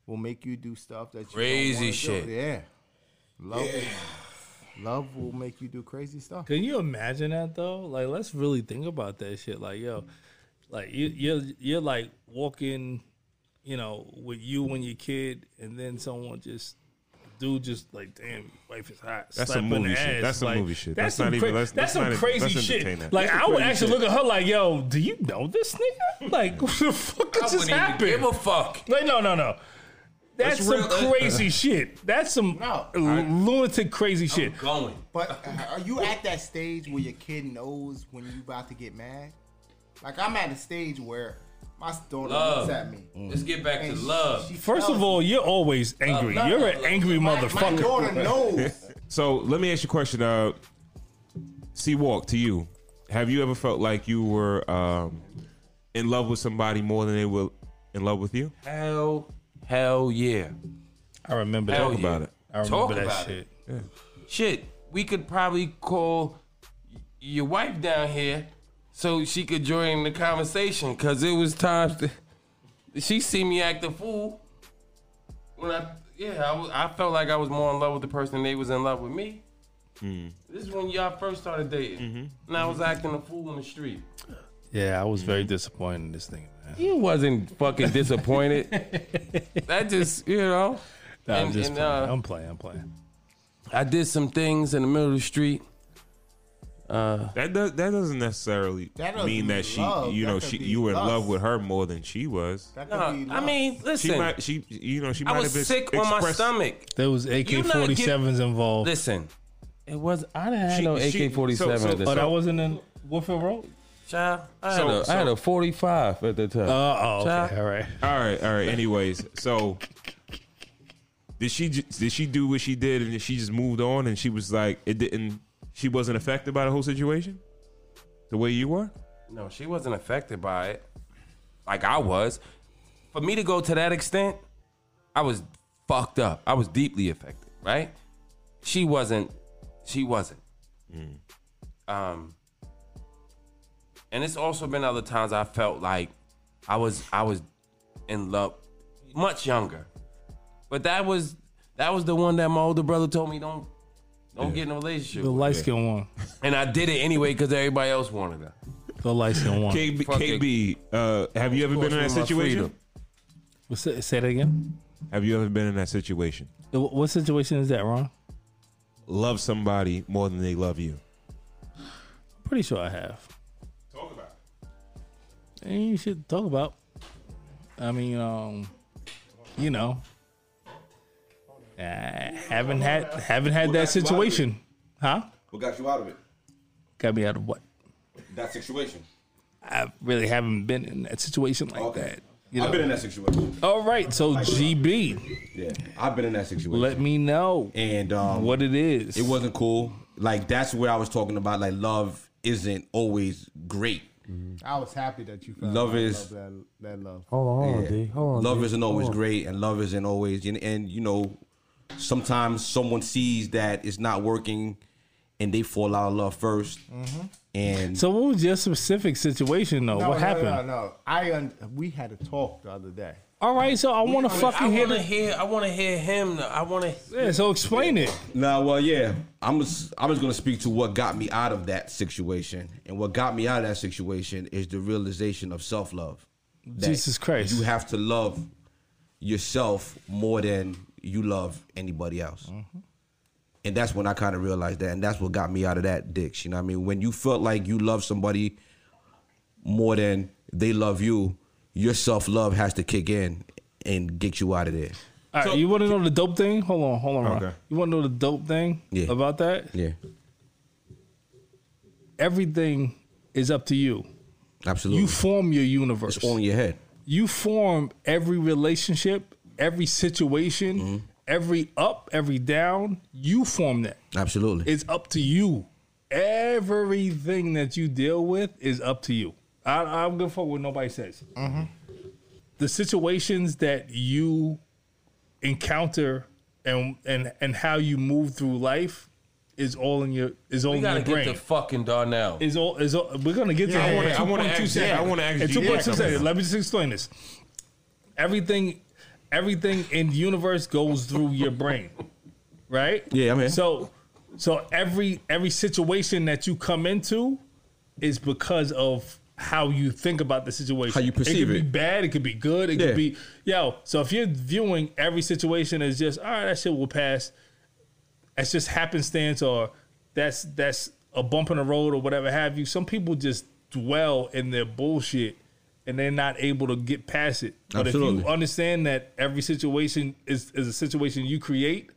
Speaker 3: will make you do stuff that you don't
Speaker 4: Crazy
Speaker 3: wanna do.
Speaker 4: shit.
Speaker 3: Yeah. Love. Love will make you do crazy stuff.
Speaker 5: Can you imagine that though? Like, let's really think about that shit. Like, yo, like you, you're you're like walking, you know, with you and your kid, and then someone just. Dude, just like damn, your wife is hot.
Speaker 1: That's
Speaker 5: Slap
Speaker 1: some
Speaker 5: in the
Speaker 1: movie shit.
Speaker 5: ass.
Speaker 1: That's some
Speaker 5: like,
Speaker 1: movie shit.
Speaker 5: That's,
Speaker 1: That's
Speaker 5: some
Speaker 1: not even-
Speaker 5: cra-
Speaker 1: let's-
Speaker 5: that's,
Speaker 1: let's
Speaker 5: some
Speaker 1: not even-
Speaker 5: crazy
Speaker 1: let's entertain
Speaker 5: shit.
Speaker 1: that.
Speaker 5: Like
Speaker 1: That's
Speaker 5: I would
Speaker 1: crazy
Speaker 5: actually
Speaker 1: shit.
Speaker 5: look at her like, "Yo, do you know this nigga? Like, what the fuck
Speaker 4: I
Speaker 5: just
Speaker 4: wouldn't even
Speaker 5: happened?
Speaker 4: give a fuck.
Speaker 5: Like, no, no, no.
Speaker 4: That's
Speaker 5: That's, some
Speaker 4: real-
Speaker 5: crazy shit. That's some
Speaker 3: No.
Speaker 5: l- lunatic crazy
Speaker 4: Oh,
Speaker 5: shit.
Speaker 4: Going.
Speaker 3: But uh, are you at that stage where your kid knows when you about to get mad? Like I'm at a stage where my daughter
Speaker 4: Love.
Speaker 3: looks at me.
Speaker 4: Let's get back to
Speaker 3: and she-
Speaker 4: love.
Speaker 3: she
Speaker 5: First
Speaker 3: tells
Speaker 5: of all, you're always angry.
Speaker 4: Uh, no,
Speaker 5: you're
Speaker 4: no,
Speaker 5: an
Speaker 4: no.
Speaker 5: angry
Speaker 3: me, my, my
Speaker 5: motherfucker.
Speaker 3: daughter knows.
Speaker 1: So let me ask you a question. Uh, C Walk to you, have you ever felt like you were um, in love with somebody more than they were in love with you?
Speaker 4: Hell, hell yeah.
Speaker 5: I remember
Speaker 4: Hell
Speaker 5: that.
Speaker 4: yeah.
Speaker 1: about it.
Speaker 5: I remember
Speaker 4: Talk
Speaker 5: that
Speaker 4: about
Speaker 5: shit.
Speaker 4: it. Shit, we could probably call y- your wife down here so she could join the conversation because it was times that she see me act a fool. When I, yeah, I, was, I felt like I was more in love with the person than they was in love with me. This is when y'all first started dating, and I was acting a fool in the street.
Speaker 5: Yeah, I was very disappointed in this thing. Man.
Speaker 4: You wasn't fucking disappointed. that just, you know.
Speaker 5: Nah, I'm
Speaker 4: And-
Speaker 5: just
Speaker 4: and,
Speaker 5: playing.
Speaker 4: uh,
Speaker 5: I'm playing. I'm playing.
Speaker 4: I did some things in the middle of the street. Uh,
Speaker 1: That does, that doesn't necessarily
Speaker 3: That doesn't
Speaker 1: mean
Speaker 3: mean
Speaker 1: that she,
Speaker 3: love.
Speaker 1: you
Speaker 3: That
Speaker 1: know,
Speaker 3: could
Speaker 1: she
Speaker 3: be
Speaker 1: you were in
Speaker 3: lust.
Speaker 1: love with her more than she was.
Speaker 3: That
Speaker 4: no,
Speaker 3: could be
Speaker 4: I
Speaker 3: love.
Speaker 4: mean,
Speaker 1: She
Speaker 4: listen,
Speaker 1: might, she, you know, she might
Speaker 4: I
Speaker 1: have
Speaker 4: was
Speaker 1: been
Speaker 4: sick on my
Speaker 1: expressed-
Speaker 4: stomach.
Speaker 5: There was AK-47s involved.
Speaker 4: Listen, it was I didn't have
Speaker 1: She-
Speaker 4: no
Speaker 1: she-
Speaker 4: AK forty
Speaker 1: so-
Speaker 4: seven
Speaker 1: so-
Speaker 4: at the
Speaker 5: oh,
Speaker 1: but
Speaker 4: time.
Speaker 5: that wasn't in Woodfield Road.
Speaker 4: Child, I had,
Speaker 1: so-
Speaker 4: a, I had
Speaker 1: so-
Speaker 4: a forty five at the time.
Speaker 5: Uh, oh, okay,
Speaker 4: Child.
Speaker 5: all right.
Speaker 1: All right, all right. Anyways, so did she ju- did she do what she did and then she just moved on and she was like it didn't she wasn't affected by the whole situation the way you were?
Speaker 4: no, she wasn't affected by it, like I was. For me to go to that extent, I was fucked up. I was deeply affected. Right? She wasn't. She wasn't. Um. and it's also been other times I felt like I was I was in love much younger. But that was that was the one that my older brother told me don't don't get in a relationship.
Speaker 5: The
Speaker 4: with."
Speaker 5: light skin one.
Speaker 4: And I did it anyway because everybody else wanted her.
Speaker 5: The light skin one.
Speaker 1: KB,
Speaker 4: Fuck it.
Speaker 1: KB uh, have you ever been in that
Speaker 4: Forced me my
Speaker 1: situation?
Speaker 4: freedom.
Speaker 5: What's that, say that again.
Speaker 1: Have you ever been in that situation?
Speaker 5: Wh- What situation is that, Ron?
Speaker 1: Love somebody more than they love you.
Speaker 5: Pretty sure I have.
Speaker 1: Talk about it.
Speaker 5: Ain't you should talk about. I mean, um, you know, I haven't had haven't had that situation, huh?
Speaker 2: What got you out of it?
Speaker 5: Got me out of what?
Speaker 2: That situation.
Speaker 5: I really haven't been in that situation like
Speaker 2: Okay.
Speaker 5: that. You
Speaker 2: I've been
Speaker 5: know.
Speaker 2: in that situation.
Speaker 5: All right, so GB,
Speaker 2: Yeah, I've been in that situation.
Speaker 5: let me know
Speaker 2: and um,
Speaker 5: what it is.
Speaker 2: It wasn't cool. Like that's what I was talking about. Like love isn't always great.
Speaker 3: I was happy that you found
Speaker 2: Love
Speaker 3: that
Speaker 2: is-
Speaker 3: love, that, that love.
Speaker 5: Oh,
Speaker 4: Hold on,
Speaker 2: Yeah.
Speaker 4: D. Hold on.
Speaker 2: Love isn't always great, and love isn't always. And, and you know, sometimes someone sees that it's not working, and they fall out of love 1st And
Speaker 5: So what was your specific situation though?
Speaker 3: No,
Speaker 5: what
Speaker 3: no,
Speaker 5: happened?
Speaker 3: No, no, I un- we had a talk the other day.
Speaker 5: All right, so I want to
Speaker 4: I
Speaker 5: fucking hear
Speaker 4: wanna
Speaker 5: the.
Speaker 4: hear. I want to hear him. I want to.
Speaker 5: Yeah, so explain it.
Speaker 2: now, well, yeah, I'm just I'm just gonna speak to what got me out of that situation, and what got me out of that situation is the realization of self love.
Speaker 5: Jesus Christ.
Speaker 2: You have to love yourself more than you love anybody else.
Speaker 5: Mm-hmm.
Speaker 2: And that's when I kind of realized that. And that's what got me out of that ditch. You know what I mean? When you felt like you love somebody more than they love you, your self love has to kick in and get you out of there.
Speaker 5: All right, you want to know the dope thing? Hold on, hold on. Ron.
Speaker 1: Okay.
Speaker 5: You want to know the dope thing
Speaker 2: Yeah.
Speaker 5: about that?
Speaker 2: Yeah,
Speaker 5: Everything is up to you.
Speaker 2: absolutely.
Speaker 4: Mm.
Speaker 5: You form your universe.
Speaker 2: it's on your head.
Speaker 5: You form every relationship, every situation,
Speaker 4: Mm-hmm.
Speaker 5: every up, every down. You form that.
Speaker 2: Absolutely.
Speaker 5: It's up to you. Everything that you deal with is up to you. I, I don't give a fuck what nobody says. The situations that you encounter and and and how you move through life is all in your is all
Speaker 4: We
Speaker 5: in
Speaker 4: gotta
Speaker 5: your
Speaker 4: get
Speaker 5: brain.
Speaker 4: the fucking Darnell.
Speaker 5: is all is all, we're gonna get
Speaker 3: Yeah,
Speaker 5: to
Speaker 3: I wanna-
Speaker 5: that.
Speaker 1: I wanna ask-
Speaker 5: 2.2
Speaker 1: yeah, I wanna ask
Speaker 5: And
Speaker 1: you
Speaker 5: two point two
Speaker 1: something.
Speaker 5: seconds. Let me just explain this. Everything, everything in the universe goes through your brain, right?
Speaker 2: Yeah, I'm here.
Speaker 5: So, so every every situation that you come into is because of how you think about the situation.
Speaker 2: How you perceive
Speaker 5: it. Could
Speaker 2: it.
Speaker 5: be bad. It could be good. It
Speaker 2: Yeah.
Speaker 5: could be yo. So if you're viewing every situation as just all right, that shit will pass that's just happenstance or that's that's a bump in the road or whatever have you. Some people just dwell in their bullshit and they're not able to get past it. But if
Speaker 2: Absolutely.
Speaker 5: you understand that every situation is, is a situation you create,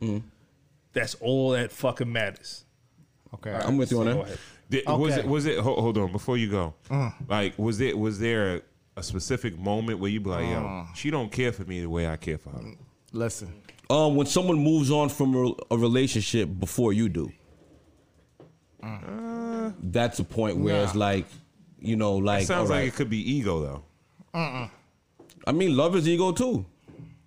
Speaker 5: that's all that fucking matters.
Speaker 3: Okay.
Speaker 2: I'm with you on that.
Speaker 1: Did, Was
Speaker 3: Okay.
Speaker 1: it? Was it? Hold, hold on, before you go, like, was it? Was there a, a specific moment where you be like, "Yo, she don't care for me the way I care for her"?
Speaker 3: Listen.
Speaker 2: Um, when someone moves on from a, a relationship before you do, Mm. that's a point where it's
Speaker 3: Nah.
Speaker 2: like, you know, like,
Speaker 1: Sounds
Speaker 2: alright.
Speaker 1: like it could be ego though.
Speaker 2: I mean, love is ego too.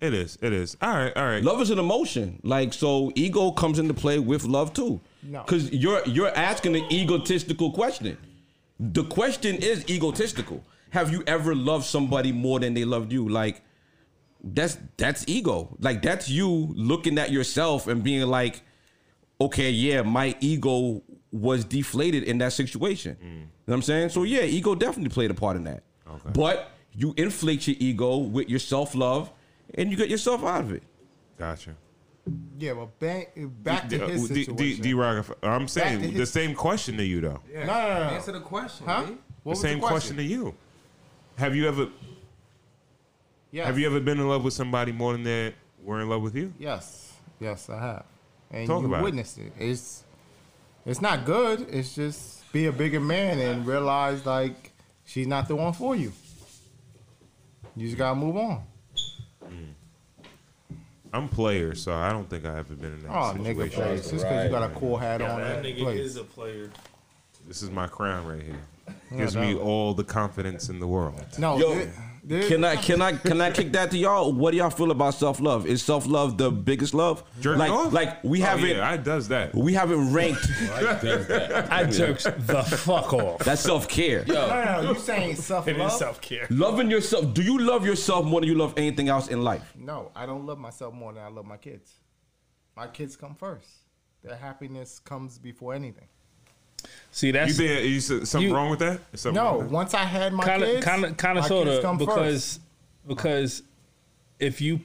Speaker 1: It is. It is. All right. All right.
Speaker 2: Love is an emotion. Like, so ego comes into play with love too.
Speaker 3: No.
Speaker 2: Because you're you're asking an egotistical question. The question is egotistical. Have you ever loved somebody more than they loved you? Like, that's that's ego. Like that's you looking at yourself and being like, okay, yeah, my ego was deflated in that situation. You know what I'm saying? So yeah, ego definitely played a part in that. But you inflate your ego with your self love, and you get yourself out of it.
Speaker 1: Gotcha.
Speaker 3: Yeah, but back, back to his
Speaker 1: D,
Speaker 3: situation.
Speaker 1: D, D Rock, I'm
Speaker 3: Back
Speaker 1: saying
Speaker 3: to
Speaker 1: the
Speaker 3: his-
Speaker 1: same question to you though.
Speaker 3: no, no, no, no.
Speaker 4: Answer the question.
Speaker 3: Huh?
Speaker 4: B.
Speaker 1: The
Speaker 3: What
Speaker 1: same question? to you. Have you ever
Speaker 3: Yes.
Speaker 1: have you ever been in love with somebody more than they were in love with you?
Speaker 3: Yes, yes, I have. And
Speaker 1: Talk
Speaker 3: you
Speaker 1: about it.
Speaker 3: witnessed it. It's it's not good. It's just be a bigger man and realize like she's not the one for you. You just gotta move on.
Speaker 1: I'm player, so I don't think I ever been in that
Speaker 3: Oh, nigga,
Speaker 1: situation.
Speaker 3: plays. Just because you got a cool hat on, that plays.
Speaker 5: a player.
Speaker 1: This is my crown right here. Gives me all the confidence in the world.
Speaker 3: No,
Speaker 2: Yo,
Speaker 3: there- there-
Speaker 2: Can I can I can I kick that to y'all? What do y'all feel about self love? Is self love the biggest love?
Speaker 1: Jerking
Speaker 2: like
Speaker 1: off?
Speaker 2: like we
Speaker 1: Oh,
Speaker 2: haven't
Speaker 1: yeah, I does that.
Speaker 2: we haven't ranked
Speaker 5: I jerked the fuck off.
Speaker 2: that self care.
Speaker 3: No, no, you saying self
Speaker 5: It is
Speaker 3: love?
Speaker 5: self care.
Speaker 2: Loving yourself. Do you love yourself more than you love anything else in life?
Speaker 3: No, I don't love myself more than I love my kids. My kids come first. Their happiness comes before anything.
Speaker 5: See,
Speaker 1: You
Speaker 5: that's
Speaker 1: think you said something
Speaker 5: You-
Speaker 1: wrong with that? Is something
Speaker 3: No,
Speaker 1: wrong with that?
Speaker 3: once I had my
Speaker 5: kind of
Speaker 3: kids,
Speaker 5: kind of kind
Speaker 3: my kids
Speaker 5: of sort of
Speaker 3: come
Speaker 5: because because if you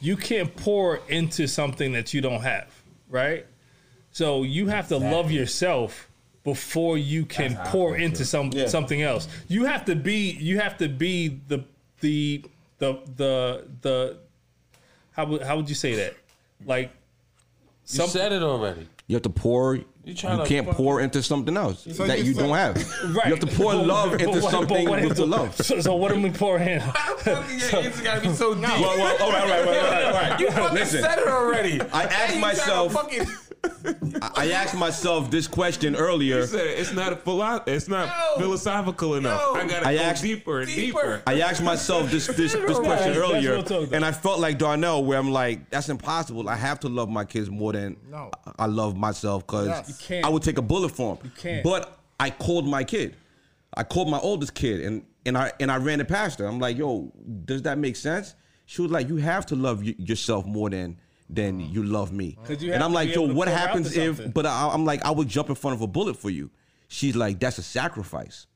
Speaker 5: you can't pour into something that you don't have right so you have to love yourself before you can pour into some something else you have to be you have to be the the the the the how would how would you say that like
Speaker 4: You
Speaker 5: some,
Speaker 4: said it already.
Speaker 2: You have to pour. You,
Speaker 4: tryna
Speaker 2: can't
Speaker 4: fuck-
Speaker 2: pour into something else that
Speaker 3: you
Speaker 2: you
Speaker 3: said-
Speaker 2: don't have. You have to pour
Speaker 5: But-
Speaker 2: love
Speaker 5: but
Speaker 2: into
Speaker 5: what- but
Speaker 2: something
Speaker 5: what-
Speaker 2: with the love.
Speaker 5: so, so what am we pouring in
Speaker 4: It's gotta be so deep.
Speaker 2: Well, well, all right, all right, all right, all right.
Speaker 4: You fucking
Speaker 2: Listen.
Speaker 4: said it already.
Speaker 2: I asked myself- I asked myself this question earlier.
Speaker 1: You said it's not philo- it's not
Speaker 4: No.
Speaker 1: philosophical enough.
Speaker 4: No.
Speaker 1: I gotta
Speaker 2: I
Speaker 1: go
Speaker 2: asked-
Speaker 1: deeper and
Speaker 4: Deeper.
Speaker 1: deeper.
Speaker 2: I asked myself this this, this
Speaker 4: Right,
Speaker 2: question
Speaker 5: that's
Speaker 2: earlier,
Speaker 5: real talk, though.
Speaker 2: and I felt like Darnell, where I'm like, that's impossible. I have to love my kids more than
Speaker 3: No.
Speaker 2: I I love myself because
Speaker 3: Yes. You
Speaker 5: can't.
Speaker 2: I would take a bullet for him. You
Speaker 5: can't.
Speaker 2: But I called my kid. I called my oldest kid, and and I and I ran it past her. I'm like, yo, does that make sense? She was like, you have to love y- yourself more than than you love me.
Speaker 5: Mm. 'Cause you
Speaker 2: and
Speaker 5: have
Speaker 2: I'm
Speaker 5: to
Speaker 2: like,
Speaker 5: be
Speaker 2: yo,
Speaker 5: able to
Speaker 2: what
Speaker 5: pour out to
Speaker 2: happens if?
Speaker 5: something.
Speaker 2: But I, I'm like, I would jump in front of a bullet for you. She's like, that's a sacrifice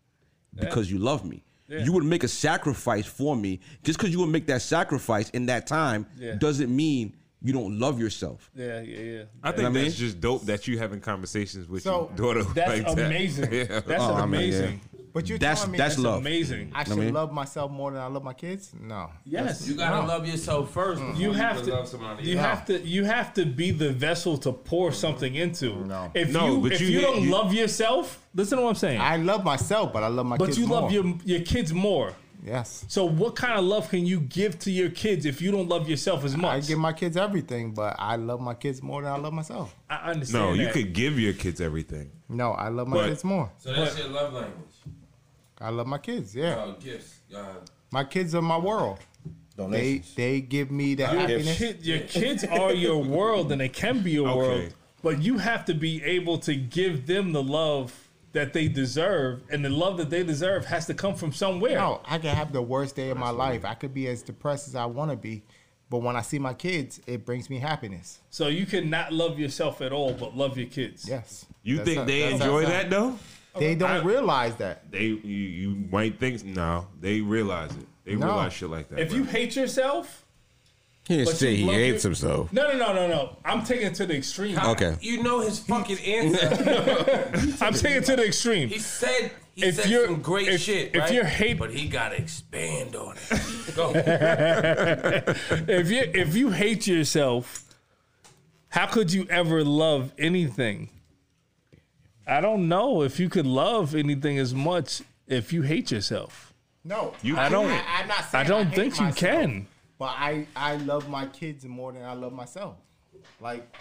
Speaker 2: because you love me. You would make a sacrifice for me. Just because you would make that sacrifice in that time
Speaker 5: Yeah.
Speaker 2: doesn't mean you don't love yourself.
Speaker 1: I
Speaker 5: yeah yeah yeah
Speaker 1: think
Speaker 2: You know what I
Speaker 1: that's
Speaker 2: mean?
Speaker 1: just dope that you having conversations with
Speaker 3: So,
Speaker 1: your daughter.
Speaker 5: that's
Speaker 1: like that.
Speaker 5: amazing
Speaker 1: Yeah.
Speaker 5: that's
Speaker 2: Oh, I mean, yeah.
Speaker 5: amazing
Speaker 3: But you're
Speaker 2: That's
Speaker 3: telling me
Speaker 2: that's
Speaker 3: that's
Speaker 2: love.
Speaker 5: amazing
Speaker 3: I should
Speaker 2: mean?
Speaker 3: love myself more than I love my kids? No.
Speaker 5: yes
Speaker 4: You gotta love yourself first. before
Speaker 5: you have
Speaker 4: can
Speaker 5: to
Speaker 4: love somebody
Speaker 5: you
Speaker 4: else.
Speaker 5: have to you have to be the vessel to pour something into.
Speaker 3: No.
Speaker 5: If
Speaker 1: No,
Speaker 5: you
Speaker 1: but
Speaker 5: if
Speaker 1: you
Speaker 5: you,
Speaker 1: hit-
Speaker 5: don't
Speaker 1: you-
Speaker 5: love yourself, listen to what I'm saying.
Speaker 3: I love myself, but I love my
Speaker 5: but
Speaker 3: kids.
Speaker 5: you
Speaker 3: more.
Speaker 5: love your your kids more.
Speaker 3: Yes.
Speaker 5: So what kind of love can you give to your kids if you don't love yourself as
Speaker 3: I
Speaker 5: much?
Speaker 3: give my kids everything, but I love my kids more than I love myself.
Speaker 5: I understand.
Speaker 1: No, you
Speaker 5: that.
Speaker 1: could give your kids everything.
Speaker 3: No, I love my
Speaker 1: But-
Speaker 3: kids more.
Speaker 4: So that's your love language.
Speaker 3: I love my kids, yeah.
Speaker 4: Oh, gifts. Uh,
Speaker 3: My kids are my world. They
Speaker 7: Donations.
Speaker 3: they give me the
Speaker 5: Your,
Speaker 3: happiness.
Speaker 5: kid, your kids are your world, and they can be your
Speaker 1: Okay.
Speaker 5: world. but you have to be able to give them the love that they deserve, and the love that they deserve has to come from somewhere.
Speaker 3: No, I could have the worst day of my life. I could be as depressed as I want to be, but when I see my kids, it brings me happiness.
Speaker 5: So you cannot love yourself at all, but love your kids.
Speaker 3: Yes.
Speaker 1: You
Speaker 3: That's
Speaker 1: think
Speaker 3: how-
Speaker 1: they
Speaker 3: that's how
Speaker 1: enjoy
Speaker 3: it's
Speaker 1: that
Speaker 3: done.
Speaker 1: though?
Speaker 3: They don't
Speaker 1: I-
Speaker 3: realize that.
Speaker 1: They you, you might think no, they realize it. They
Speaker 3: No.
Speaker 1: realize shit like that.
Speaker 5: If
Speaker 1: bro.
Speaker 5: you hate yourself,
Speaker 2: He didn't
Speaker 5: But
Speaker 2: say
Speaker 5: you
Speaker 2: he
Speaker 5: love
Speaker 2: hates
Speaker 5: your-
Speaker 2: himself.
Speaker 5: no, no, no, no, no. I'm taking it to the extreme.
Speaker 2: Okay.
Speaker 4: You know his fucking answer.
Speaker 5: I'm taking it to the extreme.
Speaker 4: he said he
Speaker 5: If
Speaker 4: said
Speaker 5: you're-
Speaker 4: some great
Speaker 5: if-
Speaker 4: shit.
Speaker 5: if
Speaker 4: right?
Speaker 5: you're hate-
Speaker 4: but he gotta expand on it. Go.
Speaker 5: if you if you hate yourself, how could you ever love anything? I don't know if you could love anything as much if you hate yourself.
Speaker 3: No,
Speaker 1: You
Speaker 3: I
Speaker 1: don't.
Speaker 3: I, am not.
Speaker 5: I
Speaker 3: Saying
Speaker 5: don't
Speaker 3: hate
Speaker 5: think you
Speaker 3: myself,
Speaker 5: can.
Speaker 3: But I, I love my kids more than I love myself. Like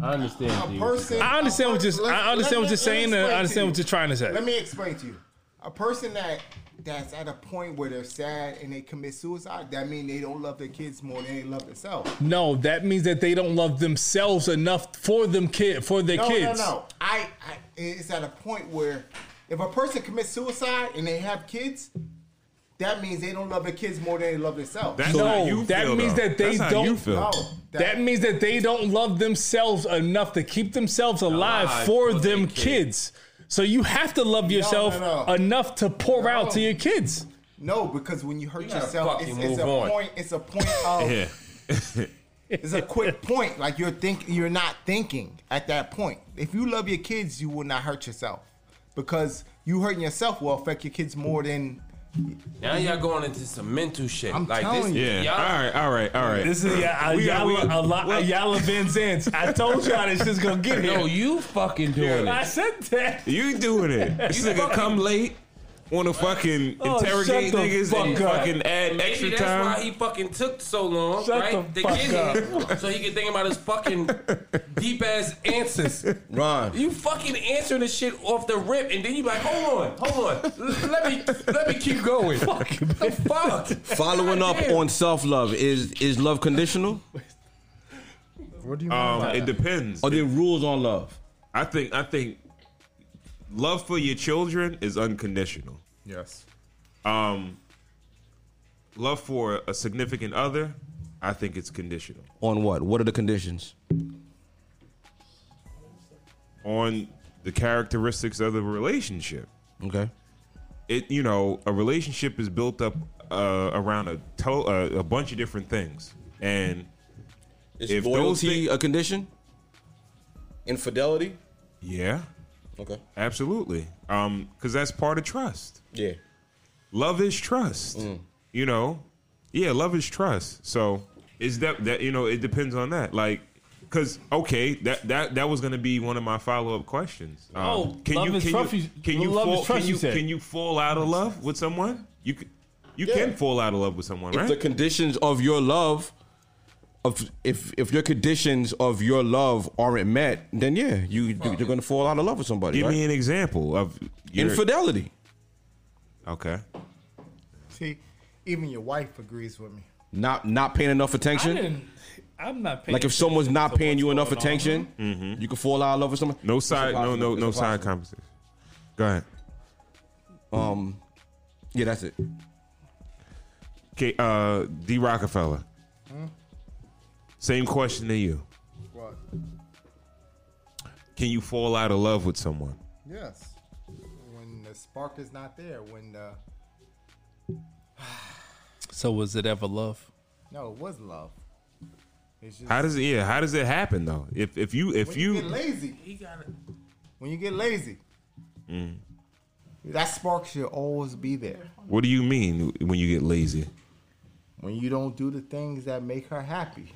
Speaker 4: I
Speaker 3: a
Speaker 4: understand
Speaker 3: person.
Speaker 5: I understand
Speaker 3: a
Speaker 5: what you're-
Speaker 3: person-
Speaker 5: I
Speaker 3: let-
Speaker 5: understand
Speaker 3: let
Speaker 5: what you're
Speaker 3: me-
Speaker 5: saying,
Speaker 3: let me
Speaker 5: and I
Speaker 3: explain
Speaker 5: understand
Speaker 3: to
Speaker 5: what
Speaker 3: you.
Speaker 5: you're trying to say.
Speaker 3: Let me explain to you. A person that that's at a point where they're sad and they commit suicide, that means they don't love their kids more than they love themselves.
Speaker 5: No, that means that they don't love themselves enough for them kid for their
Speaker 3: No,
Speaker 5: kids.
Speaker 3: no, no. I, I it's at a point where if a person commits suicide and they have kids, that means they don't love their kids more than they love themselves.
Speaker 1: That's
Speaker 5: No,
Speaker 1: how you
Speaker 5: that
Speaker 1: feel,
Speaker 5: means
Speaker 1: though.
Speaker 5: that they
Speaker 1: That's how you
Speaker 5: don't-
Speaker 1: feel.
Speaker 3: no,
Speaker 5: That, means that they don't love themselves enough to keep themselves alive,
Speaker 4: Alive
Speaker 5: for
Speaker 4: for
Speaker 5: them
Speaker 4: their
Speaker 5: kids.
Speaker 4: kids.
Speaker 5: So you have to love yourself
Speaker 3: no, no.
Speaker 5: enough to pour out to
Speaker 3: No.
Speaker 5: your kids.
Speaker 3: no, because when you hurt
Speaker 4: gotta
Speaker 3: yourself, it's,
Speaker 4: fucking
Speaker 3: it's a
Speaker 4: move on.
Speaker 3: point. It's a point of
Speaker 1: Yeah.
Speaker 3: it's a quick point. Like you're think you're not thinking at that point. If you love your kids, you will not hurt yourself because you hurting yourself will affect your kids more than
Speaker 4: Now y'all going into some mental shit.
Speaker 3: I'm
Speaker 4: like this,
Speaker 3: telling you.
Speaker 1: Yeah.
Speaker 4: Y'all,
Speaker 1: All right. All right. All right.
Speaker 5: This is yeah,
Speaker 1: We got- we-
Speaker 5: Ayala, Ala-
Speaker 1: well-
Speaker 5: Ayala Van Zandt. I told y'all this is gonna get
Speaker 4: No,
Speaker 5: here.
Speaker 4: you fucking doing
Speaker 5: I
Speaker 4: it.
Speaker 5: said that.
Speaker 1: You doing it? This
Speaker 4: You
Speaker 1: nigga
Speaker 4: fucking-
Speaker 1: come late, want to fucking
Speaker 5: Oh,
Speaker 1: interrogate
Speaker 5: shut the
Speaker 1: niggas and
Speaker 5: fuck up.
Speaker 1: fucking add
Speaker 4: Maybe
Speaker 1: extra
Speaker 4: that's why
Speaker 1: time.
Speaker 4: he fucking took so long,
Speaker 5: Shut
Speaker 4: right?
Speaker 5: the fuck
Speaker 4: up. so he could think about his fucking deep ass answers.
Speaker 8: Ron,
Speaker 4: You fucking answering this shit off the rip, and then you be like, hold on, hold on, L- let me let me keep going. Fuck, the fuck.
Speaker 8: following up
Speaker 4: Goddamn.
Speaker 8: on self love is is love conditional?
Speaker 3: what do you
Speaker 1: Um, it depends.
Speaker 8: Are there rules on love?
Speaker 1: I think. I think. Love for your children is unconditional.
Speaker 3: yes.
Speaker 1: Um, love for a significant other, I think it's conditional
Speaker 8: On what? What are the conditions?
Speaker 1: on the characteristics of the relationship.
Speaker 8: Okay.
Speaker 1: it you know a relationship is built up uh, around a to- uh, a bunch of different things and
Speaker 8: Is
Speaker 1: If those
Speaker 8: loyalty
Speaker 1: thi-
Speaker 8: a condition? Infidelity?
Speaker 1: yeah
Speaker 8: Okay.
Speaker 1: absolutely um because that's part of trust
Speaker 8: Yeah.
Speaker 1: love is trust
Speaker 8: Mm.
Speaker 1: you know yeah love is trust so is that that you know it depends on that like because okay that that that was gonna be one of my follow-up questions um,
Speaker 5: Oh, love is trust you-
Speaker 1: can you
Speaker 5: love is
Speaker 1: fall,
Speaker 5: trust
Speaker 1: can
Speaker 5: you
Speaker 1: you
Speaker 5: said.
Speaker 1: can you fall out of love with someone you can you can fall out of love with someone
Speaker 8: If
Speaker 1: right
Speaker 8: the conditions of your love of if if your conditions of your love aren't met, then yeah, you you're gonna fall out of love with somebody.
Speaker 1: Give
Speaker 8: right?
Speaker 1: me an example of your,
Speaker 8: Infidelity.
Speaker 1: Okay.
Speaker 3: See, even your wife agrees with me.
Speaker 8: Not not paying enough
Speaker 5: I
Speaker 8: attention.
Speaker 5: didn't. I'm not paying.
Speaker 8: Like if someone's not
Speaker 5: to
Speaker 8: paying
Speaker 5: what's
Speaker 8: you enough
Speaker 5: going on.
Speaker 8: attention,
Speaker 5: Mm-hmm.
Speaker 8: you can fall out of love with someone.
Speaker 1: No
Speaker 8: It's
Speaker 1: side. No
Speaker 8: impossible.
Speaker 1: no
Speaker 8: It's
Speaker 1: no
Speaker 8: impossible.
Speaker 1: side conversation. Go ahead.
Speaker 8: Um, yeah, that's it.
Speaker 1: Okay. Uh, D Rockefeller.
Speaker 3: Hmm?
Speaker 1: Same question to you.
Speaker 3: What?
Speaker 1: Can you fall out of love with someone?
Speaker 3: Yes. When the spark is not there, when the
Speaker 5: So was it ever love?
Speaker 3: no, it was love. It's just
Speaker 1: How does it? Yeah. How does it happen though? If if you if
Speaker 3: when you,
Speaker 1: you,
Speaker 3: get lazy.
Speaker 4: He got it.
Speaker 3: When you get lazy, that spark should always be there.
Speaker 1: what do you mean when you get lazy?
Speaker 3: When you don't do the things that make her happy.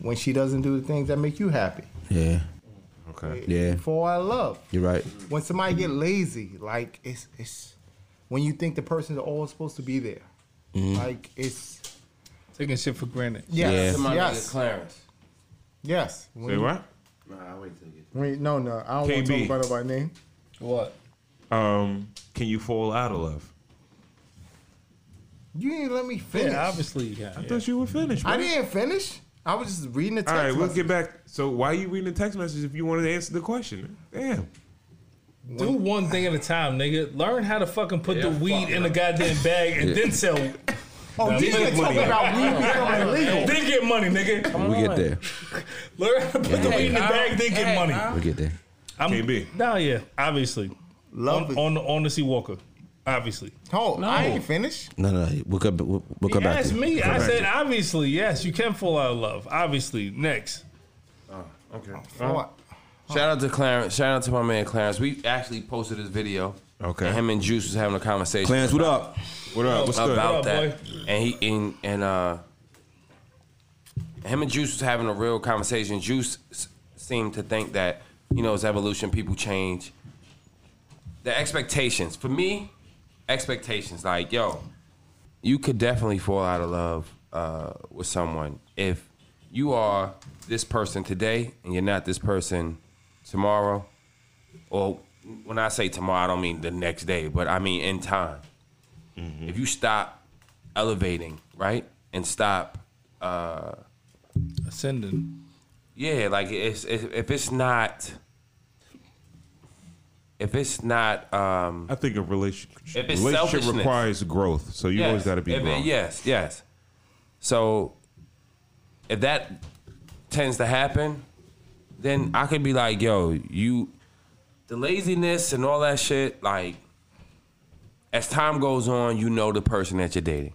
Speaker 3: When she doesn't do the things that make you happy.
Speaker 8: Yeah,
Speaker 1: Okay.
Speaker 8: Yeah.
Speaker 3: For our love.
Speaker 8: you're right.
Speaker 3: When somebody get lazy, like it's it's when you think the person's always supposed to be there. Like it's
Speaker 5: Taking shit for granted.
Speaker 3: yes,
Speaker 4: My nigga
Speaker 3: yes,
Speaker 4: Clarence.
Speaker 3: yes. When
Speaker 1: Say
Speaker 3: you-
Speaker 1: what?
Speaker 3: Wait, no, no. I don't want to
Speaker 1: KB.
Speaker 3: talk about it by name.
Speaker 5: What?
Speaker 1: Um, can you fall out of love?
Speaker 3: You didn't let me
Speaker 5: Yeah,
Speaker 3: finish.
Speaker 5: obviously. Yeah.
Speaker 1: I thought you were finished.
Speaker 3: I
Speaker 1: man.
Speaker 3: didn't finish. I was just reading the
Speaker 1: All
Speaker 3: text.
Speaker 1: right, we'll
Speaker 3: message.
Speaker 1: get back. So why are you reading the text message if you wanted to answer the question? Damn.
Speaker 5: Do one thing at a time, nigga. Learn how to fucking put the weed in a goddamn bag and then sell.
Speaker 3: Oh, these
Speaker 5: Make
Speaker 3: niggas talking about weed becoming illegal.
Speaker 5: Then get money, nigga.
Speaker 2: We get there.
Speaker 5: Learn how to put the weed in the bag, then get money.
Speaker 2: We get there.
Speaker 5: I'm,
Speaker 1: Can't be.
Speaker 5: Nah, yeah, obviously.
Speaker 3: Love
Speaker 5: on,
Speaker 3: is-
Speaker 5: on the on the Sea Walker, obviously.
Speaker 3: Hold, I ain't finished.
Speaker 2: No, no, no. We'll come, we'll, we'll come
Speaker 5: he
Speaker 2: back
Speaker 5: asked
Speaker 2: to it.
Speaker 5: me. I said, obviously, yes, you can fall out of love. Obviously, next.
Speaker 1: Okay.
Speaker 3: Hold.
Speaker 4: Shout out to Clarence. Shout out to my man Clarence. We actually posted this video.
Speaker 1: Okay.
Speaker 4: And him and Juice was having a conversation.
Speaker 8: Clarence, what up?
Speaker 1: What up? What's good?
Speaker 4: about
Speaker 5: What up,
Speaker 4: that. And he and, and uh him and Juice was having a real conversation. Juice s- seemed to think that, you know, it's evolution, people change. The expectations. For me, expectations. Like, yo, you could definitely fall out of love uh, with someone if you are this person today and you're not this person tomorrow. Or when I say tomorrow, I don't mean the next day, but I mean in time if you stop elevating, right, and stop, uh,
Speaker 5: Ascending.
Speaker 4: yeah, like it's, if if it's not, if it's not, um,
Speaker 1: I think a relationship
Speaker 4: If it's
Speaker 1: relationship
Speaker 4: selfishness.
Speaker 1: requires growth, so you
Speaker 4: yes,
Speaker 1: always got to be
Speaker 4: if it-
Speaker 1: growing.
Speaker 4: yes, yes. So if that tends to happen, then I could be like, yo, you, the laziness and all that shit, like, as time goes on, you know the person that you're dating.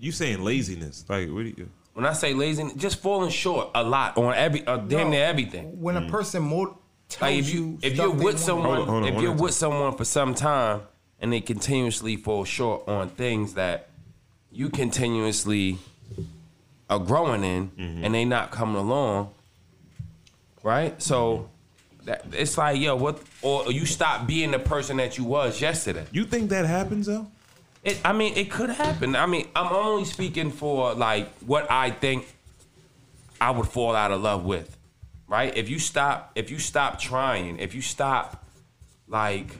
Speaker 1: You saying laziness? Like what? Do you,
Speaker 4: When I say laziness, just falling short a lot on every, uh, damn near everything.
Speaker 3: When a person more tells
Speaker 4: Like if you
Speaker 3: you
Speaker 4: if
Speaker 3: stuff
Speaker 4: you're
Speaker 3: they
Speaker 4: with someone
Speaker 1: Hold on, hold on,
Speaker 4: if
Speaker 1: one
Speaker 4: you're
Speaker 1: at a
Speaker 4: with someone for some time and they continuously fall short on things that you continuously are growing in
Speaker 1: Mm-hmm.
Speaker 4: and they not coming along, right? So that it's like yo, what? Or you stop being the person that you was yesterday.
Speaker 1: you think that happens though?
Speaker 4: It, I mean, it could happen. I mean, I'm only speaking for like what I think I would fall out of love with, right? If you stop, if you stop trying, if you stop, like,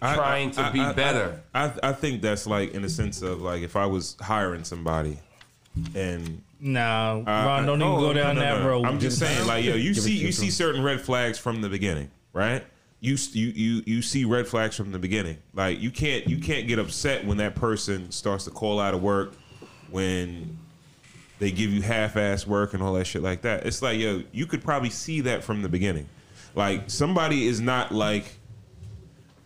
Speaker 4: Trying to be better.
Speaker 1: I, I, I think that's like in the sense of like if I was hiring somebody, and
Speaker 5: Nah, Ron,
Speaker 1: I- I-
Speaker 5: don't even
Speaker 1: no,
Speaker 5: go down
Speaker 1: no, no,
Speaker 5: that
Speaker 1: no.
Speaker 5: road.
Speaker 1: I'm just saying, like yo, you see you see certain red flags from the beginning, right? You s- you you you see red flags from the beginning. Like you can't you can't get upset when that person starts to call out of work, when they give you half-ass work and all that shit like that. It's like yo, you could probably see that from the beginning. Like somebody is not like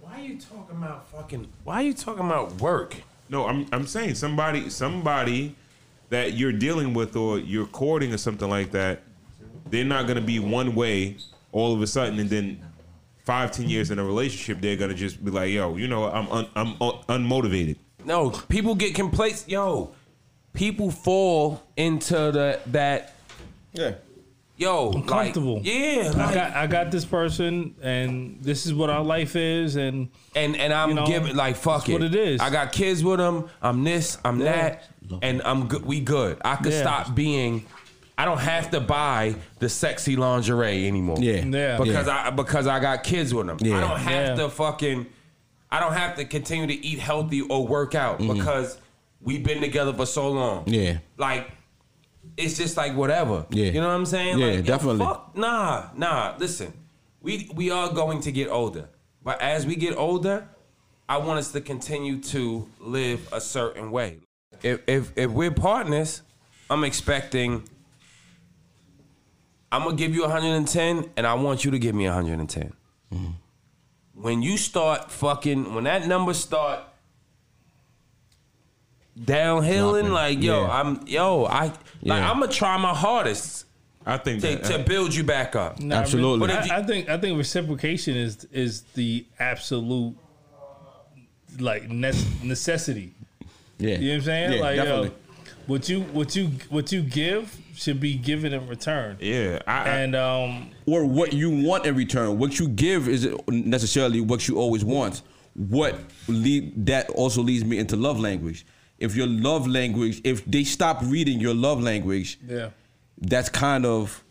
Speaker 4: why are you talking about fucking? Why are you talking about work?
Speaker 1: No, I'm I'm saying somebody somebody that you're dealing with or you're courting or something like that, they're not gonna be one way all of a sudden and then five, ten years in a relationship, they're gonna just be like, yo, you know, I'm un, I'm un, unmotivated.
Speaker 4: No, people get complacent. Yo, people fall into the that.
Speaker 8: Yeah.
Speaker 4: Yo, like-
Speaker 5: comfortable.
Speaker 4: yeah,
Speaker 5: I
Speaker 4: like,
Speaker 5: got I got this person, and this is what our life is, and
Speaker 4: and and I'm
Speaker 5: You know,
Speaker 4: giving like fuck
Speaker 5: that's
Speaker 4: it.
Speaker 5: what it is.
Speaker 4: I got kids with them. I'm this. I'm that. And I'm good. We good. I could
Speaker 5: Yeah.
Speaker 4: stop being. I don't have to buy the sexy lingerie anymore.
Speaker 8: Yeah.
Speaker 5: Yeah.
Speaker 4: Because I because I got kids with them. I
Speaker 8: Yeah.
Speaker 4: don't have
Speaker 5: Yeah.
Speaker 4: to fucking. I don't have to continue to eat healthy or work out because we've been together for so long.
Speaker 8: Mm-hmm. Yeah.
Speaker 4: Like. It's just like whatever.
Speaker 8: Yeah.
Speaker 4: You know what I'm saying?
Speaker 8: Yeah,
Speaker 4: Like, yo,
Speaker 8: definitely.
Speaker 4: fuck Nah, nah. Listen, we we are going to get older, but as we get older, I want us to continue to live a certain way. If if if we're partners, I'm expecting. I'm gonna give you 110, and I want you to give me 110.
Speaker 8: Mm-hmm.
Speaker 4: When you start fucking, when that number start downhilling,
Speaker 8: Dropping.
Speaker 4: like yo,
Speaker 8: Yeah.
Speaker 4: I'm yo, I like
Speaker 8: Yeah.
Speaker 4: I'm gonna try my hardest
Speaker 1: I think
Speaker 4: to,
Speaker 1: that
Speaker 4: to build you back up.
Speaker 5: Nah, I mean,
Speaker 8: Absolutely.
Speaker 4: But if you-
Speaker 5: I, I think I think reciprocation is is the absolute like ne- necessity.
Speaker 8: Yeah.
Speaker 5: You know what I'm saying?
Speaker 8: Yeah,
Speaker 5: like
Speaker 8: definitely.
Speaker 5: Yo, what you what you what you give should be given in return.
Speaker 1: yeah, I, I
Speaker 5: And um
Speaker 8: or what you want in return. What you give isn't necessarily what you always want. What lead that also leads me into love language. If your love language, if they stop reading your love language,
Speaker 5: yeah.
Speaker 8: that's kind of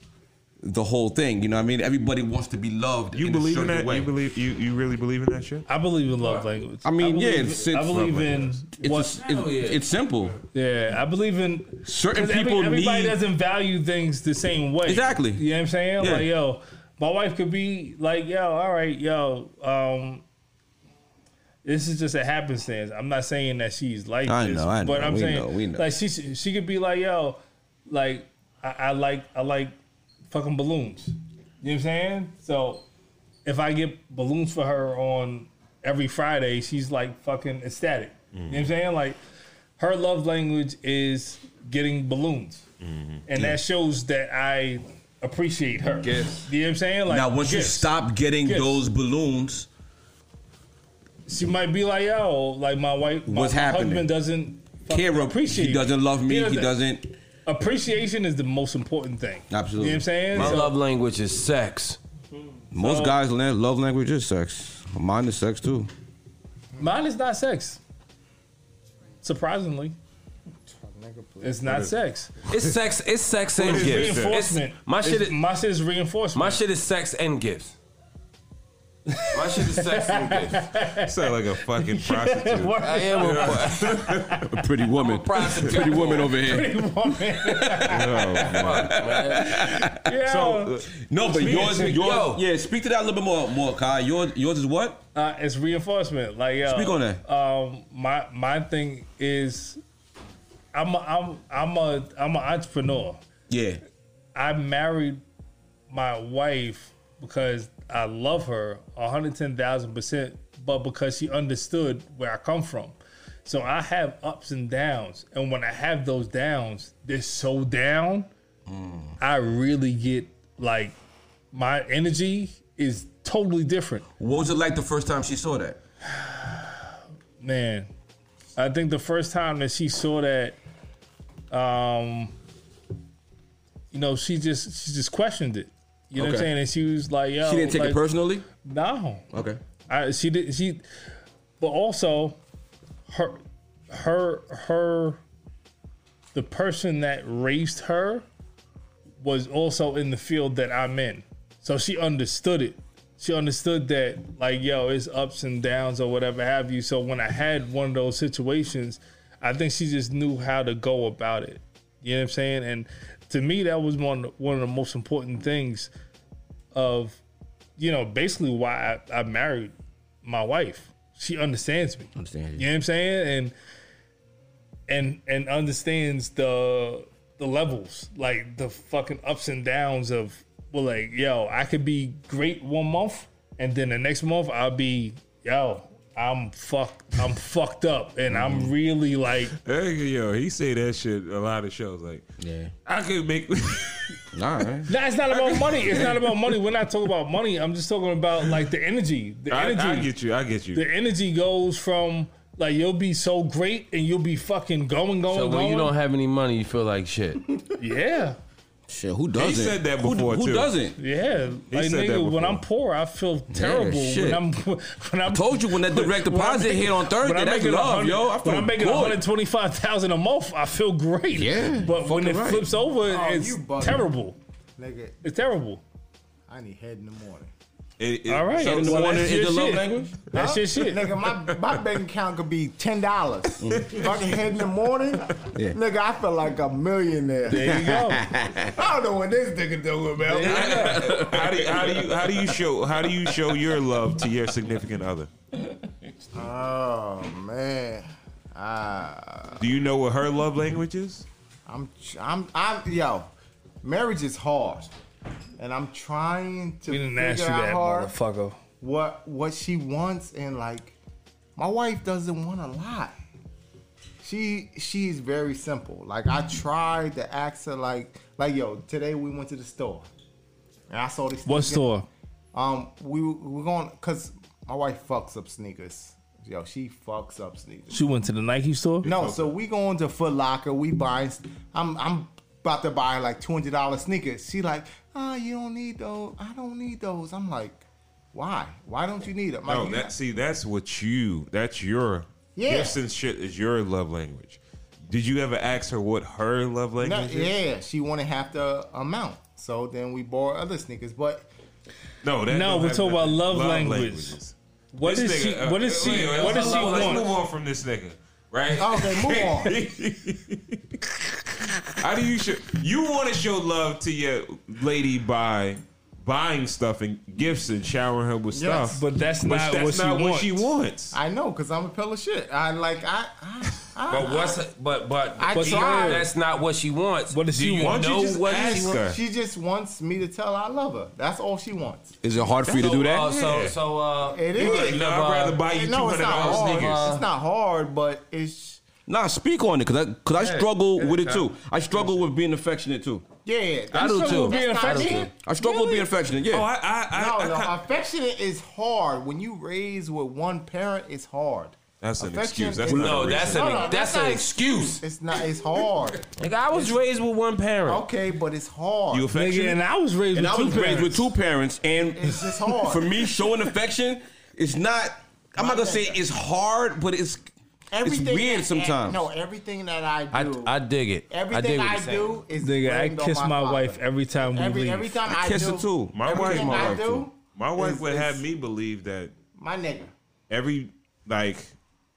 Speaker 8: the whole thing. You know what I mean? Everybody wants to be loved.
Speaker 1: You
Speaker 8: in
Speaker 1: believe
Speaker 8: a
Speaker 1: in
Speaker 8: certain
Speaker 1: that?
Speaker 8: Way.
Speaker 1: You believe you, you really believe in that shit?
Speaker 5: I believe in love language.
Speaker 8: I mean, yeah,
Speaker 5: believe-
Speaker 8: it's- it's-
Speaker 5: I believe in
Speaker 8: It's,
Speaker 5: what.
Speaker 8: just- it's- it's simple.
Speaker 5: yeah, I believe in
Speaker 8: Certain
Speaker 5: 'cause every-
Speaker 8: people
Speaker 5: Everybody
Speaker 8: need-
Speaker 5: doesn't value things the same way.
Speaker 8: Exactly.
Speaker 5: You know what I'm saying?
Speaker 8: Yeah.
Speaker 5: Like, yo, my wife could be like, yo, all right, yo, um, this is just a happenstance. I'm not saying that she's like
Speaker 8: I
Speaker 5: this,
Speaker 8: know, I
Speaker 5: but
Speaker 8: know.
Speaker 5: I'm
Speaker 8: We
Speaker 5: saying
Speaker 8: know, we know.
Speaker 5: like she she could be like, yo, like I, I like I like fucking balloons. You know what I'm saying? So if I get balloons for her on every Friday, she's like fucking ecstatic. You know what I'm saying? Like her love language is getting balloons.
Speaker 8: Mm-hmm.
Speaker 5: And that shows that I appreciate her.
Speaker 4: Gifts.
Speaker 5: You know what I'm saying? Like
Speaker 8: now, once you
Speaker 5: gifts.
Speaker 8: stop getting
Speaker 5: Yes.
Speaker 8: those balloons,
Speaker 5: she might be like, yo, like my wife my,
Speaker 8: What's
Speaker 5: my
Speaker 8: happening?
Speaker 5: husband doesn't fucking
Speaker 8: care
Speaker 5: appreciate
Speaker 8: He
Speaker 5: me.
Speaker 8: doesn't love me. He
Speaker 5: doesn't-
Speaker 8: doesn't.
Speaker 5: appreciation is the most important thing.
Speaker 8: Absolutely.
Speaker 5: You know what I'm saying?
Speaker 4: My
Speaker 5: So-
Speaker 4: love language is sex.
Speaker 8: Most
Speaker 5: So-
Speaker 8: guys' la- love language is sex. Mine is sex too.
Speaker 5: Mine is not sex. Surprisingly. It's not sex.
Speaker 4: It's sex. It's sex and
Speaker 5: It's
Speaker 4: gifts.
Speaker 5: reinforcement.
Speaker 4: It's- my shit.
Speaker 5: It's-
Speaker 4: Is,
Speaker 5: my shit is reinforcement.
Speaker 4: my shit is sex and gifts. My shit is sex and gifts.
Speaker 1: You sound like a fucking prostitute.
Speaker 5: What?
Speaker 4: I am a,
Speaker 8: A pretty woman.
Speaker 4: prostitute.
Speaker 8: pretty woman over here.
Speaker 5: Pretty woman.
Speaker 1: No, Oh, man.
Speaker 4: fuck, man.
Speaker 5: yeah.
Speaker 1: So,
Speaker 8: No, but yours, yours,
Speaker 4: Yo.
Speaker 8: yeah. Speak to that a little bit more, more, Kai. Yours, yours is what?
Speaker 5: uh, it's reinforcement. Like yo,
Speaker 8: Speak on that.
Speaker 5: Um, my my thing is, I'm a, I'm I'm a I'm an entrepreneur.
Speaker 8: Yeah,
Speaker 5: I married my wife because I love her 110,000%, but because she understood where I come from. So I have ups and downs. And when I have those downs, they're so down, I really get like my energy is totally different.
Speaker 8: What was it like the first time she saw that?
Speaker 5: Man, I think the first time that she saw that, um, you know, she just she just questioned it. You know what I'm
Speaker 8: Okay.
Speaker 5: saying? And she was like, "Yo,
Speaker 8: She didn't take
Speaker 5: Oh, like,
Speaker 8: it personally.
Speaker 5: No,
Speaker 8: Okay.
Speaker 5: I, she did. She, but also, her, her, her, the person that raised her was also in the field that I'm in, so she understood it. She understood that, like, yo, it's ups and downs or whatever have you. So when I had one of those situations, I think she just knew how to go about it. You know what I'm saying? And to me, that was one one of the most important things of you know, basically why I, I married my wife. She understands me.
Speaker 8: Understand you.
Speaker 5: You know what I'm saying? And and and understands the the levels, like the fucking ups and downs of well, like, yo, I could be great one month and then the next month I'll be, yo, I'm fucked I'm fucked up and I'm
Speaker 1: Mm-hmm.
Speaker 5: really like
Speaker 1: Hey, yo, he say that shit a lot of shows. Like,
Speaker 8: Yeah.
Speaker 1: I could make.
Speaker 8: All right.
Speaker 5: No, it's not about money. It's not about money. We're not talking about money. I'm just talking about like the energy. The
Speaker 1: I,
Speaker 5: energy.
Speaker 1: I get you. I get you.
Speaker 5: the energy goes from like you'll be so great and you'll be fucking going, going,
Speaker 4: So when
Speaker 5: going.
Speaker 4: you don't have any money, you feel like shit.
Speaker 5: yeah,
Speaker 8: Shit, who
Speaker 1: He
Speaker 8: doesn't?
Speaker 1: said that
Speaker 8: Who-
Speaker 1: before,
Speaker 8: who,
Speaker 1: too.
Speaker 8: doesn't?
Speaker 5: yeah. Like
Speaker 1: said that
Speaker 5: nigga, when
Speaker 1: before.
Speaker 5: I'm poor, I feel terrible.
Speaker 8: shit.
Speaker 5: when I'm when I'm
Speaker 8: Told you when that direct
Speaker 5: when I'm
Speaker 8: deposit
Speaker 5: making-
Speaker 8: hit on
Speaker 5: when
Speaker 8: Thursday,
Speaker 5: I'm
Speaker 8: that's
Speaker 5: making a
Speaker 8: love,
Speaker 5: hundred-
Speaker 8: yo. I feel
Speaker 5: when I'm making
Speaker 8: good.
Speaker 5: 125,000 a month, I feel great.
Speaker 8: Yeah,
Speaker 5: but when it
Speaker 8: fucking right.
Speaker 5: flips over, it's
Speaker 3: Oh, you bugging.
Speaker 5: terrible.
Speaker 3: Nigga,
Speaker 5: It's terrible.
Speaker 3: I need head in the morning.
Speaker 1: It- it-
Speaker 5: All right,
Speaker 1: so-
Speaker 8: In the
Speaker 5: Well,
Speaker 8: morning
Speaker 5: that's
Speaker 8: is
Speaker 5: your
Speaker 8: the love
Speaker 5: shit.
Speaker 8: language.
Speaker 5: That's your shit.
Speaker 3: Nigga, my, my bank account could be ten dollars. Fucking head in the morning. Nigga, I feel like a millionaire.
Speaker 5: There you go.
Speaker 3: I don't know what this nigga doing, man.
Speaker 1: how, do, how do you how do you show how do you show your love to your significant other?
Speaker 3: Oh man. Ah,
Speaker 1: Do you know what her love language is?
Speaker 3: I'm I'm I'm yo, marriage is hard. And I'm trying to
Speaker 5: We didn't ask you
Speaker 3: figure out
Speaker 5: that,
Speaker 3: hard
Speaker 5: motherfucker.
Speaker 3: what what she wants and like my wife doesn't want to lie. She she is very simple. Like I tried to ask her like like yo, today we went to the store. And I saw this
Speaker 5: What
Speaker 3: sneaker.
Speaker 5: store?
Speaker 3: Um, we we're going cause my wife fucks up sneakers. Yo, she fucks up sneakers.
Speaker 5: She went to the Nike store.
Speaker 3: No, so we going to Foot Locker. We buying. I'm I'm about to buy like two hundred dollars sneakers. She like, ah, you don't need those. I don't need those. I'm like, why? Why don't you need them? Like,
Speaker 1: No,
Speaker 3: you-
Speaker 1: that see Oh, that's what you that's your
Speaker 3: Yeah.
Speaker 1: gifts and shit is your love language. Did you ever ask her what her love
Speaker 3: No,
Speaker 1: language is?
Speaker 3: yeah, she wanted half the amount. So then we bought other sneakers. But
Speaker 1: No, that
Speaker 5: No,
Speaker 1: don't
Speaker 5: we're
Speaker 1: have
Speaker 5: talking about
Speaker 1: nothing.
Speaker 5: love language. What
Speaker 1: This
Speaker 5: is she?
Speaker 1: nigga, uh,
Speaker 5: What is she?
Speaker 1: wait, wait,
Speaker 5: What does
Speaker 1: let's-
Speaker 5: she
Speaker 1: let's Move
Speaker 5: want?
Speaker 1: on from this nigga, right?
Speaker 3: oh, okay, move on.
Speaker 1: How do you show? You want to show love to your lady by buying stuff and gifts and showering her with
Speaker 3: Yes.
Speaker 1: stuff,
Speaker 5: But that's not
Speaker 1: that's
Speaker 5: what she
Speaker 1: not what
Speaker 5: wants.
Speaker 1: she wants.
Speaker 3: I know because I'm a pill of shit. I like I. I, I
Speaker 4: But what's but but
Speaker 3: I
Speaker 4: but
Speaker 3: tried.
Speaker 4: that's not what she wants.
Speaker 5: What does
Speaker 4: Do
Speaker 5: she
Speaker 4: you
Speaker 1: Why
Speaker 5: want?
Speaker 1: don't
Speaker 4: know
Speaker 1: you just
Speaker 4: what she
Speaker 1: ask
Speaker 4: wants?
Speaker 1: her?
Speaker 3: She just wants me to tell her I love her. That's all she wants.
Speaker 2: Is it hard for you to do that?
Speaker 4: Uh, so
Speaker 1: Yeah.
Speaker 4: so uh,
Speaker 3: It
Speaker 4: you
Speaker 3: is.
Speaker 4: wouldn't
Speaker 1: No,
Speaker 4: have,
Speaker 1: I'd
Speaker 4: uh,
Speaker 1: rather buy you
Speaker 3: It-
Speaker 1: two
Speaker 3: no, it's
Speaker 1: hundred
Speaker 3: not
Speaker 1: dollars
Speaker 3: hard.
Speaker 1: sneakers.
Speaker 3: It's not hard, but
Speaker 8: uh,
Speaker 3: it's
Speaker 2: Nah, speak on it, cause I, cause I struggle with it too. I struggle with being affectionate too.
Speaker 3: yeah.
Speaker 2: I do
Speaker 3: that's-
Speaker 2: too.
Speaker 3: that's
Speaker 5: Being
Speaker 3: not
Speaker 5: affectionate.
Speaker 3: it.
Speaker 2: I struggle with being affectionate. Yeah.
Speaker 1: Oh, I, I, I,
Speaker 3: No,
Speaker 1: I
Speaker 3: no.
Speaker 1: can't-
Speaker 3: affectionate is hard. When you raise with one parent, it's hard.
Speaker 1: That's an
Speaker 3: Affection
Speaker 1: excuse. That's
Speaker 3: is-
Speaker 1: not
Speaker 4: No,
Speaker 1: a
Speaker 4: that's
Speaker 1: reason.
Speaker 4: an
Speaker 3: No, no, that's
Speaker 4: that's
Speaker 3: not-
Speaker 4: an excuse.
Speaker 3: It's not. It's hard.
Speaker 4: Like I was raised with one parent.
Speaker 3: Okay, but it's hard.
Speaker 1: you
Speaker 5: Nigga,
Speaker 1: affectionate.
Speaker 5: and I was raised
Speaker 2: and
Speaker 5: with
Speaker 2: I
Speaker 5: two
Speaker 2: was raised
Speaker 5: parents.
Speaker 2: with two parents, and
Speaker 3: It's just hard.
Speaker 2: for me, showing affection is not. I'm not gonna say it's hard, but it's it's weird
Speaker 3: that-
Speaker 2: sometimes.
Speaker 3: No, everything that I
Speaker 4: I
Speaker 3: do,
Speaker 4: I dig it. I dig
Speaker 3: everything
Speaker 4: what
Speaker 3: I,
Speaker 4: you're saying.
Speaker 3: do is
Speaker 5: Nigga, I
Speaker 3: blamed on
Speaker 5: kiss my
Speaker 3: father.
Speaker 5: wife every time we
Speaker 3: Every
Speaker 5: leave.
Speaker 3: every time I,
Speaker 2: kiss
Speaker 3: do,
Speaker 2: her too.
Speaker 1: My wife,
Speaker 3: everything
Speaker 1: my
Speaker 3: I
Speaker 1: wife,
Speaker 3: do
Speaker 1: too. My wife
Speaker 3: is-
Speaker 1: would have
Speaker 3: is-
Speaker 1: me believe that
Speaker 3: My nigga.
Speaker 1: every like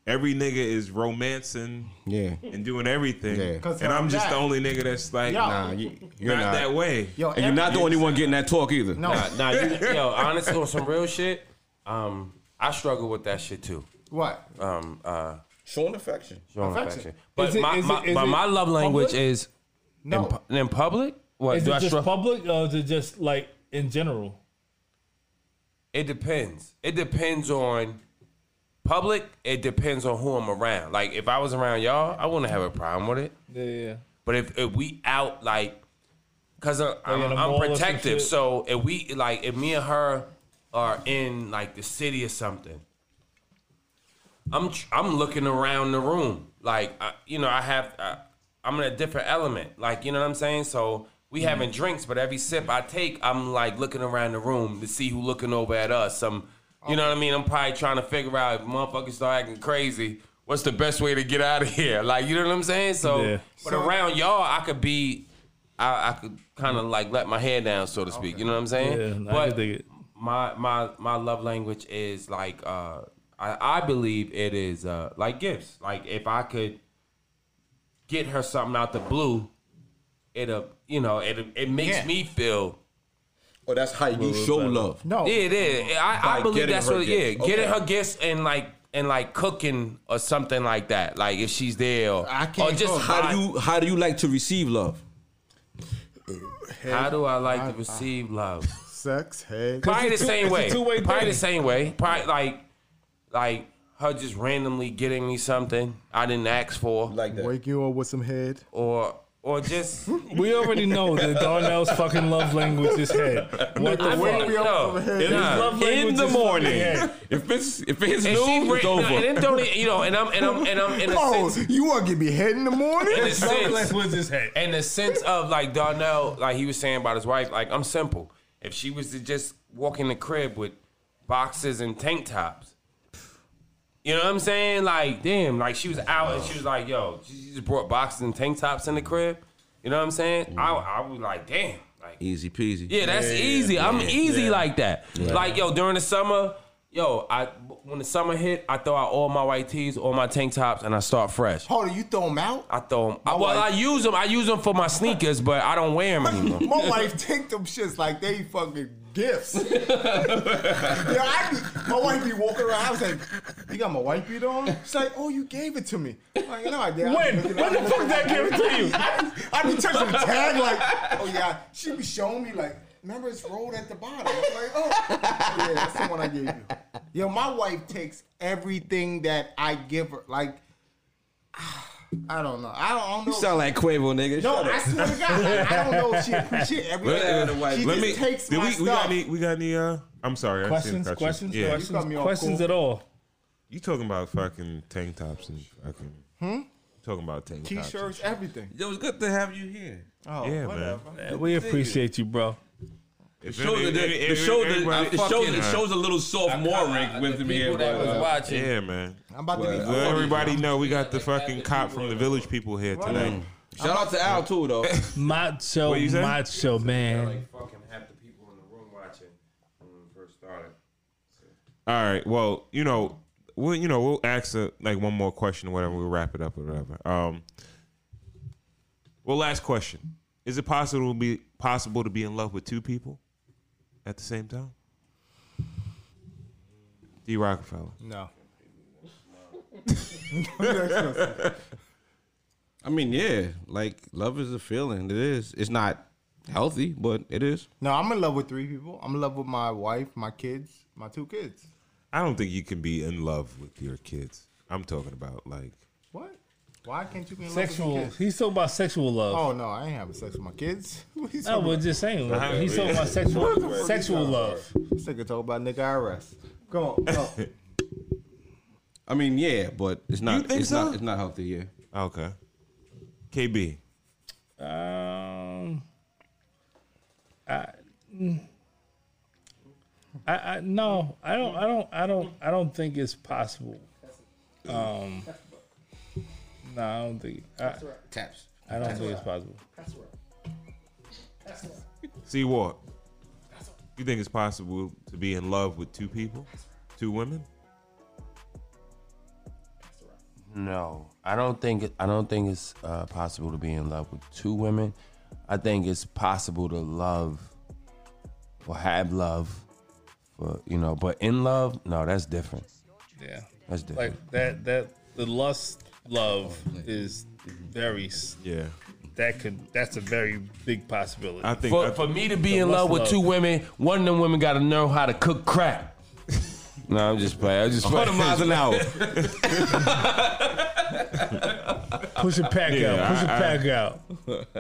Speaker 1: every nigga is romancing
Speaker 2: Yeah.
Speaker 1: and doing everything,
Speaker 2: Yeah.
Speaker 3: 'Cause
Speaker 1: and I'm
Speaker 3: I'm
Speaker 1: just
Speaker 3: not.
Speaker 1: the only nigga that's like
Speaker 3: Yo.
Speaker 1: nah,
Speaker 2: Nah, you,
Speaker 1: not,
Speaker 2: you're not.
Speaker 1: that way.
Speaker 3: Yo,
Speaker 2: and you're not the only one getting that talk either.
Speaker 3: No,
Speaker 4: Nah, you, yo, honestly, on some real shit, um, I struggle with that shit too.
Speaker 3: what?
Speaker 4: Um, uh,
Speaker 2: Showing affection.
Speaker 4: showing
Speaker 3: Affection.
Speaker 4: affection. But
Speaker 5: Is it-
Speaker 4: my,
Speaker 5: is it-
Speaker 4: my,
Speaker 5: is
Speaker 4: but
Speaker 5: it
Speaker 4: my love language
Speaker 5: public?
Speaker 4: is
Speaker 3: No.
Speaker 4: in, pu- in public. What
Speaker 5: Is
Speaker 4: do
Speaker 5: it
Speaker 4: I
Speaker 5: just
Speaker 4: struggle?
Speaker 5: public or is it just like in general?
Speaker 4: It depends. It depends on public. It depends on who I'm around. Like if I was around y'all, I wouldn't have a problem with it.
Speaker 5: Yeah, yeah.
Speaker 4: But if, if we out like, cause I'm,
Speaker 5: in
Speaker 4: I'm,
Speaker 5: the
Speaker 4: I'm
Speaker 5: mall or some
Speaker 4: protective.
Speaker 5: shit.
Speaker 4: So if we like, if me and her are in like the city or something, I'm tr- I'm looking around the room. Like I, you know, I have I, I'm in a different element. Like you know what I'm saying. So we having drinks, but every sip I take, I'm like looking around the room to see who looking over at us. Some, you know what I mean. I'm probably trying to figure out if motherfuckers start acting crazy. What's the best way to get out of here? Like you know what I'm saying. So,
Speaker 5: Yeah.
Speaker 4: but
Speaker 3: So-
Speaker 4: around y'all, I could be, I, I could kind of like let my hair down, so to speak. You know what I'm saying?
Speaker 5: Yeah, no, I
Speaker 4: but
Speaker 5: can dig it.
Speaker 4: my my my love language is like uh I, I believe it is uh like gifts. Like if I could get her something out the blue, it'll you know, it it makes
Speaker 3: Yeah.
Speaker 4: me feel
Speaker 8: Oh, that's how you
Speaker 2: Well,
Speaker 8: show
Speaker 2: well,
Speaker 8: love.
Speaker 3: No.
Speaker 4: yeah, it is. I, I
Speaker 8: By
Speaker 4: believe
Speaker 8: getting
Speaker 4: that's
Speaker 8: her
Speaker 4: what.
Speaker 8: gifts.
Speaker 4: Yeah, getting
Speaker 8: Okay.
Speaker 4: her gifts and like and like cooking or something like that. Like if she's there, or,
Speaker 3: I can't
Speaker 4: or just
Speaker 3: cook.
Speaker 4: how
Speaker 2: How do
Speaker 4: you
Speaker 2: you how do you like to receive love?
Speaker 4: how do I like to receive love?
Speaker 3: Sex, head.
Speaker 4: Probably the
Speaker 5: It's a two-
Speaker 4: same
Speaker 5: it's a
Speaker 4: way.
Speaker 5: two-way
Speaker 4: Probably
Speaker 5: thing.
Speaker 4: the same way. Probably like like her just randomly getting me something I didn't ask for,
Speaker 8: Like that.
Speaker 3: Wake you up with some head.
Speaker 4: or or just
Speaker 5: We already know that Darnell's fucking love language is head. What the
Speaker 4: I
Speaker 5: fuck?
Speaker 4: feel-
Speaker 3: we all
Speaker 4: no.
Speaker 3: over here.
Speaker 4: Nah.
Speaker 3: It
Speaker 5: love language
Speaker 2: In the
Speaker 5: is
Speaker 2: morning.
Speaker 5: fucking
Speaker 2: If it's if it's
Speaker 4: And she
Speaker 2: noon,
Speaker 4: ran-
Speaker 2: it's
Speaker 4: no,
Speaker 2: over.
Speaker 4: and it don't e- you know, and I'm and I'm and I'm in a
Speaker 3: Oh,
Speaker 4: sense,
Speaker 3: you want to give me head in the morning?
Speaker 4: in a
Speaker 5: Love
Speaker 4: sense,
Speaker 5: language is head.
Speaker 4: in the sense of like Darnell, like he was saying about his wife, like I'm simple. If she was to just walk in the crib with boxes and tank tops, you know what I'm saying? Like, damn, like she was out and she was like, yo, she she just brought boxes and tank tops in the crib. You know what I'm saying? I, I was like, damn, like
Speaker 2: Easy peasy.
Speaker 4: Mm-hmm. yeah, that's easy. I'm easy like that. Like yo, during the summer, yo, I when the summer hit, I throw out all my white tees, all my tank tops, and I start fresh.
Speaker 3: Hold on, you throw them out?
Speaker 4: I throw them. well, I use them. I use them for my sneakers, but I don't wear them anymore.
Speaker 3: My wife take them shits like they fucking gifts. yeah, I be, my wife be walking around. I was like, "You got my white beat on?" She's like, "Oh, you gave it to me." I'm like, no, I did.
Speaker 5: When? When the fuck that give it to you?
Speaker 3: I be touching the tag like, "Oh yeah." She be showing me like, "Remember it's rolled at the bottom." I'm like, "Oh, yeah, that's the one I gave you." Yo, my wife takes everything that I give her. Like, I don't know. I don't, I don't know.
Speaker 2: You sound like Quavo, nigga.
Speaker 3: No,
Speaker 2: Shut
Speaker 3: I
Speaker 2: up.
Speaker 3: swear to God, like, I don't know if she appreciates everything.
Speaker 1: Let-
Speaker 3: she
Speaker 1: Let
Speaker 3: just
Speaker 1: me.
Speaker 3: takes
Speaker 1: did
Speaker 3: my
Speaker 1: we,
Speaker 3: stuff.
Speaker 1: we got any? We got any? Uh, I'm sorry. I seen
Speaker 5: Questions,
Speaker 1: the question.
Speaker 5: questions,
Speaker 1: Yeah.
Speaker 3: You cut me
Speaker 5: questions,
Speaker 3: off,
Speaker 5: questions
Speaker 3: cool.
Speaker 5: at all.
Speaker 1: You talking about fucking tank tops and fucking? Hmm. Talking about tank tops.
Speaker 3: T-shirts, everything.
Speaker 2: It was good to have you here.
Speaker 3: Oh,
Speaker 1: Yeah, man.
Speaker 5: Man, we appreciate you, bro.
Speaker 1: The
Speaker 2: Show that- the show that- it shows- it shows a little sophomoric with him here.
Speaker 4: that
Speaker 2: but,
Speaker 4: was
Speaker 2: uh,
Speaker 4: watching.
Speaker 1: Yeah, man.
Speaker 3: I'm about to be.
Speaker 1: Let everybody know we got the fucking cop from the Village People here tonight.
Speaker 2: Shout out to Al too, though.
Speaker 5: Macho,
Speaker 1: What you say?
Speaker 5: macho man.
Speaker 9: Like fucking half the people in the room watching when we first started.
Speaker 1: All right. Well, you know, we'll you know we'll ask uh like one more question or whatever. We'll wrap it up or whatever. Um. Well, last question: Is it possible to be possible to be in love with two people at the same time? D Rockefeller.
Speaker 3: No.
Speaker 2: I mean, yeah, like love is a feeling. It is. It's not healthy, but it is.
Speaker 3: No, I'm in love with three people. I'm in love with my wife, my kids, my two kids.
Speaker 1: I don't think you can be in love with your kids. I'm talking about like
Speaker 3: What? Why can't you be in love
Speaker 5: Sexual.
Speaker 3: with your kids?
Speaker 5: He's talking about sexual love.
Speaker 3: Oh no, I ain't having sex with my kids. What you
Speaker 5: No,
Speaker 3: talking
Speaker 5: we're just saying. He's talking about sexual sexual love.
Speaker 3: about? Sick of talking about nigga IRS. Come on, come on.
Speaker 2: I mean, yeah, but it's not.
Speaker 1: You think
Speaker 2: it's
Speaker 1: so?
Speaker 2: not. It's not healthy. Yeah.
Speaker 1: okay, KB.
Speaker 5: Um, I, I, I no, I don't, I don't, I don't, I don't think it's possible. Um, no, I don't think. I,
Speaker 2: Taps.
Speaker 5: I don't think it's possible.
Speaker 1: See what? You think it's possible to be in love with two people, two women?
Speaker 4: No, I don't think I don't think it's uh, possible to be in love with two women. I think it's possible to love or have love for you know, but in love, no, that's different.
Speaker 5: Yeah,
Speaker 4: That's different.
Speaker 5: like that. That the lust love
Speaker 2: Oh,
Speaker 5: is
Speaker 2: mm-hmm.
Speaker 5: very s-
Speaker 1: Yeah,
Speaker 5: that could that's a very big possibility.
Speaker 1: I think.
Speaker 4: for,
Speaker 1: I-
Speaker 4: for me to be in
Speaker 5: what's
Speaker 4: love with
Speaker 5: love?
Speaker 4: two women, one of them women got to know how to cook crap. no, I'm just playing. I'm just playing.
Speaker 2: 100 miles an hour.
Speaker 5: push it pack
Speaker 1: Yeah,
Speaker 5: out. Push it
Speaker 1: I- I-
Speaker 5: pack out.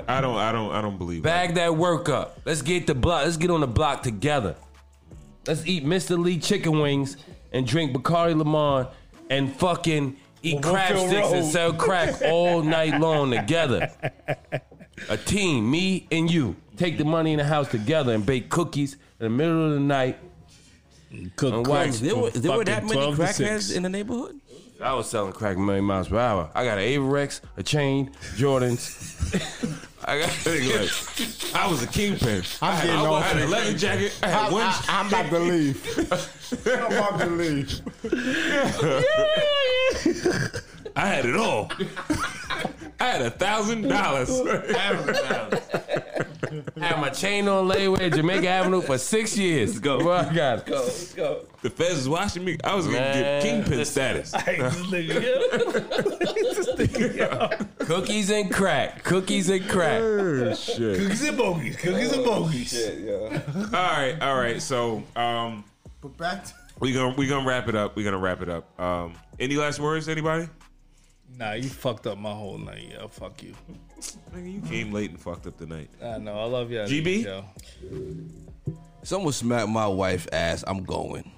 Speaker 1: I don't. I don't. I don't believe. that.
Speaker 4: Bag that work up. Let's get the block. Let's get on the block together. Let's eat Mr. Lee chicken wings and drink Bacardi Lemon and fucking eat
Speaker 5: Well,
Speaker 4: crab
Speaker 5: Brookfield
Speaker 4: sticks and
Speaker 5: Road.
Speaker 4: sell crack all night long together. A team, me and you, take the money in the house together and bake cookies in the middle of the night.
Speaker 5: Cook
Speaker 4: And
Speaker 5: crack
Speaker 4: watch.
Speaker 5: from fucking 12 to 6.
Speaker 2: the neighborhood?
Speaker 4: I was selling crack a million miles per hour. I got an Averex, a chain, Jordans. I got.
Speaker 1: I was a kingpin.
Speaker 3: I'm getting
Speaker 1: I
Speaker 3: off.
Speaker 1: had a
Speaker 3: it.
Speaker 1: leather jacket. I
Speaker 3: I,
Speaker 1: had one.
Speaker 3: I, Ah, I'm about to leave. I'm about to leave.
Speaker 1: I had it all. I had a thousand dollars.
Speaker 4: I had my chain on layaway at Jamaica Avenue for six years. Let's go. I got it.
Speaker 1: The feds was watching me. I was gonna
Speaker 4: Man,
Speaker 1: get kingpin status.
Speaker 5: Hey, this nigga, yeah.
Speaker 4: Cookies and crack. Cookies and crack.
Speaker 5: Cookies and bogeys. Cookies and bogeys.
Speaker 1: All right, all right. So um,
Speaker 3: But back to
Speaker 1: we gonna we gonna wrap it up. We gonna wrap it up. Um, any last words, anybody?
Speaker 5: Nah, you fucked up my whole night. Yeah, fuck you.
Speaker 1: Nigga, you came late and fucked up the night.
Speaker 5: I know. I love y'all.
Speaker 1: GB?
Speaker 5: Yo.
Speaker 2: Someone smacked my wife's ass. I'm going.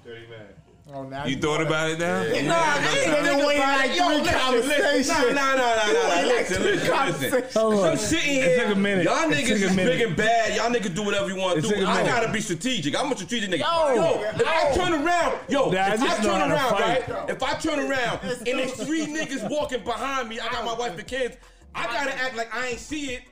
Speaker 3: oh, now
Speaker 1: You thought about it now?
Speaker 2: Nah,
Speaker 3: Nigga waited like three conversations.
Speaker 2: Nah, nah, nah, nah, nah. Listen, listen, listen.
Speaker 3: Conversation.
Speaker 2: I'm sitting here.
Speaker 5: It took a minute.
Speaker 2: Y'all
Speaker 5: It
Speaker 2: niggas
Speaker 5: took a
Speaker 2: is
Speaker 5: minute.
Speaker 2: big and bad. Y'all niggas do whatever you want to
Speaker 5: It took
Speaker 2: do.
Speaker 5: a
Speaker 2: I
Speaker 5: minute.
Speaker 2: gotta be strategic. I'm a strategic nigga.
Speaker 3: Yo.
Speaker 2: yo if I
Speaker 3: Yo.
Speaker 2: turn around, yo,
Speaker 5: Nah, I
Speaker 2: if I,
Speaker 5: just know
Speaker 2: turn
Speaker 5: how to
Speaker 2: around,
Speaker 5: fight.
Speaker 2: right? If I turn around and there's three niggas walking behind me, I got my wife and kids. I gotta act like I ain't see it.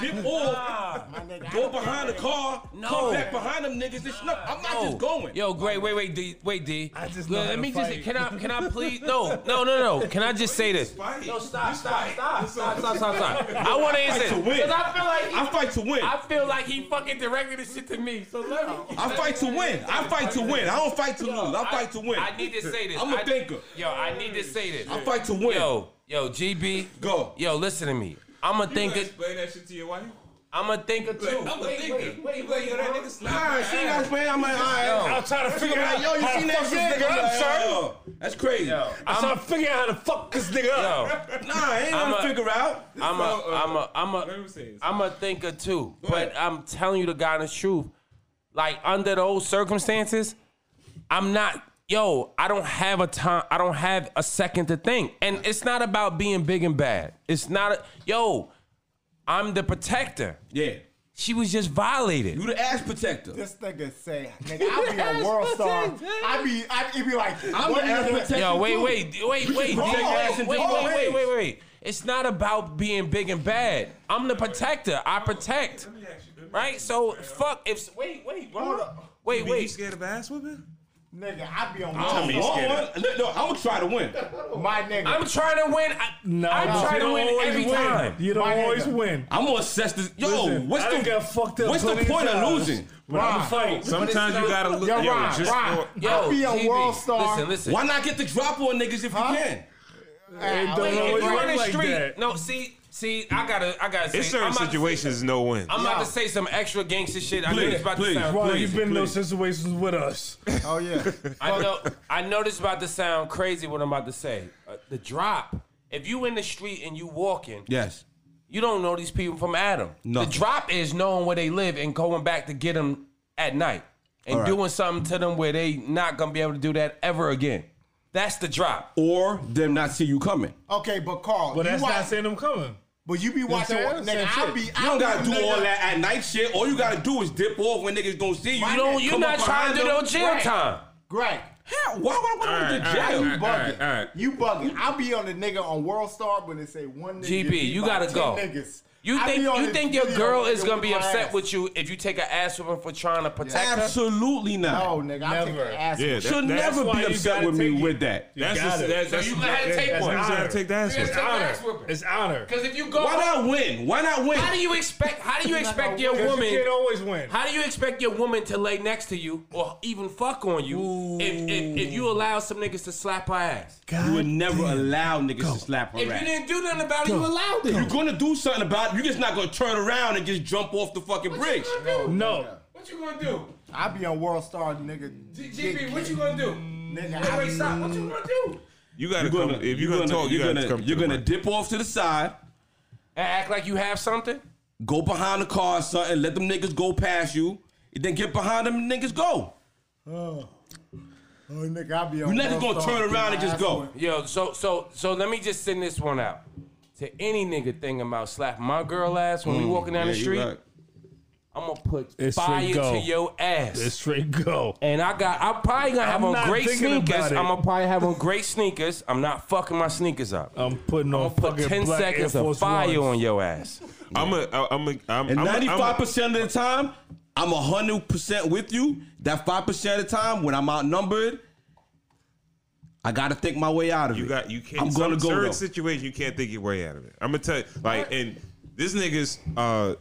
Speaker 2: Dip off, go behind the car, come back behind them niggas and snuff. I'm not just going.
Speaker 4: Yo, great. Wait, wait, D. Wait, D.
Speaker 5: I just know
Speaker 4: Let,
Speaker 5: how to
Speaker 4: me
Speaker 5: fight.
Speaker 4: just. Can I? Can I please? No, no, no, no. Can I just say this? No, stop, stop, stop, stop, stop, stop, stop. I want to answer.
Speaker 2: to win.
Speaker 4: Because I feel like he,
Speaker 2: I fight to win.
Speaker 4: I feel like he fucking directed this shit to me. So let me.
Speaker 2: I fight to win. I fight to win. I don't fight to lose. I fight to win.
Speaker 4: I need to say this.
Speaker 2: I'm a
Speaker 4: I-
Speaker 2: thinker.
Speaker 4: Yo, I need to say this.
Speaker 2: I fight to win.
Speaker 4: Yo, yo, GB.
Speaker 2: Go.
Speaker 4: Yo, listen to me. I'm a thinker.
Speaker 1: Explain that shit to your wife.
Speaker 4: I'm a thinker too.
Speaker 2: I'm a thinker.
Speaker 4: wait, wait, yo, that nigga
Speaker 2: Nah, she got playing. I'm like, all right.
Speaker 5: I'm trying to figure out.
Speaker 2: Yo, you
Speaker 5: how
Speaker 2: seen
Speaker 5: to
Speaker 2: that
Speaker 5: fuck
Speaker 2: shit?
Speaker 5: this nigga
Speaker 2: I'm
Speaker 5: up,
Speaker 2: like,
Speaker 5: sir.
Speaker 2: oh, That's crazy. Nah,
Speaker 5: I'm trying to figure out how to fuck this nigga up.
Speaker 4: Yo,
Speaker 2: I ain't
Speaker 4: I'm
Speaker 2: gonna
Speaker 4: a-
Speaker 2: figure out. uh,
Speaker 4: I'm a, I'm a, I'm a, I'm a thinker too. But I'm telling you the honest truth. Like under those circumstances, I'm not. Yo, I don't have a time. I don't have a second to think. And it's not about being big and bad. It's not. A, yo, I'm the protector.
Speaker 2: Yeah.
Speaker 4: She was just violated.
Speaker 8: You the ass protector.
Speaker 3: This nigga say, nigga, I be a world star. I be, I it be like,
Speaker 8: I'm the ass
Speaker 3: whatever.
Speaker 8: protector.
Speaker 4: Yo, wait,
Speaker 8: too.
Speaker 4: wait, wait, wait,
Speaker 8: protect
Speaker 4: D-
Speaker 8: ass
Speaker 4: wait,
Speaker 8: in
Speaker 4: wait,
Speaker 8: different
Speaker 4: wait, wait,
Speaker 8: ways.
Speaker 4: wait, wait. It's not about being big and bad. I'm the protector. I protect. Right? So fuck if wait, wait, hold up. Wait,
Speaker 1: Wait, you
Speaker 4: wait.
Speaker 1: scared of ass whooping?
Speaker 3: Nigga, I be on
Speaker 8: I
Speaker 3: world
Speaker 8: don't want one. Oh, No, I'm gonna try to win.
Speaker 3: star. My nigga.
Speaker 4: I'm trying to win. I,
Speaker 5: No,
Speaker 4: I'm
Speaker 5: no,
Speaker 4: trying
Speaker 5: you
Speaker 4: to
Speaker 5: don't
Speaker 4: win
Speaker 5: always
Speaker 4: every
Speaker 5: win.
Speaker 4: time.
Speaker 5: You don't
Speaker 3: My nigga.
Speaker 5: always win.
Speaker 8: I'm gonna assess this. Yo,
Speaker 2: Oh,
Speaker 5: Listen,
Speaker 8: what's
Speaker 5: I done
Speaker 8: the
Speaker 5: got fucked up
Speaker 8: what's the
Speaker 5: plenty
Speaker 8: point of
Speaker 5: times
Speaker 8: losing?
Speaker 5: when I'm
Speaker 3: Ron.
Speaker 5: fighting.
Speaker 1: Sometimes you gotta look.
Speaker 3: Yo,
Speaker 1: Yo,
Speaker 3: Ron,
Speaker 1: just
Speaker 3: Ron.
Speaker 1: for-
Speaker 4: Yo,
Speaker 3: be a
Speaker 4: TV,
Speaker 3: world star.
Speaker 4: Listen, listen.
Speaker 8: Why not get the drop on niggas if you can?
Speaker 3: Ah,
Speaker 5: don't
Speaker 3: wait,
Speaker 5: know
Speaker 4: If
Speaker 5: what
Speaker 3: wait,
Speaker 5: you
Speaker 4: you're
Speaker 5: work
Speaker 4: in the
Speaker 5: like
Speaker 4: street,
Speaker 5: that.
Speaker 4: no, see, see, I gotta, I gotta say,
Speaker 1: in certain
Speaker 4: I'm about to say
Speaker 1: situations, no win.
Speaker 4: I'm about
Speaker 3: Yo.
Speaker 4: to say some extra gangster shit. I know
Speaker 8: Please,
Speaker 4: this about
Speaker 8: please,
Speaker 4: to sound.
Speaker 5: Ron,
Speaker 8: please,
Speaker 5: you've been in those
Speaker 8: please.
Speaker 5: situations with us.
Speaker 3: Oh, yeah.
Speaker 4: I know. I know this about to sound crazy. What I'm about to say. Uh, the drop. If you in the street and you walking,
Speaker 8: Yes.
Speaker 4: you don't know these people from Adam.
Speaker 8: Nothing.
Speaker 4: The drop is knowing where they live and going back to get them at night and
Speaker 8: All right.
Speaker 4: doing something to them where they not gonna be able to do that ever again. That's the drop.
Speaker 8: Or them not see you coming.
Speaker 3: Okay, but Carl,
Speaker 5: But
Speaker 3: you
Speaker 5: that's
Speaker 3: watch,
Speaker 5: not saying I'm coming.
Speaker 3: But you be watching,
Speaker 5: saying?
Speaker 3: what- nigga.
Speaker 5: Same
Speaker 3: I
Speaker 5: shit.
Speaker 3: be.
Speaker 8: You
Speaker 3: I
Speaker 8: don't
Speaker 3: be
Speaker 8: gotta do
Speaker 3: nigga-
Speaker 8: all that at night shit. All you gotta do is dip off when niggas gonna see you.
Speaker 4: You don't. You're
Speaker 8: Come
Speaker 4: not
Speaker 8: up
Speaker 4: trying to do
Speaker 8: behind
Speaker 4: no
Speaker 8: them.
Speaker 4: jail
Speaker 3: Right.
Speaker 4: time.
Speaker 3: Right.
Speaker 8: Hell, why would I
Speaker 1: All
Speaker 8: want to
Speaker 1: right,
Speaker 8: go
Speaker 1: all right,
Speaker 8: to
Speaker 1: all
Speaker 8: jail?
Speaker 1: right.
Speaker 3: You bugging.
Speaker 1: all right.
Speaker 3: You bugging. I be on the nigga on World Star when they say one nigga.
Speaker 4: GB,
Speaker 3: beat
Speaker 4: you
Speaker 3: by
Speaker 4: gotta
Speaker 3: 10
Speaker 4: go.
Speaker 3: Niggas.
Speaker 4: You
Speaker 3: I be
Speaker 4: think
Speaker 3: on
Speaker 4: you
Speaker 3: this
Speaker 4: think your
Speaker 3: video
Speaker 4: girl is
Speaker 3: with
Speaker 4: gonna be
Speaker 3: my
Speaker 4: upset
Speaker 3: ass.
Speaker 4: with you if you take an ass whooping for trying to protect her?
Speaker 8: Absolutely not.
Speaker 3: No, nigga. I take your
Speaker 5: Never.
Speaker 3: ass.
Speaker 1: Yeah,
Speaker 3: Yeah.
Speaker 1: that-
Speaker 8: She'll
Speaker 1: that's
Speaker 8: never
Speaker 5: why
Speaker 8: be
Speaker 5: you
Speaker 8: upset
Speaker 5: gotta
Speaker 8: with me
Speaker 5: take it.
Speaker 8: with that.
Speaker 1: That's
Speaker 5: You
Speaker 1: just
Speaker 5: got it.
Speaker 1: that's, that's
Speaker 4: So you let her take
Speaker 1: that's-
Speaker 4: one.
Speaker 1: You just gotta take the ass
Speaker 4: You
Speaker 1: one.
Speaker 4: just-
Speaker 5: It's
Speaker 4: Take the ass
Speaker 5: honor.
Speaker 4: whooping.
Speaker 5: It's honor.
Speaker 4: Because if you go,
Speaker 8: Why not win? Why not win?
Speaker 4: how do you expect? How do you expect your
Speaker 5: 'Cause You
Speaker 4: woman?
Speaker 5: can't always win.
Speaker 4: How do you expect your woman to lay next to you or even fuck on you if, if, if you allow some niggas to slap her ass?
Speaker 8: You would never allow niggas to slap her
Speaker 4: If
Speaker 8: ass.
Speaker 4: you didn't do nothing about it, you allowed it.
Speaker 8: You're gonna do something about it. You're just not gonna turn around and just jump off the fucking
Speaker 4: What
Speaker 8: bridge.
Speaker 4: you gonna do?
Speaker 5: No.
Speaker 4: What you gonna do?
Speaker 3: I be on World Star, nigga.
Speaker 4: G-
Speaker 3: Get-
Speaker 4: GB, what you gonna do?
Speaker 3: Nigga,
Speaker 4: Wait,
Speaker 3: I
Speaker 4: wait,
Speaker 3: be-
Speaker 4: stop. What you gonna do?
Speaker 1: You gotta
Speaker 8: You're gonna,
Speaker 1: come if you're gonna talk. You
Speaker 8: you're
Speaker 1: gotta
Speaker 8: gonna,
Speaker 1: come. to
Speaker 8: you're
Speaker 1: the
Speaker 8: gonna
Speaker 1: mic.
Speaker 8: dip off to the side,
Speaker 4: And act like you have something?
Speaker 8: go behind the car or something, let them niggas go past you, and then get behind them and niggas go.
Speaker 3: Oh, nigga, I be on.
Speaker 8: You niggas
Speaker 3: World
Speaker 8: gonna
Speaker 3: Star,
Speaker 8: turn
Speaker 3: get
Speaker 8: around
Speaker 3: my
Speaker 8: and just
Speaker 3: ass
Speaker 8: go.
Speaker 3: whipped.
Speaker 4: Yo, so so so let me just send this one out. To any nigga thing about slapping my girl ass when we
Speaker 5: Hmm.
Speaker 4: walking down the street, I'm gonna put
Speaker 5: It's
Speaker 4: fire
Speaker 5: straight go.
Speaker 4: to your ass.
Speaker 5: It's straight go.
Speaker 4: And I got, I'm probably gonna have
Speaker 5: I'm
Speaker 4: on
Speaker 5: not
Speaker 4: great
Speaker 5: thinking
Speaker 4: sneakers.
Speaker 5: about it.
Speaker 4: I'm gonna probably have on great sneakers. I'm not fucking my sneakers up.
Speaker 5: I'm putting
Speaker 4: I'm
Speaker 5: on
Speaker 4: gonna put
Speaker 5: fucking
Speaker 4: ten
Speaker 5: black
Speaker 4: seconds
Speaker 5: Air
Speaker 4: of
Speaker 5: Force
Speaker 4: fire
Speaker 5: Ones.
Speaker 4: on your ass.
Speaker 1: I'm a. I'm
Speaker 8: And
Speaker 1: a. I'm. I'm a- I'm a-
Speaker 8: ninety-five percent of the time, I'm hundred percent with you. That five percent of the time, when I'm outnumbered, I gotta think my way out of it.
Speaker 1: You got you can't.
Speaker 8: I'm gonna go
Speaker 1: some Certain
Speaker 8: though.
Speaker 1: situation you can't think your way out of it. I'm gonna tell you, like, and this nigga's uh,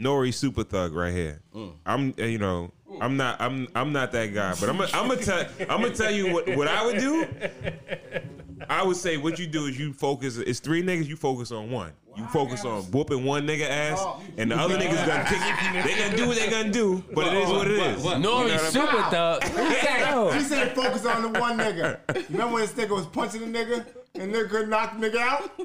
Speaker 1: Nori super thug right here. I'm, uh, you know, I'm not, I'm, I'm not that guy. But I'm, gonna- I'm gonna tell, I'm gonna tell you what, what I would do. I would say what you do is you focus. It's three niggas. You focus on one. You focus on whooping one nigga ass, and the other niggas gonna kick you. They gonna do what they gonna do, but it is what it is.
Speaker 4: Nori super thug.
Speaker 3: He said focus on the one nigga. Remember when this nigga was punching the nigga and nigga couldn't knock the nigga out?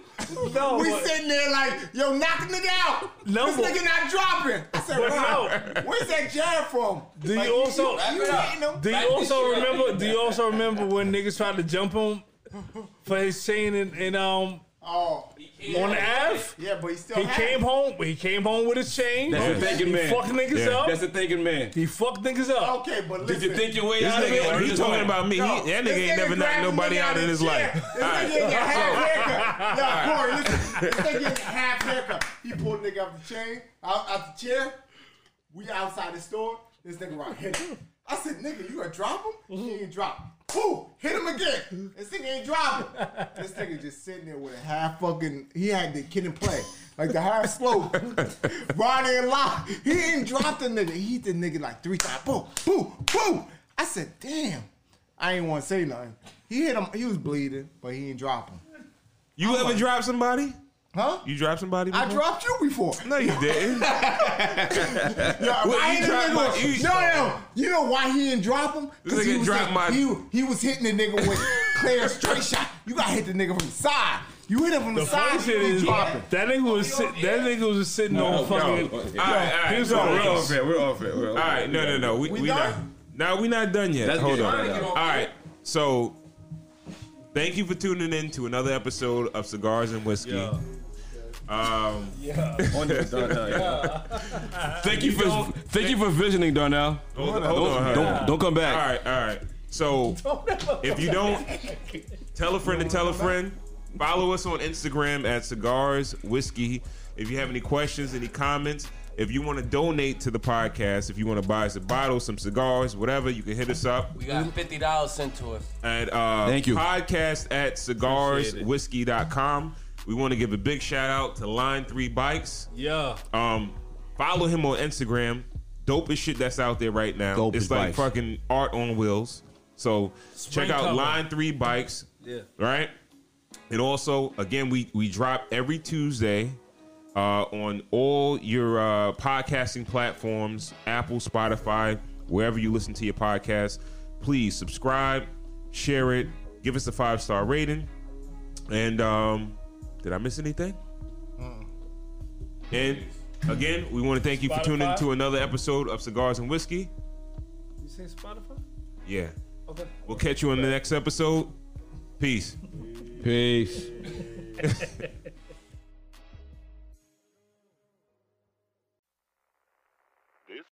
Speaker 5: No,
Speaker 3: We
Speaker 5: but-
Speaker 3: sitting there like, yo, knock the nigga out.
Speaker 5: No,
Speaker 3: this
Speaker 5: but-
Speaker 3: nigga not dropping. I said,
Speaker 5: But
Speaker 3: Ron, where's that jab from?
Speaker 5: Do
Speaker 3: Like,
Speaker 5: you also
Speaker 3: you, you hitting him?
Speaker 5: do you also remember do you also remember when niggas tried to jump him for his chain and, and um
Speaker 3: Oh,
Speaker 5: on the F?
Speaker 3: yeah, but he still
Speaker 5: He
Speaker 3: had
Speaker 5: came
Speaker 3: it.
Speaker 5: home. He came home with his chain.
Speaker 8: That's a thinking
Speaker 5: He
Speaker 8: man.
Speaker 5: fucked niggas
Speaker 1: Yeah.
Speaker 5: up.
Speaker 8: That's the thinking man.
Speaker 5: he fucked niggas up.
Speaker 3: Okay, but
Speaker 8: Did
Speaker 3: listen.
Speaker 8: you think your way
Speaker 1: This
Speaker 8: out of it?
Speaker 1: nigga,
Speaker 8: or you
Speaker 1: he
Speaker 8: just
Speaker 1: talking
Speaker 8: went?
Speaker 1: about me.
Speaker 3: No,
Speaker 1: He, that
Speaker 3: this
Speaker 1: nigga ain't never knocked
Speaker 3: grabbed the
Speaker 1: nobody
Speaker 3: nigga
Speaker 1: out in
Speaker 3: of
Speaker 1: his
Speaker 3: the
Speaker 1: life.
Speaker 3: chair. This
Speaker 1: All right.
Speaker 3: nigga getting half haircut. Yo, Corey, listen. This nigga getting half haircut. He pulled nigga out the chain, out, out the chair. We outside the store. This nigga right hit him. I said, nigga, you gonna drop him? He ain't drop. Boom! Hit him again. This nigga ain't dropping. This nigga just sitting there with a half fucking. He had the kid and play. Like the half slope. Ronnie and Lock. He ain't dropped the nigga. He hit the nigga like three times. Boom, boom, boom. I said, damn. I ain't want to say nothing. He hit him. He was bleeding, but he ain't drop him.
Speaker 1: You ever drop somebody?
Speaker 3: Huh?
Speaker 1: You drop somebody?
Speaker 3: I
Speaker 1: before?
Speaker 3: dropped you before.
Speaker 1: No, you didn't.
Speaker 3: Yo, if
Speaker 1: Well,
Speaker 3: I
Speaker 1: you
Speaker 3: hit a
Speaker 1: dropped
Speaker 3: nigga
Speaker 1: my-
Speaker 3: with-
Speaker 1: you-
Speaker 3: no, no, you know why he didn't drop him?
Speaker 1: This nigga
Speaker 3: he was
Speaker 1: dropped
Speaker 3: like-
Speaker 1: my-
Speaker 3: He, he was hitting the nigga with clear straight shot. You gotta hit the nigga from the side. You hit him from the,
Speaker 5: The funny
Speaker 3: side.
Speaker 5: shit
Speaker 3: he
Speaker 5: is
Speaker 3: drop him.
Speaker 5: that nigga was sit, that nigga was just sitting on fucking.
Speaker 1: All right, all right.
Speaker 5: He was
Speaker 1: all
Speaker 5: on
Speaker 1: right.
Speaker 5: drugs.
Speaker 8: We're off it. We're
Speaker 1: All right, no, no, no. We, we,
Speaker 3: We
Speaker 1: not.
Speaker 3: done?
Speaker 1: No, we not done yet.
Speaker 8: Let's
Speaker 1: Hold
Speaker 8: get
Speaker 1: on.
Speaker 8: it out.
Speaker 1: All right. So, thank you for tuning in to another episode of Cigars and Whiskey. Um,
Speaker 10: On you, Darnell. Thank you for thank you for visioning, Darnell.
Speaker 1: hold, on, hold on,
Speaker 10: Don't,
Speaker 1: hold on.
Speaker 10: don't don't come
Speaker 1: All
Speaker 10: back.
Speaker 1: right, all right. So if you don't tell a friend to tell a friend, follow us on Instagram at Cigars Whiskey. If you have any questions, any comments, if you want to donate to the podcast, if you want to buy us a bottle, some cigars, whatever, you can hit us up
Speaker 4: We got fifty dollars sent to us.
Speaker 1: at uh,
Speaker 10: Thank you.
Speaker 1: podcast at cigarswhiskey.com. We want to give a big shout out to Line 3 Bikes.
Speaker 5: Yeah.
Speaker 1: Um, follow him on Instagram. Dopest shit that's out there right now.
Speaker 8: Dope
Speaker 1: it's
Speaker 8: as
Speaker 1: like
Speaker 8: bikes.
Speaker 1: fucking art on wheels. So check out
Speaker 5: cover.
Speaker 1: Line Three Bikes.
Speaker 5: Yeah.
Speaker 1: Right. And also, again, we we drop every Tuesday uh, on all your uh, podcasting platforms, Apple, Spotify, wherever you listen to your podcast. Please subscribe, share it, give us a five star rating. And um, did I miss anything? And again, we want to thank you for tuning
Speaker 5: Spotify?
Speaker 1: to another episode of Cigars and Whiskey.
Speaker 5: You say Spotify?
Speaker 1: Yeah.
Speaker 5: Okay.
Speaker 1: We'll catch you on the next episode. Peace.
Speaker 2: Peace.